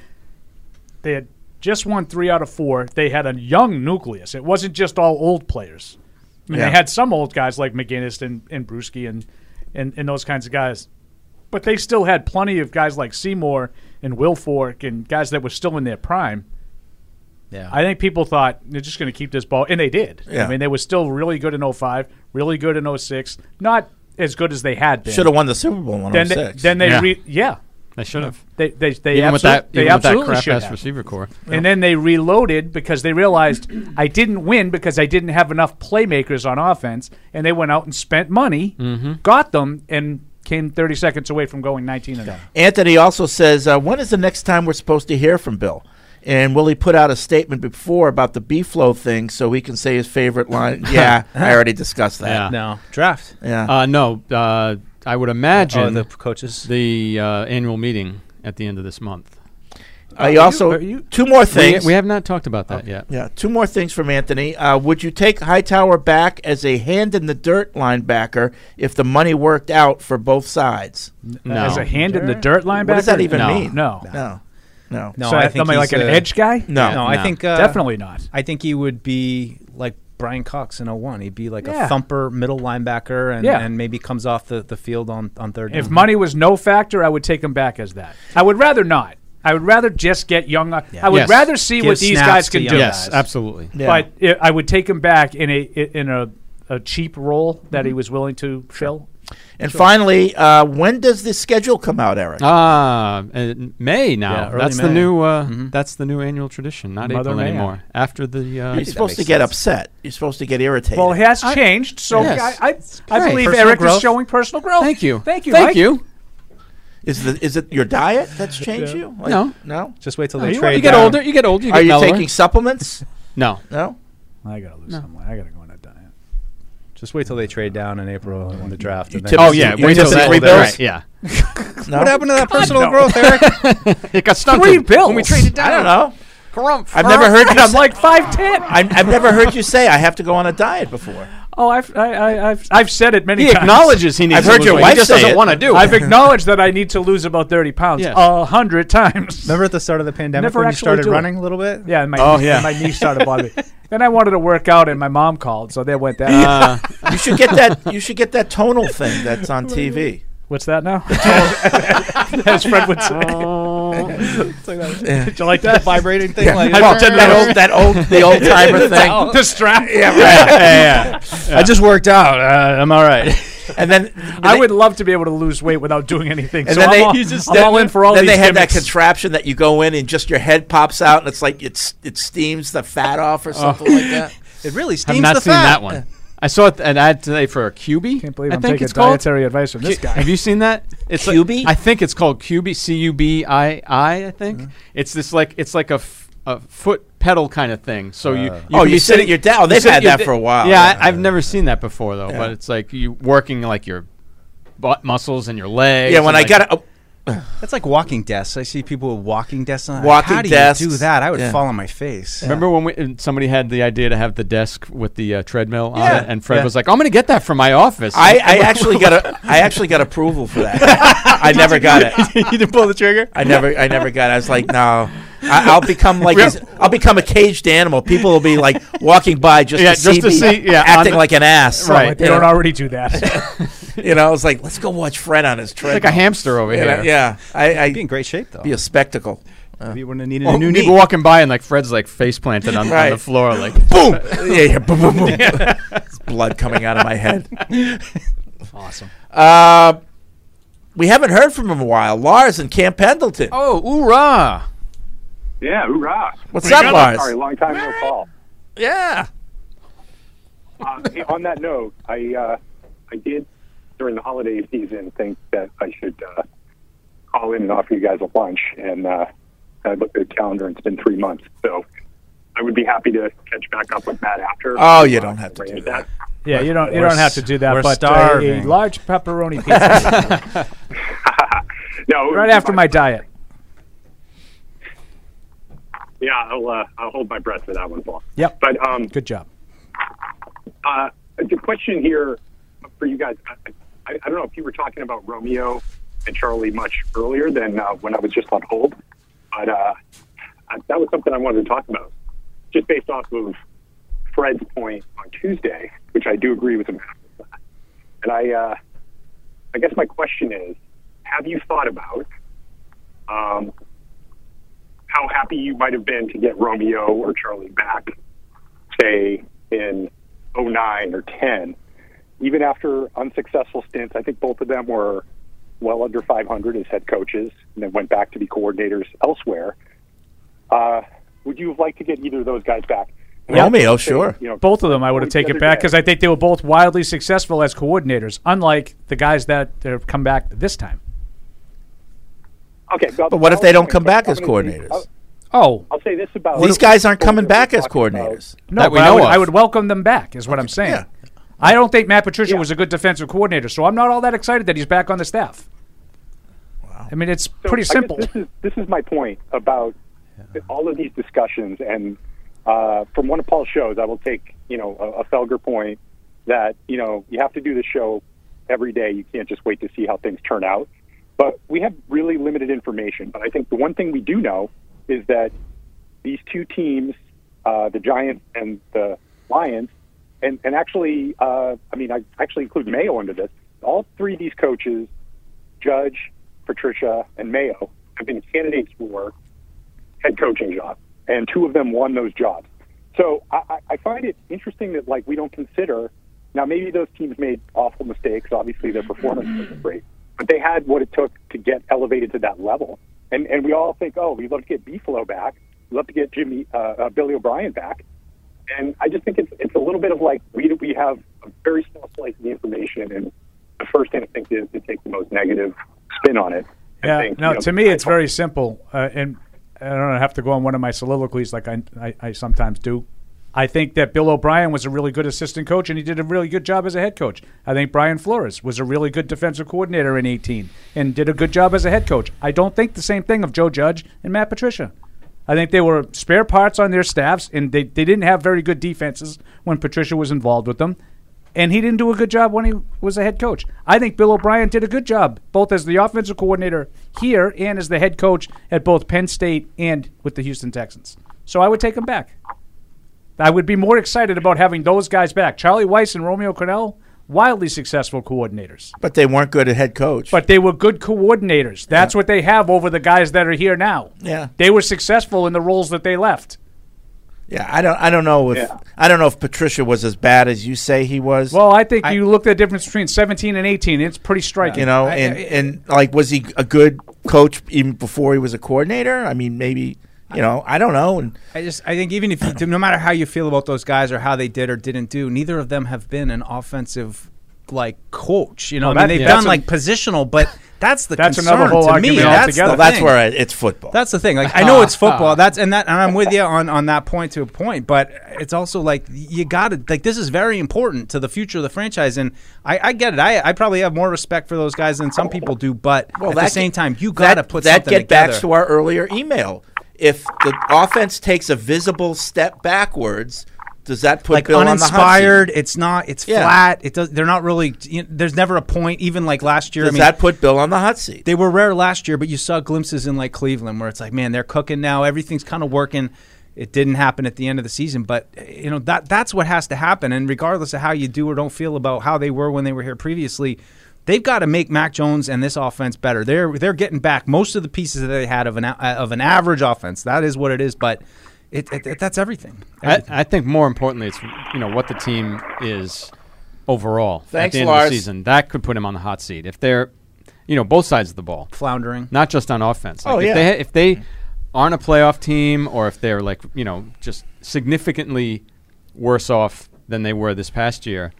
they had just won three out of four. They had a young nucleus. It wasn't just all old players. I mean,
Yeah.
they had some old guys like McGinnis and, and Brewski and, and, and those kinds of guys. But they still had plenty of guys like Seymour and Wilfork and guys that were still in their prime.
Yeah.
I think people thought they're just going to keep this ball, and they did. I
Yeah.
mean, they were still really good in 05, really good in 06, not as good as they had been.
Should have won the Super Bowl in
Then they,
06.
then they
Yeah.
re- yeah.
They should have.
They they they,
Even
absolute-
with that-
they
even with that
absolutely
crap
should
ass
have.
receiver core.
And then they reloaded because they realized I didn't win because I didn't have enough playmakers on offense, and they went out and spent money,
Mm-hmm.
Mhm.
got them, and came 30 seconds away from going 19 and 0.
Anthony also says, uh, when is the next time we're supposed to hear from Bill? And Willie put out a statement before about the B flow thing, so he can say his favorite line. yeah, I already discussed that.
Yeah.
draft.
Yeah.
Uh, no, uh, I would imagine
Oh, the
coaches the uh, annual meeting at the end of this month.
I Uh, also two more things. Oh,
We, we have not talked about that yet.
Yeah, two more things from Anthony. Uh, would you take Hightower back as a hand in the dirt linebacker if the money worked out for both sides?
No. As a hand in the dirt
What does that
linebacker?
even
No.
mean?
No.
no, no.
No,
So
I
that-
think
am I
he's
like an
a-
edge guy?
No,
Yeah.
no, I
No.
think uh,
Definitely not.
I think he would be like Brian Cox in 01. He'd be like
Yeah.
a thumper middle linebacker, and,
Yeah.
and maybe comes off the, the field on on third.
If
down.
money was no factor, I would take him back as that. I would rather not. I would rather just get young. uh, I would
Yes.
rather see
Give
what these
snaps
guys
to
can
young
do.
Yes, guys. absolutely. Yeah.
But i I would take him back in a in a, a cheap role that
Mm-hmm.
he was willing to fill.
And finally, uh, when does this schedule come out, Eric?
Ah, and May now.
Yeah, early
that's the
May. Mm-hmm.
new. Uh, That's the new annual tradition. Not
Mother
April
May.
anymore. After the. Uh,
You're supposed to get upset. You're supposed to get irritated.
Well, it has changed, so
Yes.
I, I, I
Right.
believe
Personal
Eric
growth.
is showing personal growth.
Thank you.
Oh, Thank you.
Thank
Mike.
you.
Is the is it your diet that's changed
Yeah.
you? Like,
No.
no.
Just wait till
No,
they
you-
trade.
you get
down.
older, you get older, you
Are
get
you
mellower.
taking supplements?
No.
No.
I gotta lose some weight. I gotta go on a diet.
Just wait till they trade down in April in the draft. And
tip us- Oh, yeah, you wait tip till us that- three bills? right, yeah.
No?
What happened to that
God,
personal
no.
growth, Eric?
it got
stunted
Three bills.
when we traded down. I don't know.
Grump.
I've never heard you
I'm
say-
like five ten.
I've, I've never heard you say I have to go on a diet before.
Oh, I've I, I, I've I've said it many
He
times.
acknowledges he needs I've to heard lose your weight. He wife just say doesn't it. wanna do it.
I've acknowledged that I need to lose about thirty pounds
Yes.
a hundred times.
Remember at the start of the pandemic
Never
when you
actually
started
do it.
running a little bit?
Yeah, and my
Oh,
knee,
yeah.
my knee started bothering me. Then I wanted to work out, and my mom called, so they went that.
Uh, you should get that. You should get that tonal thing that's on TV.
What's that now? As Fred would say.
Yeah.
Did you like that
vibrating thing?
Yeah.
Like
I pretend
that old- that old- the old timer
The
thing.
towel. The strap.
Yeah, right. Yeah, yeah, yeah. I just
worked out. Uh, I'm all right.
And then
I would love to be able to lose weight without doing anything.
And
so
then
I'm,
they,
all,
you just-
I'm
then-
all in for all
Then
these
they had
gimmicks.
that contraption that you go in and just your head pops out and it's like it's it steams the fat off
Oh.
or something like that.
It really
Have not seen that one. I saw it, an ad today for a QB. Can't believe I
I'm
think
taking
it's called.
dietary advice from this
Cu-
guy.
Have you seen that? It's like-
QB?
I think it's called QB. C U B I I. I think
Mm-hmm.
it's this like it's like a, f- a foot pedal kind of thing. So you,
Uh. Oh,
can
you
be
sit at your da- oh,
you
they've
sit at
had
your
that
da-
for a while.
Yeah,
Yeah.
I, I've never seen that before though.
Yeah.
But it's like you working like your butt muscles and your legs.
Yeah, when
and
I
like-
got a, oh.
That's like walking desks. I see people with walking desks.
Uh,
On.
Walking
How do
desks.
you do that? I would
Yeah.
fall on my face.
Remember when we, and somebody had the idea to have the desk with the uh, treadmill on
Yeah.
it, and Fred
Yeah.
was like, "I'm going to get that from my office."
I, I actually got a I actually got approval for that. I never got it.
you didn't pull the trigger.
I never I never got. it. I was like, no, I, I'll become like this- I'll become a caged animal. People will be like walking by just
Yeah,
to
just
see
to
me
see- yeah,
acting
on the-
like an ass.
Right. They
You
don't
know?
already do that.
you know, I was like, let's go watch Fred on his treadmill.
Like a hamster over
You know,
here.
Yeah, I, I
Be in
great shape though.
Be a spectacle. Uh,
you wouldn't have needed
Oh, people walking by and like Fred's like face planted on, on the
Right.
floor, like
Boom! yeah, yeah, boom, boom, boom. It's blood coming out of my head.
Awesome.
Uh, we haven't heard from him in a while. Lars in Camp Pendleton.
Oh, hoorah!
Yeah, hoorah.
What's up, Lars?
Sorry, long time no call.
Yeah.
Uh, hey, on that note, I uh, I did during the holiday season think that I should uh, call in and offer you guys a lunch, and uh, I looked at the calendar and it's been three months, so I would be happy to catch back up with Matt after.
Oh, you don't have to
do that.
Yeah, you don't you
We're
don't have
s-
to do that.
we're
but uh, a
starving.
large pepperoni pizza.
no,
right after my diet.
Yeah, I'll uh, I'll hold my breath for that one, Paul.
Yep.
But um,
good job.
Uh, the question here for you guys, I, I, I don't know if you were talking about Romeo and Charlie much earlier than uh, when I was just on hold, but uh, I, that was something I wanted to talk about, just based off of Fred's point on Tuesday, which I do agree with him. And I, uh, I guess my question is, have you thought about um, how happy you might have been to get Romeo or Charlie back, say in 09 or 10, even after unsuccessful stints? I think both of them were well under 500 as head coaches, and then went back to be coordinators elsewhere. Uh, would you have liked to get either of those guys back? And I
Romeo,
would say,
sure.
You know,
both of them, I would have taken
other
back
day.
because I think they were both wildly successful as coordinators, unlike the guys that have come back this time.
okay,
But what if they don't
I'll-
come back as
I'm gonna be-
coordinators?
I'll-
Oh,
I'll say this about
These
guys aren't coming back as coordinators.
No,
That
but
we
I,
know
would,
of.
I would welcome them back. Is what I'm saying. I don't think Matt Patricia was a good defensive coordinator, so I'm not all that excited that he's back on the staff. Wow. I mean, it's
So
pretty
I guess
simple.
This is this is my point about all of these discussions, and uh, from one of Paul's shows, I will take you know a, a Felger point that you know you have to do this show every day. You can't just wait to see how things turn out. But we have really limited information. But I think the one thing we do know is that these two teams, uh, the Giants and the Lions, and, and actually, uh, I mean, I actually include Mayo under this. All three of these coaches, Judge, Patricia, and Mayo, have been candidates for head coaching jobs, and two of them won those jobs. So I, I- I find it interesting that like we don't consider now maybe those teams made awful mistakes. Obviously, their performance wasn't great, but they had what it took to get elevated to that level. And and we all think, oh, we'd love to get Buffalo back. We'd love to get Jimmy uh, uh, Billy O'Brien back. And I just think it's it's a little bit of like we we have a very small slice of the information, and the first instinct is to take the most negative spin on it.
Yeah,
think,
no.
you know,
to me, it's very simple, uh, and I don't have to go on one of my soliloquies like I, I, I sometimes do. I think that Bill O'Brien was a really good assistant coach, and he did a really good job as a head coach. I think Brian Flores was a really good defensive coordinator in 18 and did a good job as a head coach. I don't think the same thing of Joe Judge and Matt Patricia. I think they were spare parts on their staffs, and they, they didn't have very good defenses when Patricia was involved with them. And he didn't do a good job when he was a head coach. I think Bill O'Brien did a good job, both as the offensive coordinator here and as the head coach at both Penn State and with the Houston Texans. So I would take him back. I would be more excited about having those guys back. Charlie Weiss and Romeo Cornell, wildly successful coordinators.
But they weren't good at head coach.
But they were good coordinators. That's what they have over the guys that are here now.
Yeah.
They were successful in the roles that they left.
Yeah, I don't. I don't know if
Yeah.
I don't know if Patricia was as bad as you say he was.
Well, I think you look at the difference between 17 and 18. It's pretty striking.
you know, and and like, was he a good coach even before he was a coordinator? I mean, maybe you know, I don't know. And
I just I think even if you, no matter how you feel about those guys or how they did or didn't do, neither of them have been an offensive like coach. You know,
Well,
I mean
that-
they've
yeah.
done
that's
like
an-
positional, but that's the
That's
concern
another whole
to me.
argument
That's
altogether.
the
Well, that's
thing.
where
it- it's football.
That's the thing. Like I know it's football. That's and that and I'm with you on on that point to a point, but it's also like you got to like this is very important to the future of the franchise. And I, I get it. I, I probably have more respect for those guys than some people do, but
Well,
at the
that
same
get-
time, you got to
that-
put
that
something
get back
together.
to our earlier email. If the offense takes a visible step backwards, does that put
like
Bill
uninspired. it's not. It's
Yeah.
flat. It does. They're not really. You know, there's never a point. Even like last year.
Does
I mean,
that put Bill on the hot seat?
They were rare last year, but you saw glimpses in like Cleveland where it's like, man, they're cooking now. Everything's kind of working. It didn't happen at the end of the season, but you know that that's what has to happen. And regardless of how you do or don't feel about how they were when they were here previously. They've got to make Mac Jones and this offense better. They're they're getting back most of the pieces that they had of an a- of an average offense. That is what it is, but it, it, it that's everything.
I, I think more importantly, it's you know what the team is overall
Thanks,
at the end
Lars.
of the season. That could put him on the hot seat if they're, you know, both sides of the ball
floundering,
not just on offense. Like
Oh,
if
yeah.
They, if they aren't a playoff team, or if they're like you know just significantly worse off than they were this past year,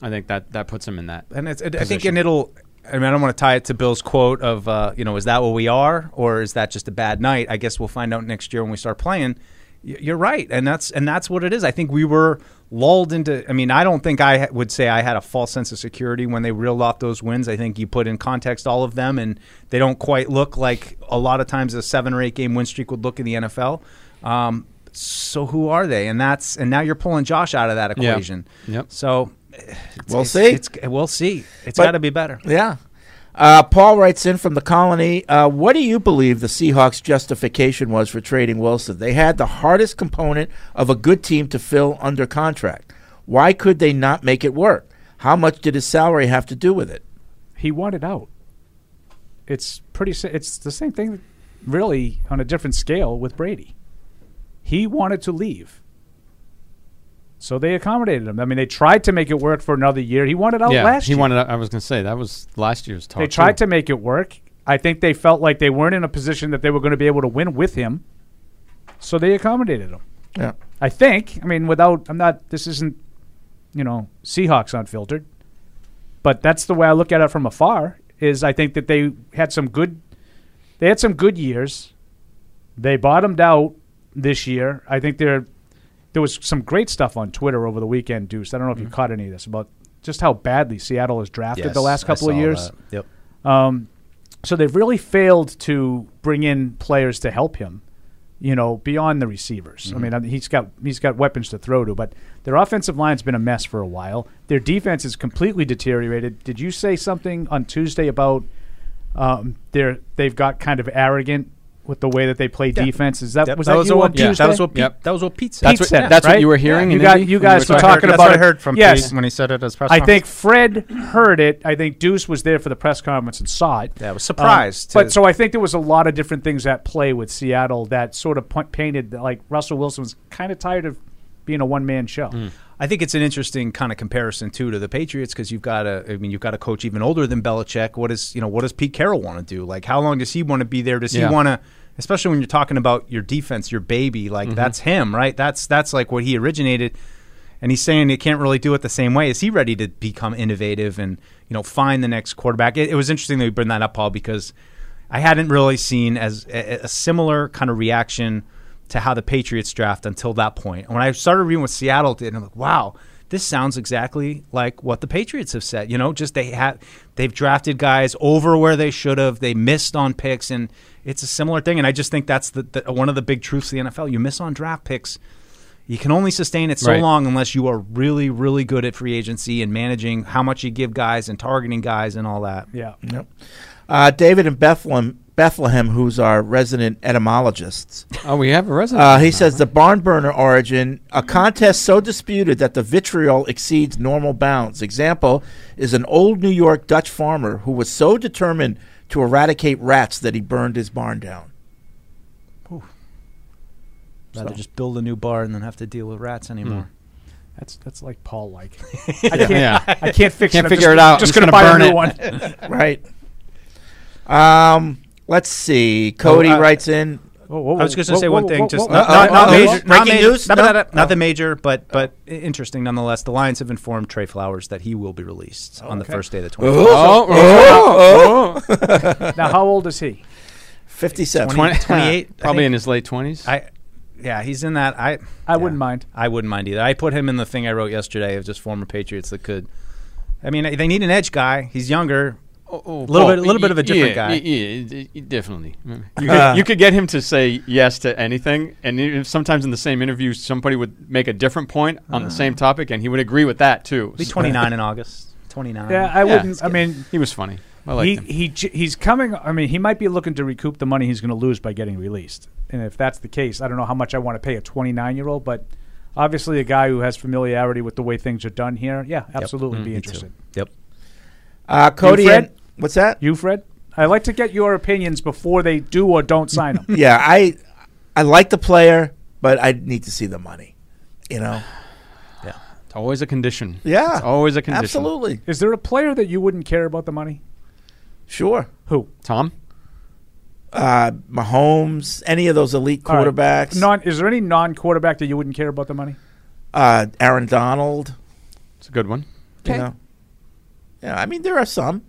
I think that that puts him in that.
and it's, it, I think,
position.
and it'll. I mean, I don't want to tie it to Bill's quote of, uh, you know, is that what we are, or is that just a bad night? I guess we'll find out next year when we start playing. Y- You're right, and that's and that's what it is. I think we were lulled into. I mean, I don't think I ha- would say I had a false sense of security when they reeled off those wins. I think you put in context all of them, and they don't quite look like a lot of times a seven or eight game win streak would look in the NFL. Um, so who are they? And that's and now you're pulling Josh out of that
Yeah.
equation.
Yep.
So it's-
We'll
it's-
see.
It's, eh, we'll see. It's
But-
got to be better.
Yeah. Uh, Paul writes in from the colony. Uh, what do you believe the Seahawks' justification was for trading Wilson? They had the hardest component of a good team to fill under contract. Why could they not make it work? How much did his salary have to do with it?
He wanted out. It's pretty. si- It's the same thing, really, on a different scale with Brady. He wanted to leave. So they accommodated him. I mean, they tried to make it work for another year. He wanted out
yeah,
last
he
year.
wanted. I was going to say that was last year's talk.
They tried to make it work. I think they felt like they weren't in a position that they were going to be able to win with him. So they accommodated him.
Yeah.
I think. I mean, without I'm not this isn't, you know, Seahawks unfiltered. But that's the way I look at it from afar is I think that they had some good they had some good years. They bottomed out this year. I think they're there was some great stuff on Twitter over the weekend, Deuce. I don't know if you caught any of this about just how badly Seattle has drafted
Mm-hmm.
the
Yes,
last
I
couple of
saw
years.
that. Yep.
Um, so they've really failed to bring in players to help him, you know, beyond the receivers. I
Mhm.
mean, I mean, he's got he's got weapons to throw to, but their offensive line's been a mess for a while. Their defense is completely deteriorated. Did you say something on Tuesday about um, they're they've got kind of arrogant with the way that they play
Yeah.
defense? Is that
Yep.
was
That
that,
was
you
what
on
Pete- yeah,
Tuesday?
that was what Pete- Yep. that was what Pete said.
Pete
That's what-
said
yeah, that's what
right?
you were hearing
You
in
guys,
Indy
you
when we
guys
were
were
talking-
talking
That's
about
what I
it.
heard from
yes.
Pete when he said it at his press
I think Fred heard it. I think Deuce was there for the press conference and saw it. Yeah, I was
surprised to-
but so I think there was a lot of different things at play with Seattle that sort of point, painted that, like Russell Wilson was kind of tired of being a one man show.
I think it's an interesting kind of comparison too to the Patriots because you've got a, I mean, you've got a coach even older than Belichick. What is, you know, what does Pete Carroll want to do? Like, how long does he want to be there? Does
Yeah.
he want to, especially when you're talking about your defense, your baby, like
Mhm.
that's him, right? That's that's like what he originated, and he's saying it can't really do it the same way. Is he ready to become innovative and you know find the next quarterback? It, it was interesting that you bring that up, Paul, because I hadn't really seen as a, a similar kind of reaction to how the Patriots draft until that point. And when I started reading what Seattle did, I'm like, wow, this sounds exactly like what the Patriots have said. You know, just they have they've drafted guys over where they should have. They missed on picks, and it's a similar thing. And I just think that's the, the one of the big truths of the NFL. You miss on draft picks. You can only sustain it so
Right.
long unless you are really, really good at free agency and managing how much you give guys and targeting guys and all that.
Yeah.
Yep. Uh, David in Bethlehem, Bethlehem, who's our resident etymologist.
Oh, we have a resident.
Uh, he says the barn burner origin, a contest so disputed that the vitriol exceeds normal bounds. Example is an old New York Dutch farmer who was so determined to eradicate rats that he burned his barn down.
Rather
So-
just build a new bar and then have to deal with rats anymore.
That's that's like Paul like.
Yeah.
I can't
Yeah.
I can't fix
Can't
it. I'm
figure
just,
it out.
Just
I'm just
gonna, buy
gonna
a new
burn
one. Oh,
right. Um, let's see. Cody
Oh, uh,
writes in.
I was just going to say one thing, just
Uh,
not,
uh,
not,
uh,
not
uh,
major, not
breaking
major-
news.
Not,
No.
not- not- not the major, but but i- interesting nonetheless. The Lions have informed Trey Flowers that he will be released on the
Okay.
first day of the 20th.
Oh, oh, oh.
now how old is he?
57.
20, 28, I
Probably
think.
in his late twenties.
I, yeah, he's in that. I
I wouldn't mind.
I wouldn't mind either. I put him in the thing I wrote yesterday of just former Patriots that could. I mean, they need an edge guy. He's younger, a little bit, a little bit of a different guy.
oh, Yeah, definitely. You could,
Uh.
you could get him to say yes to anything, and even sometimes in the same interview, somebody would make a different point on
Uh.
the same topic, and he would agree with that too.
He'll be 29 in August. 29.
Yeah, I wouldn't. I mean,
he was funny. I liked
he,
him.
he j- he's coming. I mean, he might be looking to recoup the money he's going to lose by getting released. And if that's the case, I don't know how much I want to pay a 29 year old, but obviously a guy who has familiarity with the way things are done here, yeah, absolutely
Mm,
be
me too.
interested.
Yep.
Uh, Cody,
You, Fred?
in- what's that?
You, Fred? I like to get your opinions before they do or don't sign them.
yeah, I I like the player, but I need to see the money. You know.
It's always a condition.
Yeah,
It's always a condition.
absolutely.
Is there a player that you wouldn't care about the money?
Sure.
Who?
Tom.
Uh, Mahomes, any of those elite
All right.
quarterbacks.
Non, is there any non quarterback that you wouldn't care about the money?
Uh, Aaron Donald.
It's a good one.
You
Okay.
know. Yeah, I mean there are some.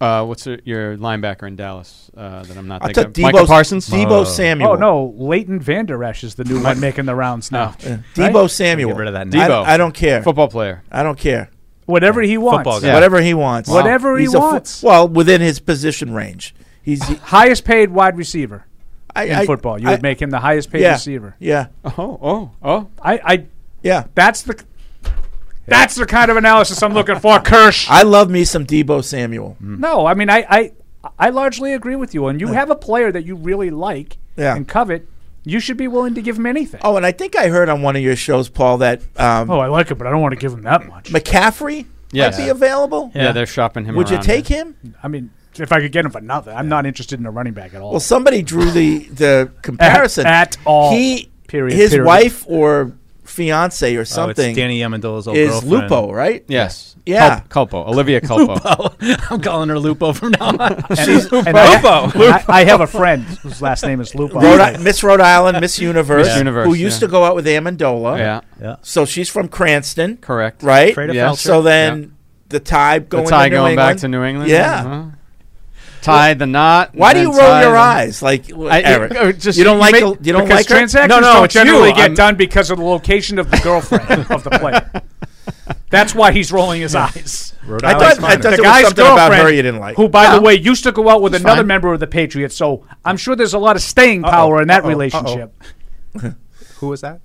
Uh, what's your, your linebacker in Dallas uh, that I'm not
I
thinking
took
of? Michael
Debo-
Parsons?
Debo Uh, Samuel.
Oh, no. Leighton Vander Esch is the new one making the rounds now.
Yeah.
Right?
Oh. Debo Samuel.
Get rid of that
I-
name. Debo.
I, don't care.
Football player.
I don't care.
Whatever he wants.
Football guy.
Yeah.
Whatever he wants.
Wow. Whatever he
He's a fo-
wants.
well, within his position range. He's
highest paid wide receiver
I-
in
I-
football. You
I-
would make him the highest paid
yeah,
receiver.
Yeah.
Oh, oh, oh.
I, I
yeah.
That's the that's the kind of analysis I'm looking for, Kirsch.
I love me some Debo Samuel.
No, I mean I, I I largely agree with you. And you have a player that you really like
Yeah.
and covet, you should be willing to give him anything.
Oh, and I think I heard on one of your shows, Paul, that um,
Oh, I like him, but I don't want to give him that much.
McCaffrey
Yes.
might be available.
Yeah, they're shopping him
Would you
around.
take him?
I mean, if I could get him for nothing, I'm not interested in a running back at all.
Well, somebody drew the the comparison
at all.
He,
Period,
his
period.
wife or
Oh,
fiance or something.
Danny Amendola's old
is
girlfriend.
Lupo, right?
Yes.
Yeah.
Culp- Culpo. Olivia Culpo.
Lupo. I'm calling her Lupo from now on.
She's-
Lupo.
and I- and I, I have a friend whose last name is Lupo.
Rhode I- Miss Rhode Island, Miss Universe,
Miss Universe,
who used
yeah.
to go out with Amendola.
Yeah. Yeah.
So she's from Cranston.
Correct.
Right?
Freda Yeah. Felcher.
So then
Yeah.
the tie going,
the tie
to New
going
England.
back to New England.
Yeah.
Uh-huh. Tie the knot.
Why
and
do
then
you roll
tie
your
the-
eyes? Like,
I-
Eric,
uh, just-
you don't like
make-
the- you don't
because
like
transactions
No, no,
don't
it's you.
generally get
I'm-
done because of the location of the girlfriend of the player. That's why he's rolling his eyes.
Rhode I Island's thought- I minor. thought there
the
was
guy's
something about her
girlfriend,
you didn't like.
who, by
No.
the way, used to go out with
It's
another
fine.
member of the Patriots. So I'm sure there's a lot of staying power in that
uh-oh,
relationship.
Who was that?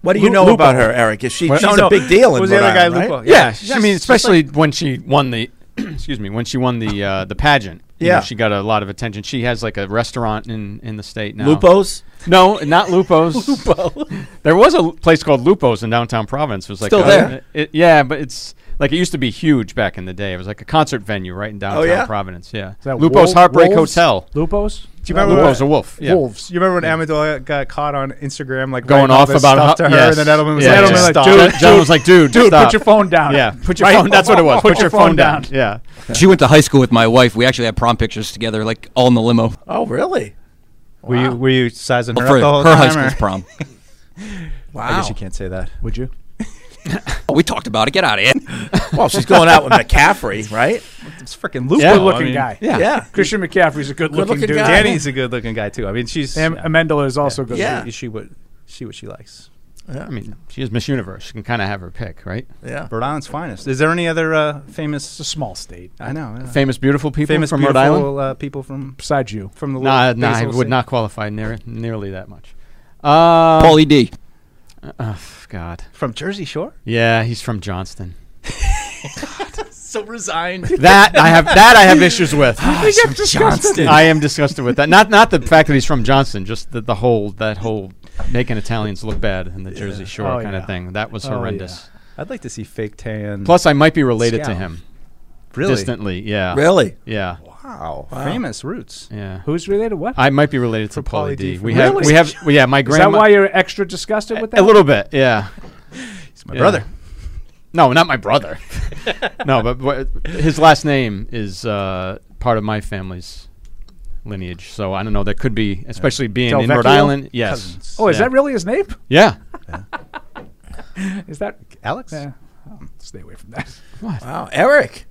What do you
Lu-
know
Lupo.
about her, Eric? Is she,
Well,
she's
no,
a
no.
big deal in
Was
Rhode
the other guy
Island, right?
Lupo?
Yeah,
she's
I mean,
just like-
especially when she won the, excuse me, when she won the uh, the pageant. You
Yeah.
know, she got a lot of attention. She has like a restaurant in in the state now.
Lupo's?
No, not Lupo's. Lupo. there was a l- place called Lupo's in downtown Providence. It was like
Still
a-
there?
it- yeah, but it's like it used to be huge back in the day. It was like a concert venue right
Oh,
in downtown
yeah?
Providence. Yeah,
Is that
Lupo's
Wol-
Heartbreak
Wolves?
Hotel.
Lupo's?
Do you remember
Lupo's
when-
a wolf? Yeah.
Wolves. You remember when Amendola got caught on Instagram, like
Going
writing all
off
this
about
stuff
how-
to her,
yes.
and then Edelman was like,
Yeah, yeah,
Edelman
yeah.
was like,
Stop.
dude,
John was like, dude,
dude,
stop.
put your phone down.
Yeah, put your
Right?
phone. That's what it was.
Put
Put your phone down. Yeah.
She went to high school with my wife. We actually had prom pictures together, like all in the limo.
Oh, really?
Were you were you sizing her
For
up the whole
her high
time, or-
school's prom.
I guess you can't say that.
Would you?
we talked about it. Get out of here.
Well, she's going out with McCaffrey, right?
It's freaking Lupo.
Good looking guy.
Yeah.
Christian McCaffrey's a good looking dude.
Danny's a good looking guy too. I mean, she's
Am- Amendola is also good.
Yeah.
looking.
She, she what she what she likes.
I mean, she is Miss Universe. She can kind of have her pick, right?
Yeah.
Rhode Island's finest. Is there any other uh, famous? It's
a small state.
I know. yeah.
Famous beautiful people
Famous
from Rhode
beautiful,
Island?
Uh, people from
besides you
from the
Nah,
little
nah, I
basil
would
city.
not qualify near, nearly that much. Um,
Paulie D.
Uh, oh, God.
From Jersey Shore.
Yeah, he's from Johnston.
So resigned.
That I have that I have issues with.
I think I've discussed it.
I am disgusted with that. Not not the fact that he's from Johnston, just the, the whole that whole making Italians look bad in the Jersey Shore
Oh,
kind
yeah.
of thing. That was
Oh, yeah. Mm.
horrendous.
I'd like to see fake tan.
Plus, I might be related to
Scout.
him.
Really?
Distantly, yeah.
Really?
Yeah.
Wow. Famous roots.
Yeah.
Who's related? What?
I might be related to Paulie
Pauly E D
D.
from
We have
Really?
we have well, yeah, my
Is that
grandma
why you're extra disgusted with that?
a little bit, yeah. He's
my brother.
No, not my brother. no, but wha- his last name is uh, part of my family's lineage. So I don't know. That could be, especially being in
Delvecchio?
Rhode Island. Yes.
Oh, is
Yeah.
that really his name?
Yeah.
Is that
Alex?
Yeah. Oh, stay away from that.
Wow, Eric.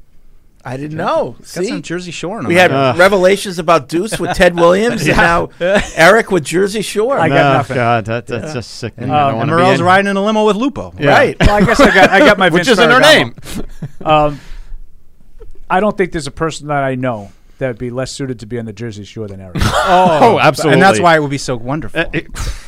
I didn't know.
Got
See?
some Jersey Shore in
we had
him. Uh.
revelations about Deuce with Ted Williams, and now Eric with Jersey Shore.
I got nothing.
Oh, God, that, that's just sickening. I don't
and
wanna be
Morel's
in-
Uh, riding in a limo with Lupo.
Yeah.
Right.
Well, I guess I got I got my
Which
Vince
isn't her
Ferragamo. um, I don't think there's a person that I know that would be less suited to be on the Jersey Shore than Eric.
Oh, absolutely. Uh,
And that's why it would be so wonderful.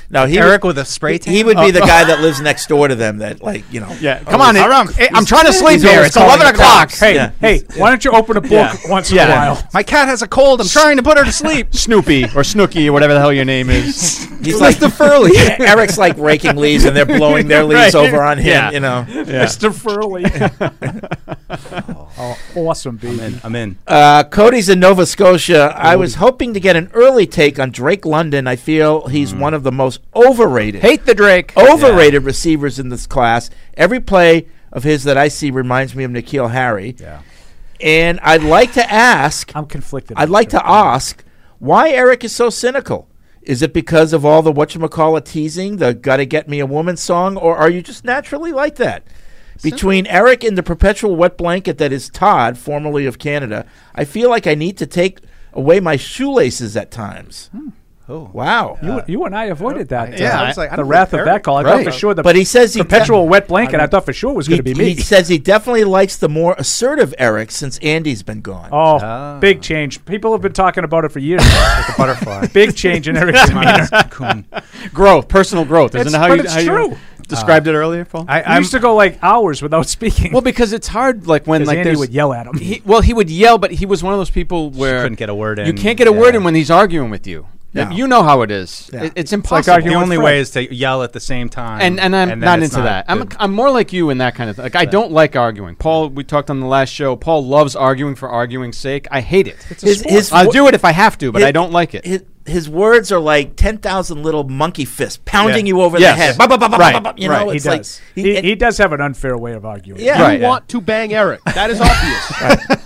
No, he
Eric
would-
with a spray tan. Oh.
He would be the guy that lives next door to them. That like you know.
Oh. Yeah, come on.
always-
it- hey, I'm trying to sleep here.
always
It's
calling
11
it
o'clock.
dogs.
Hey,
Yeah.
hey, why don't you open a book
Yeah.
once in a
Yeah.
while?
My cat has a cold. I'm trying to put her to sleep.
Snoopy or Snooky or whatever the hell your name is.
He's like
Mr. Furley.
Yeah, Eric's like raking leaves, and they're blowing their leaves
Right.
over on him.
Yeah.
You know.
Yeah.
Mr. Furley. oh, awesome, baby.
I'm in.
Uh, Cody's in Nova Scotia. I was hoping to get an early take on Drake London. I feel he's one of the most overrated.
Hate the Drake.
overrated receivers in this class. Every play of his that I see reminds me of Nikhil Harry.
Yeah.
And I'd like to ask
I'm conflicted.
I'd like to ask why Eric is so cynical. Is it because of all the whatchamacallit teasing, the gotta get me a woman song, or are you just naturally like that? Between Eric and the perpetual wet blanket that is Todd, formerly of Canada, I feel like I need to take away my shoelaces at times.
Hmm.
Oh.
Wow.
You, you and I avoided that.
yeah,
uh,
I was like, I
the
don't
wrath
think
of that
Eric-
call. I
Right.
thought for sure the
But he says he-
perpetual wet blanket. I thought for sure was
He,
going to be me.
he says he definitely likes the more assertive Eric since Andy's been gone.
Oh, big change. People have been talking about it for years.
The butterfly.
big change in Eric's demeanor.
growth, personal growth. Isn't
It's-
that how
but
you,
it's
how you Uh,
true.
described it earlier, Paul?
I,
I
I'm
used to go like hours without speaking.
Well, because it's hard, like when
'Cause
like
Andy
there's-
would yell at him.
He, well, he would yell, but he was one of those people where
couldn't get a word in.
You can't get a word
Yeah.
in when he's arguing with you.
No.
You know how it is.
Yeah.
It- it's
like
impossible.
the only way is to yell at the same time.
and and I'm
then
not
it's
into that. I'm,
good.
I'm more like you in that kind of thing. Like I don't like arguing. Paul, we talked on the last show. Paul loves arguing for arguing's sake. I hate it.
His- sport. his
I'll
fo-
do it if I have to, but
his-
I don't like it.
His, his words are like ten thousand little monkey fists pounding
Yeah.
you over
Yes.
the head. Ba, ba, ba, ba, ba,
Right.
ba, ba, you
Right.
know,
He
it's like
does. He- he does have an unfair way of arguing.
Yeah,
Right.
You want to bang Eric. That is obvious.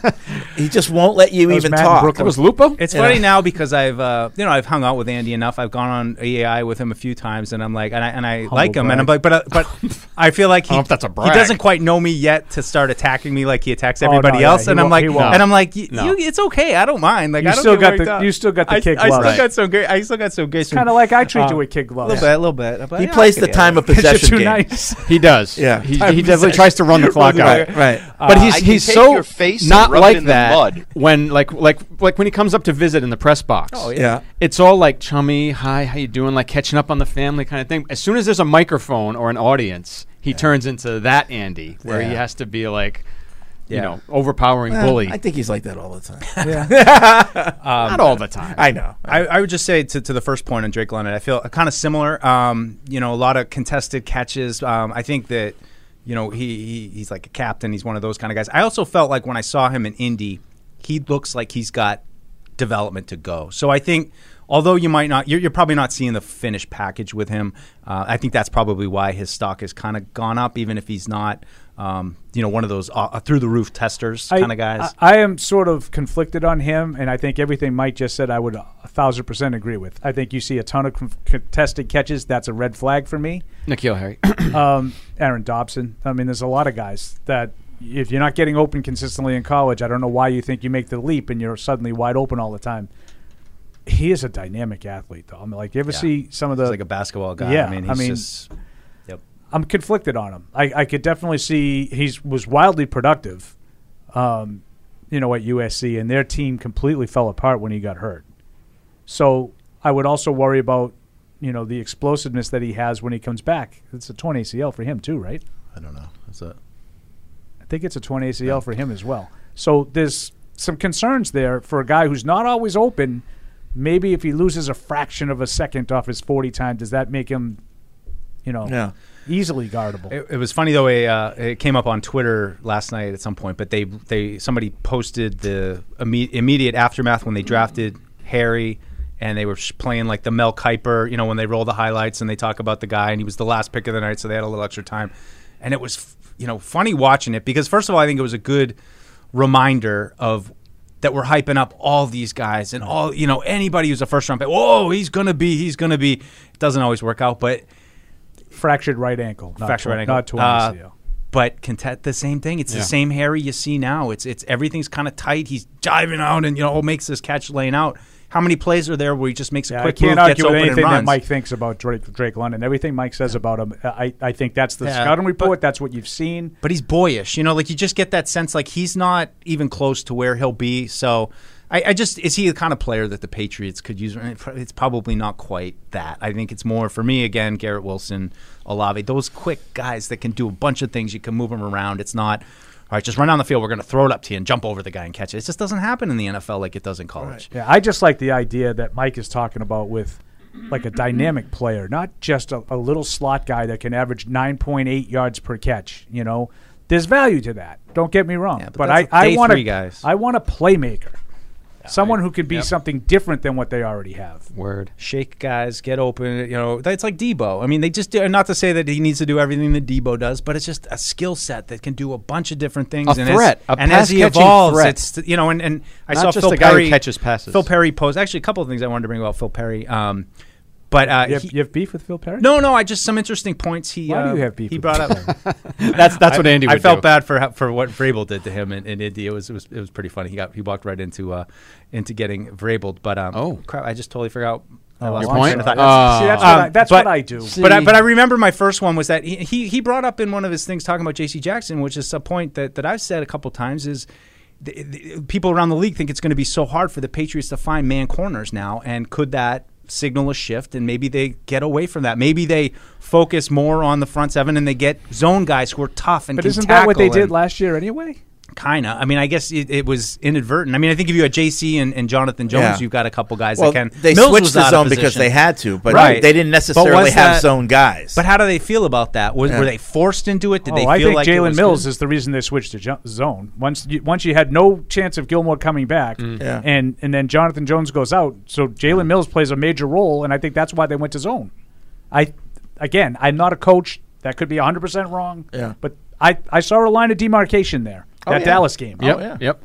He just won't let you
That was
even
Matt in
talk.
Brooklyn. It's
You
funny
know?
now because I've uh, you know I've hung out with Andy enough. I've gone on EAI with him a few times, and I'm like, and I and I like him, and I'm like,
brag.
but uh, but I feel like
I don't
he,
know if that's a
he
brag.
doesn't quite know me yet to start attacking me like he attacks
Oh, no,
everybody
yeah,
else,
he
and I'm
won't-
like,
he won't.
and I'm like, y-
No.
you, it's okay, I don't mind. Like
You
I don't
still
get
got
worked
the-
up.
you still got the
I,
kid
I still
gloves.
got some great. I still got some great.
It's kinda like I treat you with kid gloves.
A little bit, a little bit. I'm like,
He
yeah,
plays
I
the
get it.
time of
Pitcher
possession
too
game.
nice.
He does.
Yeah.
He, he
Time
definitely
possession.
tries to run the clock
Right,
out.
right.
But
Uh,
he's
I can
he's
take
so
your face and
not
rub it
like
in the
that
mud.
when like like like when he comes up to visit in the press box.
Oh, yeah. Yeah.
It's all like chummy, hi, how you doing? Like catching up on the family kind of thing. As soon as there's a microphone or an audience, he turns into that Andy where he
Yeah.
has to be like you
Yeah.
know, overpowering
Well,
bully.
I think he's like that all the time.
Um,
not all the time.
I, I would just say to, to the first point on Drake London, I feel kind of similar. Um, you know, a lot of contested catches. Um, I think that, you know, he, he he's like a captain. He's one of those kind of guys. I also felt like when I saw him in Indy, he looks like he's got development to go. So I think, although you might not, you're, you're probably not seeing the finished package with him. Uh, I think that's probably why his stock has kind of gone up, even if he's not, um, you know, one of those uh, through the roof testers
I-
kind of guys.
I, I am sort of conflicted on him, and I think everything Mike just said, I would a thousand percent agree with. I think you see a ton of con- contested catches. That's a red flag for me.
Nikhil Harry.
um, Aaron Dobson. I mean, there's a lot of guys that if you're not getting open consistently in college, I don't know why you think you make the leap and you're suddenly wide open all the time. He is a dynamic athlete, though. I'm like, you ever
Yeah.
see some of the
He's like a basketball guy. I
Yeah,
mean,
I
he's
mean,
just- Yep.
I'm conflicted on him. I, I could definitely see he's was wildly productive, um, you know, at USC, and their team completely fell apart when he got hurt. So I would also worry about, you know, the explosiveness that he has when he comes back. It's a torn ACL for him too, right?
I don't know. Is that?
I think it's a torn ACL for him as well. So there's some concerns there for a guy who's not always open. Maybe if he loses a fraction of a second off his 40 time, does that make him, you know,
Yeah.
easily guardable?
It, it was funny though. A, uh, it came up on Twitter last night at some point, but they they somebody posted the imme- immediate aftermath when they drafted Harry, and they were sh- playing like the Mel Kiper. You know, when they roll the highlights and they talk about the guy, and he was the last pick of the night, so they had a little extra time, and it was f- you know funny watching it because first of all, I think it was a good reminder of that we're hyping up all these guys and all you know anybody who's a first round pick. Whoa, he's gonna be, he's gonna be. It doesn't always work out, but
Fractured right ankle. Not
fracture
torn-
right ankle.
Not torn
Uh,
ACL.
But content the same thing. It's
Yeah.
the same Harry you see now. It's it's everything's kind of tight. He's diving out and you know oh, makes this catch laying out. How many plays are there where he just makes a
I
Uh, quick
can't
move, gets
argue with
open and
anything that
runs?
Mike thinks about Drake, Drake London. Everything Mike says about him, I, I think that's the
Yeah,
scouting report. that's what you've seen.
but he's boyish, you know. Like you just get that sense, like he's not even close to where he'll be. So, I, I just is he the kind of player that the Patriots could use? Eh, It's probably not quite that. I think it's more for me again, Garrett Wilson, Olave, those quick guys that can do a bunch of things. You can move them around. It's not all right. Just run down the field. We're going to throw it up to you and jump over the guy and catch it. It just doesn't happen in the NFL like it does in college.
Yeah, I just like the idea that Mike is talking about with like a dynamic player, not just a, a little slot guy that can average 9.8 yards per catch. You know, there's value to that. Don't get me wrong. but
that's the
I, I
day
want
three
a,
guys.
I want a playmaker, someone who could be
yep.
something different than what they already have.
Word.
Shake guys, get open. You know, it's like Debo. I mean, they just do, not to say that he needs to do everything that Debo does, but it's just a skill set that can do a bunch of different things.
A
and as-
threat, a
and as he
pass-catching
evolves,
threat.
it's you know, and, and I
Not
saw
just
Phil
a guy who
Perry
catches passes.
Phil Perry posed actually a couple of things I wanted to bring about Phil Perry. Um, but uh,
you, have,
he-
you have beef with Phil Perry?
no, no, I just some interesting points he.
Why do
uh,
you have beef
He
with
brought up.
That's- that's what
I-
Andy
I
would
felt
do.
bad for how- for what Vrabel did to him in, in Indy. It was, it was it was pretty funny. He got he walked right into uh into getting Vrabeled. But um, oh crap! I just totally forgot. I
Oh,
lost
your
my
point?
train of thought.
Uh, See, that's what I-
Um,
that's
but-
what I do.
But I,
See.
but I remember my first one was that he, he he brought up in one of his things talking about J.C. Jackson, which is a point that that I've said a couple times is. th- th- People around the league think it's going to be so hard for the Patriots to find man corners now, and could that signal a shift? And maybe they get away from that. Maybe they focus more on the front seven, and they get zone guys who are tough and
But
can
isn't that what they
tackle and-
did last year anyway?
Kinda. I mean, I guess it, it was inadvertent. I mean, I think if you had JC and, and Jonathan Jones,
Yeah.
you've got a couple guys
Well,
that can.
they
Mills
switched
was
the
out of
zone because
position.
they had to, but they didn't
But
necessarily
was
have zone guys.
But how do they feel about that? Was,
Yeah.
Were they forced into it? Did
oh,
they feel
I think
like it
Jalen
was
Mills
good?
is the reason they switched to jo- zone. Once you, once you had no chance of Gilmore coming back,
Mm.
Yeah.
and and then Jonathan Jones goes out, so Jalen Mills plays a major role, and I think that's why they went to zone. I again, I'm not a coach. That could be 100 percent wrong.
Yeah.
but I I saw a line of demarcation there
Oh,
that
yeah.
Dallas game.
Oh, Yep, yeah. Uh,
Yep.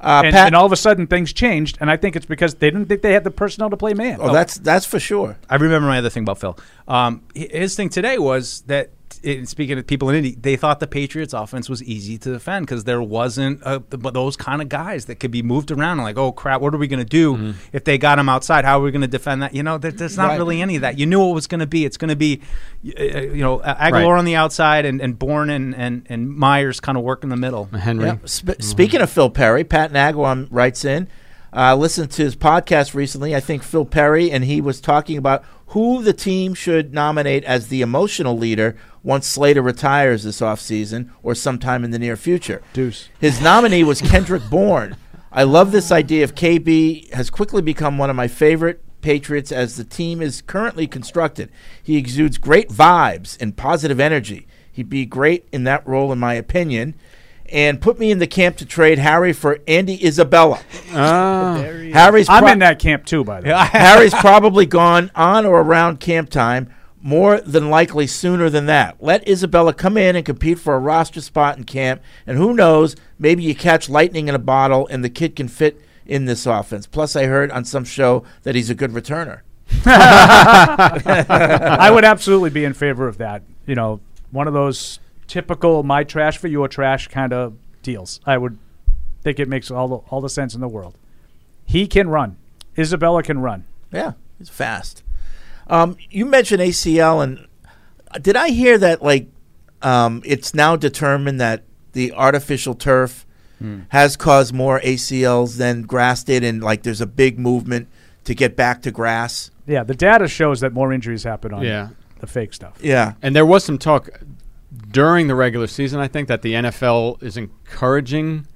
and,
Pat-
and all of a sudden things changed, and I think it's because they didn't think they had the personnel to play man.
Oh, that's for sure.
I remember my other thing about Phil. Um, hi- his thing today was that, it, speaking of people in Indy, they thought the Patriots' offense was easy to defend because there wasn't a, but those kind of guys that could be moved around. and Like, oh crap, what are we going to do if they got him outside? How are we going to defend that? You know, there, there's not
Right.
really any of that. You knew what was going to be. It's going to be, y- uh, you know, A- Aguilar
Right.
on the outside and and Bourne and and, and Myers kind of work in the middle.
Yeah. Sp- Speaking of Phil Perry, Pat Nagwam writes in. I listened to his podcast recently. I think Phil Perry and he was talking about who the team should nominate as the emotional leader once Slater retires this offseason or sometime in the near future.
Deuce.
His nominee was Kendrick Bourne. I love this idea of KB has quickly become one of my favorite Patriots as the team is currently constructed. He exudes great vibes and positive energy. He'd be great in that role, in my opinion. And put me in the camp to trade Harry for Andy Isabella. Harry's
Ah. I'm
pro-
in that camp too, by the way.
Harry's probably gone on or around camp time, more than likely sooner than that. Let Isabella come in and compete for a roster spot in camp, and who knows, maybe you catch lightning in a bottle and the kid can fit in this offense. Plus, I heard on some show that he's a good returner.
I would absolutely be in favor of that. You know, one of those typical my trash for your trash kind of deals. I would think it makes all the, all the sense in the world. He can run. Isabella can run.
Yeah, he's fast. Um, you mentioned ACL, and did I hear that like um, it's now determined that the artificial turf
Hmm.
has caused more ACLs than grass did, and like there's a big movement to get back to grass.
Yeah, the data shows that more injuries happen on
Yeah.
the fake stuff.
Yeah.
And there was some talk during the regular season, I think, that the NFL is encouraging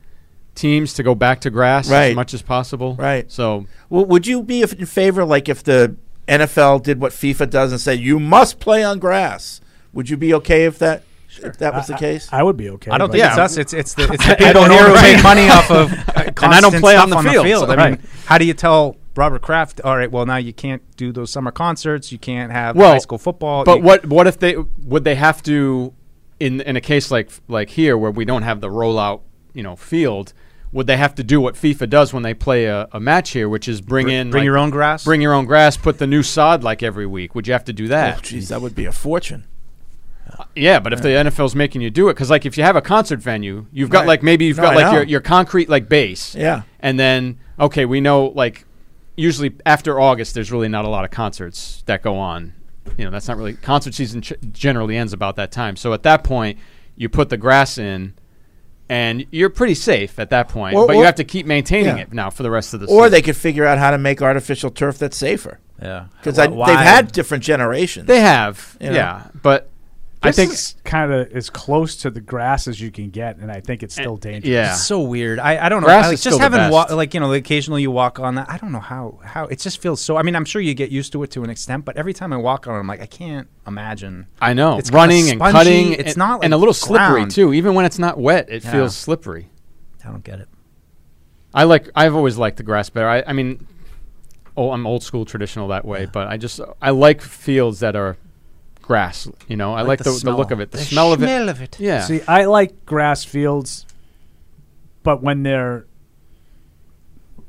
teams to go back to grass
Right.
as much as possible.
Right.
So,
Well, would you be if- in favor, like if the NFL did what FIFA does and said you must play on grass? Would you be okay if that if that was the
I- I-
case?
I would be okay.
I don't think it's us. It's it's the it's
I- I
the people
don't know,
here who
right?
make money off of uh,
And
I don't
constant
play on
stuff
the field, so-
I
right.
mean, how do you tell Robert Kraft? All right, well now you can't do those summer concerts. You can't have
well,
high school football.
But
you-
what what if they would they have to in in a case like like here where we don't have the rollout you know field? Would they have to do what FIFA does when they play a, a match here, which is bring
Br-
in
bring
like,
your own grass?
bring your own grass, put the new sod like every week? Would you have to do that?
Oh, jeez, that would be a fortune.
Yeah, but if the NFL's making you do it, because like if you have a concert venue, you've got
Right.
like maybe you've
No,
got
I
like your,
know.
your concrete like base.
Yeah.
And then okay, we know like usually after August, there's really not a lot of concerts that go on. You know, that's not really concert season ch- generally ends about that time. So at that point, you put the grass in, and you're pretty safe at that point.
Or-
but
or-
you have to keep maintaining
Yeah.
it now for the rest of the
or
season.
they could figure out how to make artificial turf that's safer.
Yeah.
because
Why-
they've
why-
had different generations.
They have,
you know?
yeah. But I
This
think
is kind of as close to the grass as you can get, and I think
Eh,
it's still dangerous.
It's so weird. I, I don't know.
Grass
I,
is still
just
the
having
best.
wa- like you know, occasionally you walk on that. I don't know how how it just feels so. I mean, I'm sure you get used to it to an extent, but every time I walk on, it, I'm like, I can't imagine.
I know
It's kinda
running and
spongy.
cutting.
It's
and,
not like
and a little slippery
ground.
too. Even when it's not wet, it
Yeah.
feels slippery.
I don't get it.
I like. I've always liked the grass better. I, I mean, oh, I'm old school traditional that way, but I just I like fields that are grass. You know, I like, the, the, look of it, the, smell of it. Yeah.
See, I like grass fields, but when they're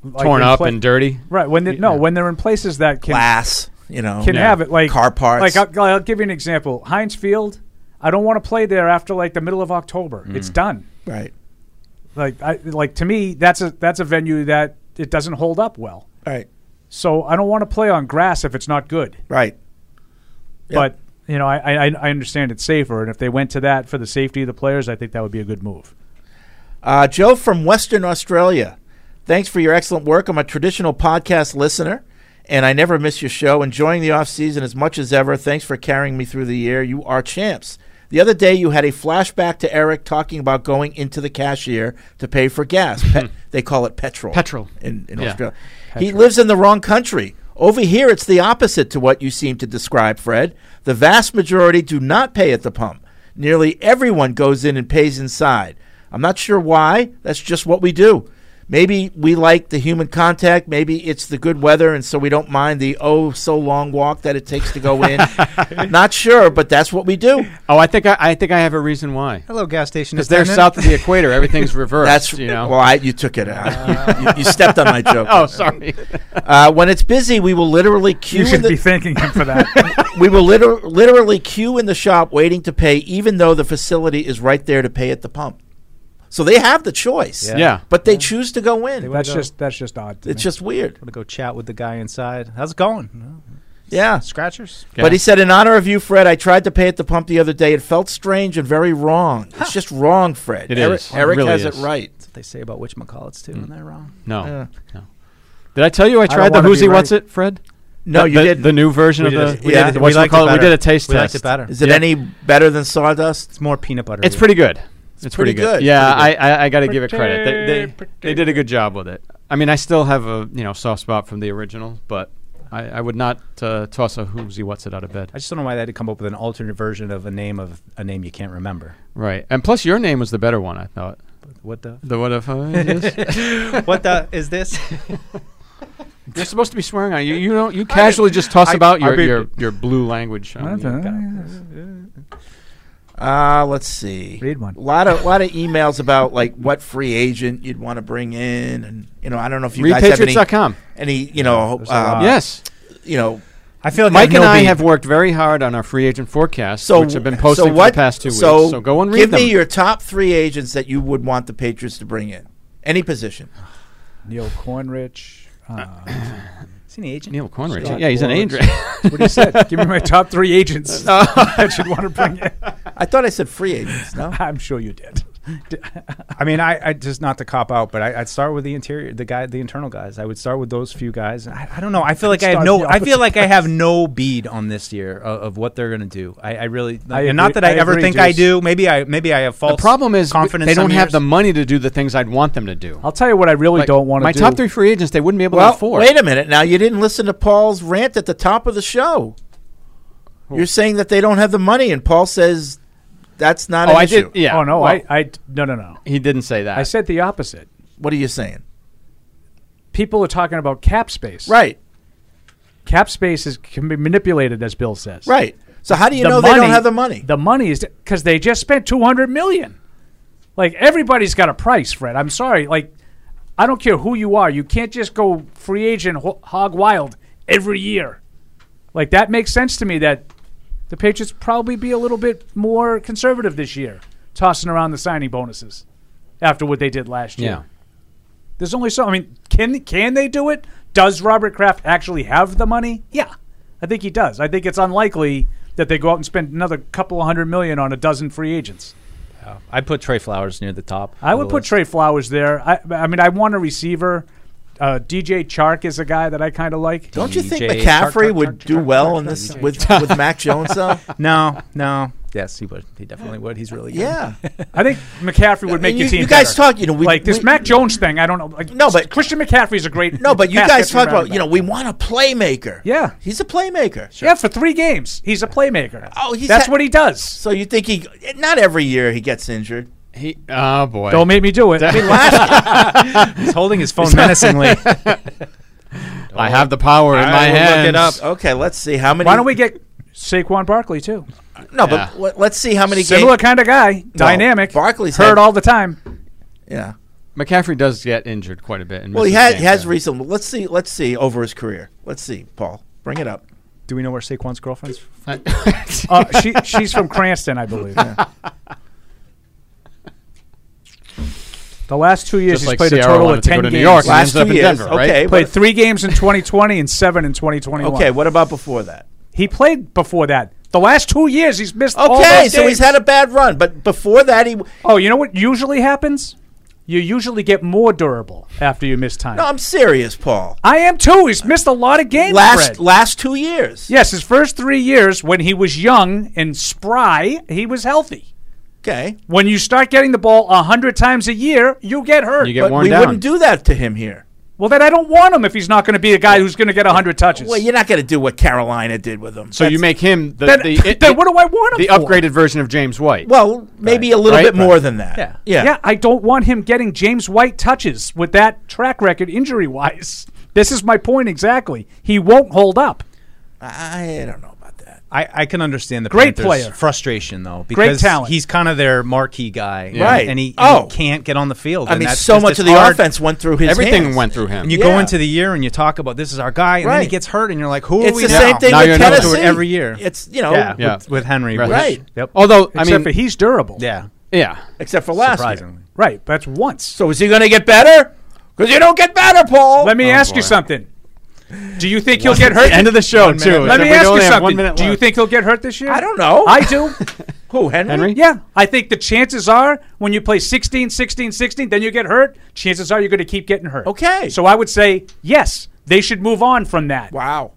like,
Torn
in
up and dirty?
Right. When they, no, when they're in places that can
Glass, you know.
can
Yeah.
have it like
Car parts.
Like I'll, I'll give you an example. Heinz Field. I don't want to play there after like the middle of October. It's
Mm.
done.
Right.
Like I like to me that's a that's a venue that it doesn't hold up well.
Right.
So I don't want to play on grass if it's not good.
Right.
But you know, I, I I understand it's safer, and if they went to that for the safety of the players, I think that would be a good move.
Uh, Joe from Western Australia, thanks for your excellent work. I'm a traditional podcast listener, and I never miss your show. Enjoying the off season as much as ever. Thanks for carrying me through the year. You are champs. The other day, you had a flashback to Eric talking about going into the cashier to pay for gas. Pe- they call it petrol.
Petrol.
in, in
Yeah.
Australia. He
Petrol.
lives in the wrong country. Over here, it's the opposite to what you seem to describe, Fred. The vast majority do not pay at the pump. Nearly everyone goes in and pays inside. I'm not sure why. That's just what we do. Maybe we like the human contact. Maybe it's the good weather, and so we don't mind the oh so long walk that it takes to go in. not sure, but that's what we do.
Oh, I think I, I think I have a reason why.
Hello, gas station.
Because they're
attendant.
south of the equator, everything's reversed.
That's
you know.
Well, I, you took it out.
Uh,
You, you, you stepped on my joke.
Oh, sorry.
Uh, when it's busy, we will literally queue.
should
in the,
be thanking him for that.
we will liter- literally queue in the shop waiting to pay, even though the facility is right there to pay at the pump. So they have the choice.
Yeah. Yeah.
But they choose to go in.
That's just-
that's just odd.
It's just weird.
I'm gonna go chat with the guy inside. How's it going?
Yeah.
Scratchers.
But he said, in honor of you, Fred, I tried to pay at the pump the other day. It felt strange and very wrong. It's just wrong, Fred.
It
Eric,
is. It
Eric
really
has
is. Mm.
it right.
That's what they say about witch McCulloughs too, and they're wrong.
No.
Yeah.
No. Did I tell you I
don't
tried the
wanna
Who's
be
He What's
right.
It, Fred?
No,
The-
you
the-
didn't.
The new version of the.
We, yeah.
did, what's it called? we did a taste test.
Is it
Yeah.
any better than sawdust? It's
more peanut butter.
It's pretty good. It's, pretty, good. Yeah, I, I, I got to give it credit. They,
Pretty,
they, they did a good job with it. I mean, I still have a you know soft spot from the original, but I, I would not uh, toss a Who's He What's It out of bed.
I just don't know why they had to come up with an alternate version of a name of a name you can't remember.
Right, and plus your name was the better one, I thought.
What the?
The what if I is?
what the is this?
You're supposed to be swearing on it. you. You don't. You casually just toss
I-
about
I
your,
beeped
your
it.
your blue language. on
What
the-
the-
Uh, let's see.
Read one.
A lot of lot of emails about like what free agent you'd want to bring in, and you know I don't know if you
Read
guys have any,
patriots.com.
any you know
There's a
um,
lot. Yes.
you know
I feel like
Mike and
no
I
beat.
have worked very hard on our free agent forecast,
so
which have been posted
so what,
for the past two
so
weeks. So go and read
give
them.
me your top three agents that you would want the Patriots to bring in, any position.
Neil Cornrich. Uh,
Is he an agent?
Neil Cornrich.
Scott
Yeah, he's an
Boras.
agent.
That's what he said. Give me my top three agents
Oh.
I should want to bring in.
I thought I said free agents. No,
I'm sure you did.
I mean, I, I just not to cop out, but I, I'd start with the interior, the guy, the internal guys. I would start with those few guys. And I, I don't know. I feel like I have
Start
no.
the
I feel
opposite
like I have no bead on this year of, of what they're going to do. I, I really.
I
and not
agree-
that I,
I
ever
agree,
think
Juice.
I do. Maybe I. Maybe I have false.
the problem is w-
confidence.
they don't
some
have
years.
the money to do the things I'd want them to do.
I'll tell you what I really
Like,
don't want to
My
do.
top three free agents, they wouldn't be able
Well,
to afford.
wait a minute. Now you didn't listen to Paul's rant at the top of the show. You're saying that they don't have the money, and Paul says that's not
Oh,
an
I
issue.
did. Yeah.
Oh no,
Well,
I, I no no no.
He didn't say that.
I said the opposite.
What are you saying?
People are talking about cap space.
Right.
Cap space is can be manipulated, as Bill says.
Right. So how do you
The
know they don't have the money?
The money is because they just spent two hundred million. Like everybody's got a price, Fred. I'm sorry. Like I don't care who you are, you can't just go free agent ho- hog wild every year. Like that makes sense to me. That the Patriots probably be a little bit more conservative this year, tossing around the signing bonuses after what they did last year.
Yeah.
There's only so. I mean, can can they do it? Does Robert Kraft actually have the money? Yeah, I think he does. I think it's unlikely that they go out and spend another couple of hundred million on a dozen free agents.
I put Trey Flowers near the top.
I
of
would
the
put
list.
Trey Flowers there. I, I mean, I want a receiver. Uh, DJ Chark is a guy that I kind of like.
Don't you think McCaffrey would do well in this with with Mac Jones though?
No, no. Yes, he would. He definitely would. He's really. Good.
Yeah.
I think McCaffrey would make
mean,
your
you-
team.
you guys
better.
talk, you know, we-
like this
we-
Mac Jones thing. I don't know. Like, no, but Christian McCaffrey's a great.
No, but you
pass
guys
catching
talk about
running
you know
back.
we want a playmaker.
Yeah,
he's a playmaker.
Yeah, for three games, he's a playmaker.
Oh, he's
that's
ha-
what he does.
So you think he? Not every year he gets injured.
He. Oh boy.
Don't make me do it.
He's holding his phone menacingly.
I have the power in my hands.
Okay, let's see how many.
Why don't we get Saquon Barkley too?
No,
Yeah.
but let- let's see how many
Similar
games.
kind of guy, dynamic.
Barkley's
heard
had-
all the time.
Yeah.
McCaffrey does get injured quite a bit. and
Well, he
misses
has,
games,
he has
yeah.
recently. Let's see. Let's see over his career. Let's see, Paul. Bring it up.
do we know where Saquon's girlfriend's? from?
Uh, she, she's from Cranston, I believe. The last two years,
Just
he's
like
played a
Sierra
total
wanted
of
to go
ten
to New
games.
York and
Last
ends up
two
in
years,
Denver, right?
okay.
played
but-
three games in 2020 and seven in 2021.
Okay, what about before that?
he played before that. The last two years, he's missed. all
Okay,
those
so he's
games.
had a bad run, but before that, he
Oh, you know what usually happens? you usually get more durable after you miss time.
No, I'm serious, Paul.
I am too. He's missed a lot of games.
Last-
Fred.
last two years.
Yes, his first three years when he was young and spry, he was healthy.
Okay.
When you start getting the ball a hundred times a year, you get hurt.
You get But worn we down. wouldn't do that to him here.
Well, then I don't want him if he's not going to be a guy who's going to get a hundred touches.
Well, you're not going to do what Carolina did with him.
So you make him the
Then-
the,
then what do I want him
the
for?
upgraded version of James White.
Well, maybe a little
Right,
bit
right.
more than that.
Yeah.
Yeah.
I don't want him getting James White touches with that track record injury wise. This is my point exactly. He won't hold up.
I don't know.
I, I can understand the
Great
Panthers'
player.
frustration though
Great
because
talent.
he's kind of their marquee guy
Yeah. Right.
and he, and
Oh.
he can't get on the field
I
and
mean,
that's
so
just-
much
it's
of the
hard.
offense went through his
everything
hands.
went through him and you
Yeah.
go into the year and you talk about this is our guy and then he
Right.
gets hurt and you're like who are
It's
we
the
now?
same thing Now with you're not- Tennessee.
do it every year
It's, you know-
yeah,
Yeah.
With, with Henry
Right.
which-
Right.
yep
Although I
Except
mean,
for he's durable.
yeah
yeah,
Except for last
Surprisingly.
year.
Right. That's once.
So is he going to get better? Because you don't get better, Paul.
Let me ask you something. Do you think he'll get hurt?
End of Oh, the show,
One
too.
minute. Let
Except
me
we
ask you
only have one
something.
minute
Do you
left.
think he'll get hurt this year? I
don't know.
I do.
Who, Henry?
Yeah. I think the chances are when you play 16, 16, 16, then you get hurt, chances are you're going to keep getting hurt. Okay. So I would say, yes, they should move on from that.
Wow.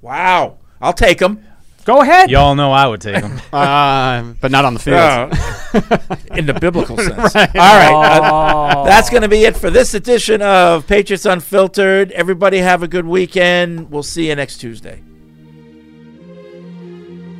Wow. I'll take him.
Go ahead.
y'all know I would take him
uh, but not on the field.
in the biblical sense.
Right.
All right.
Oh.
Uh, that's going to be it for this edition of Patriots Unfiltered. Everybody have a good weekend. We'll see you next Tuesday.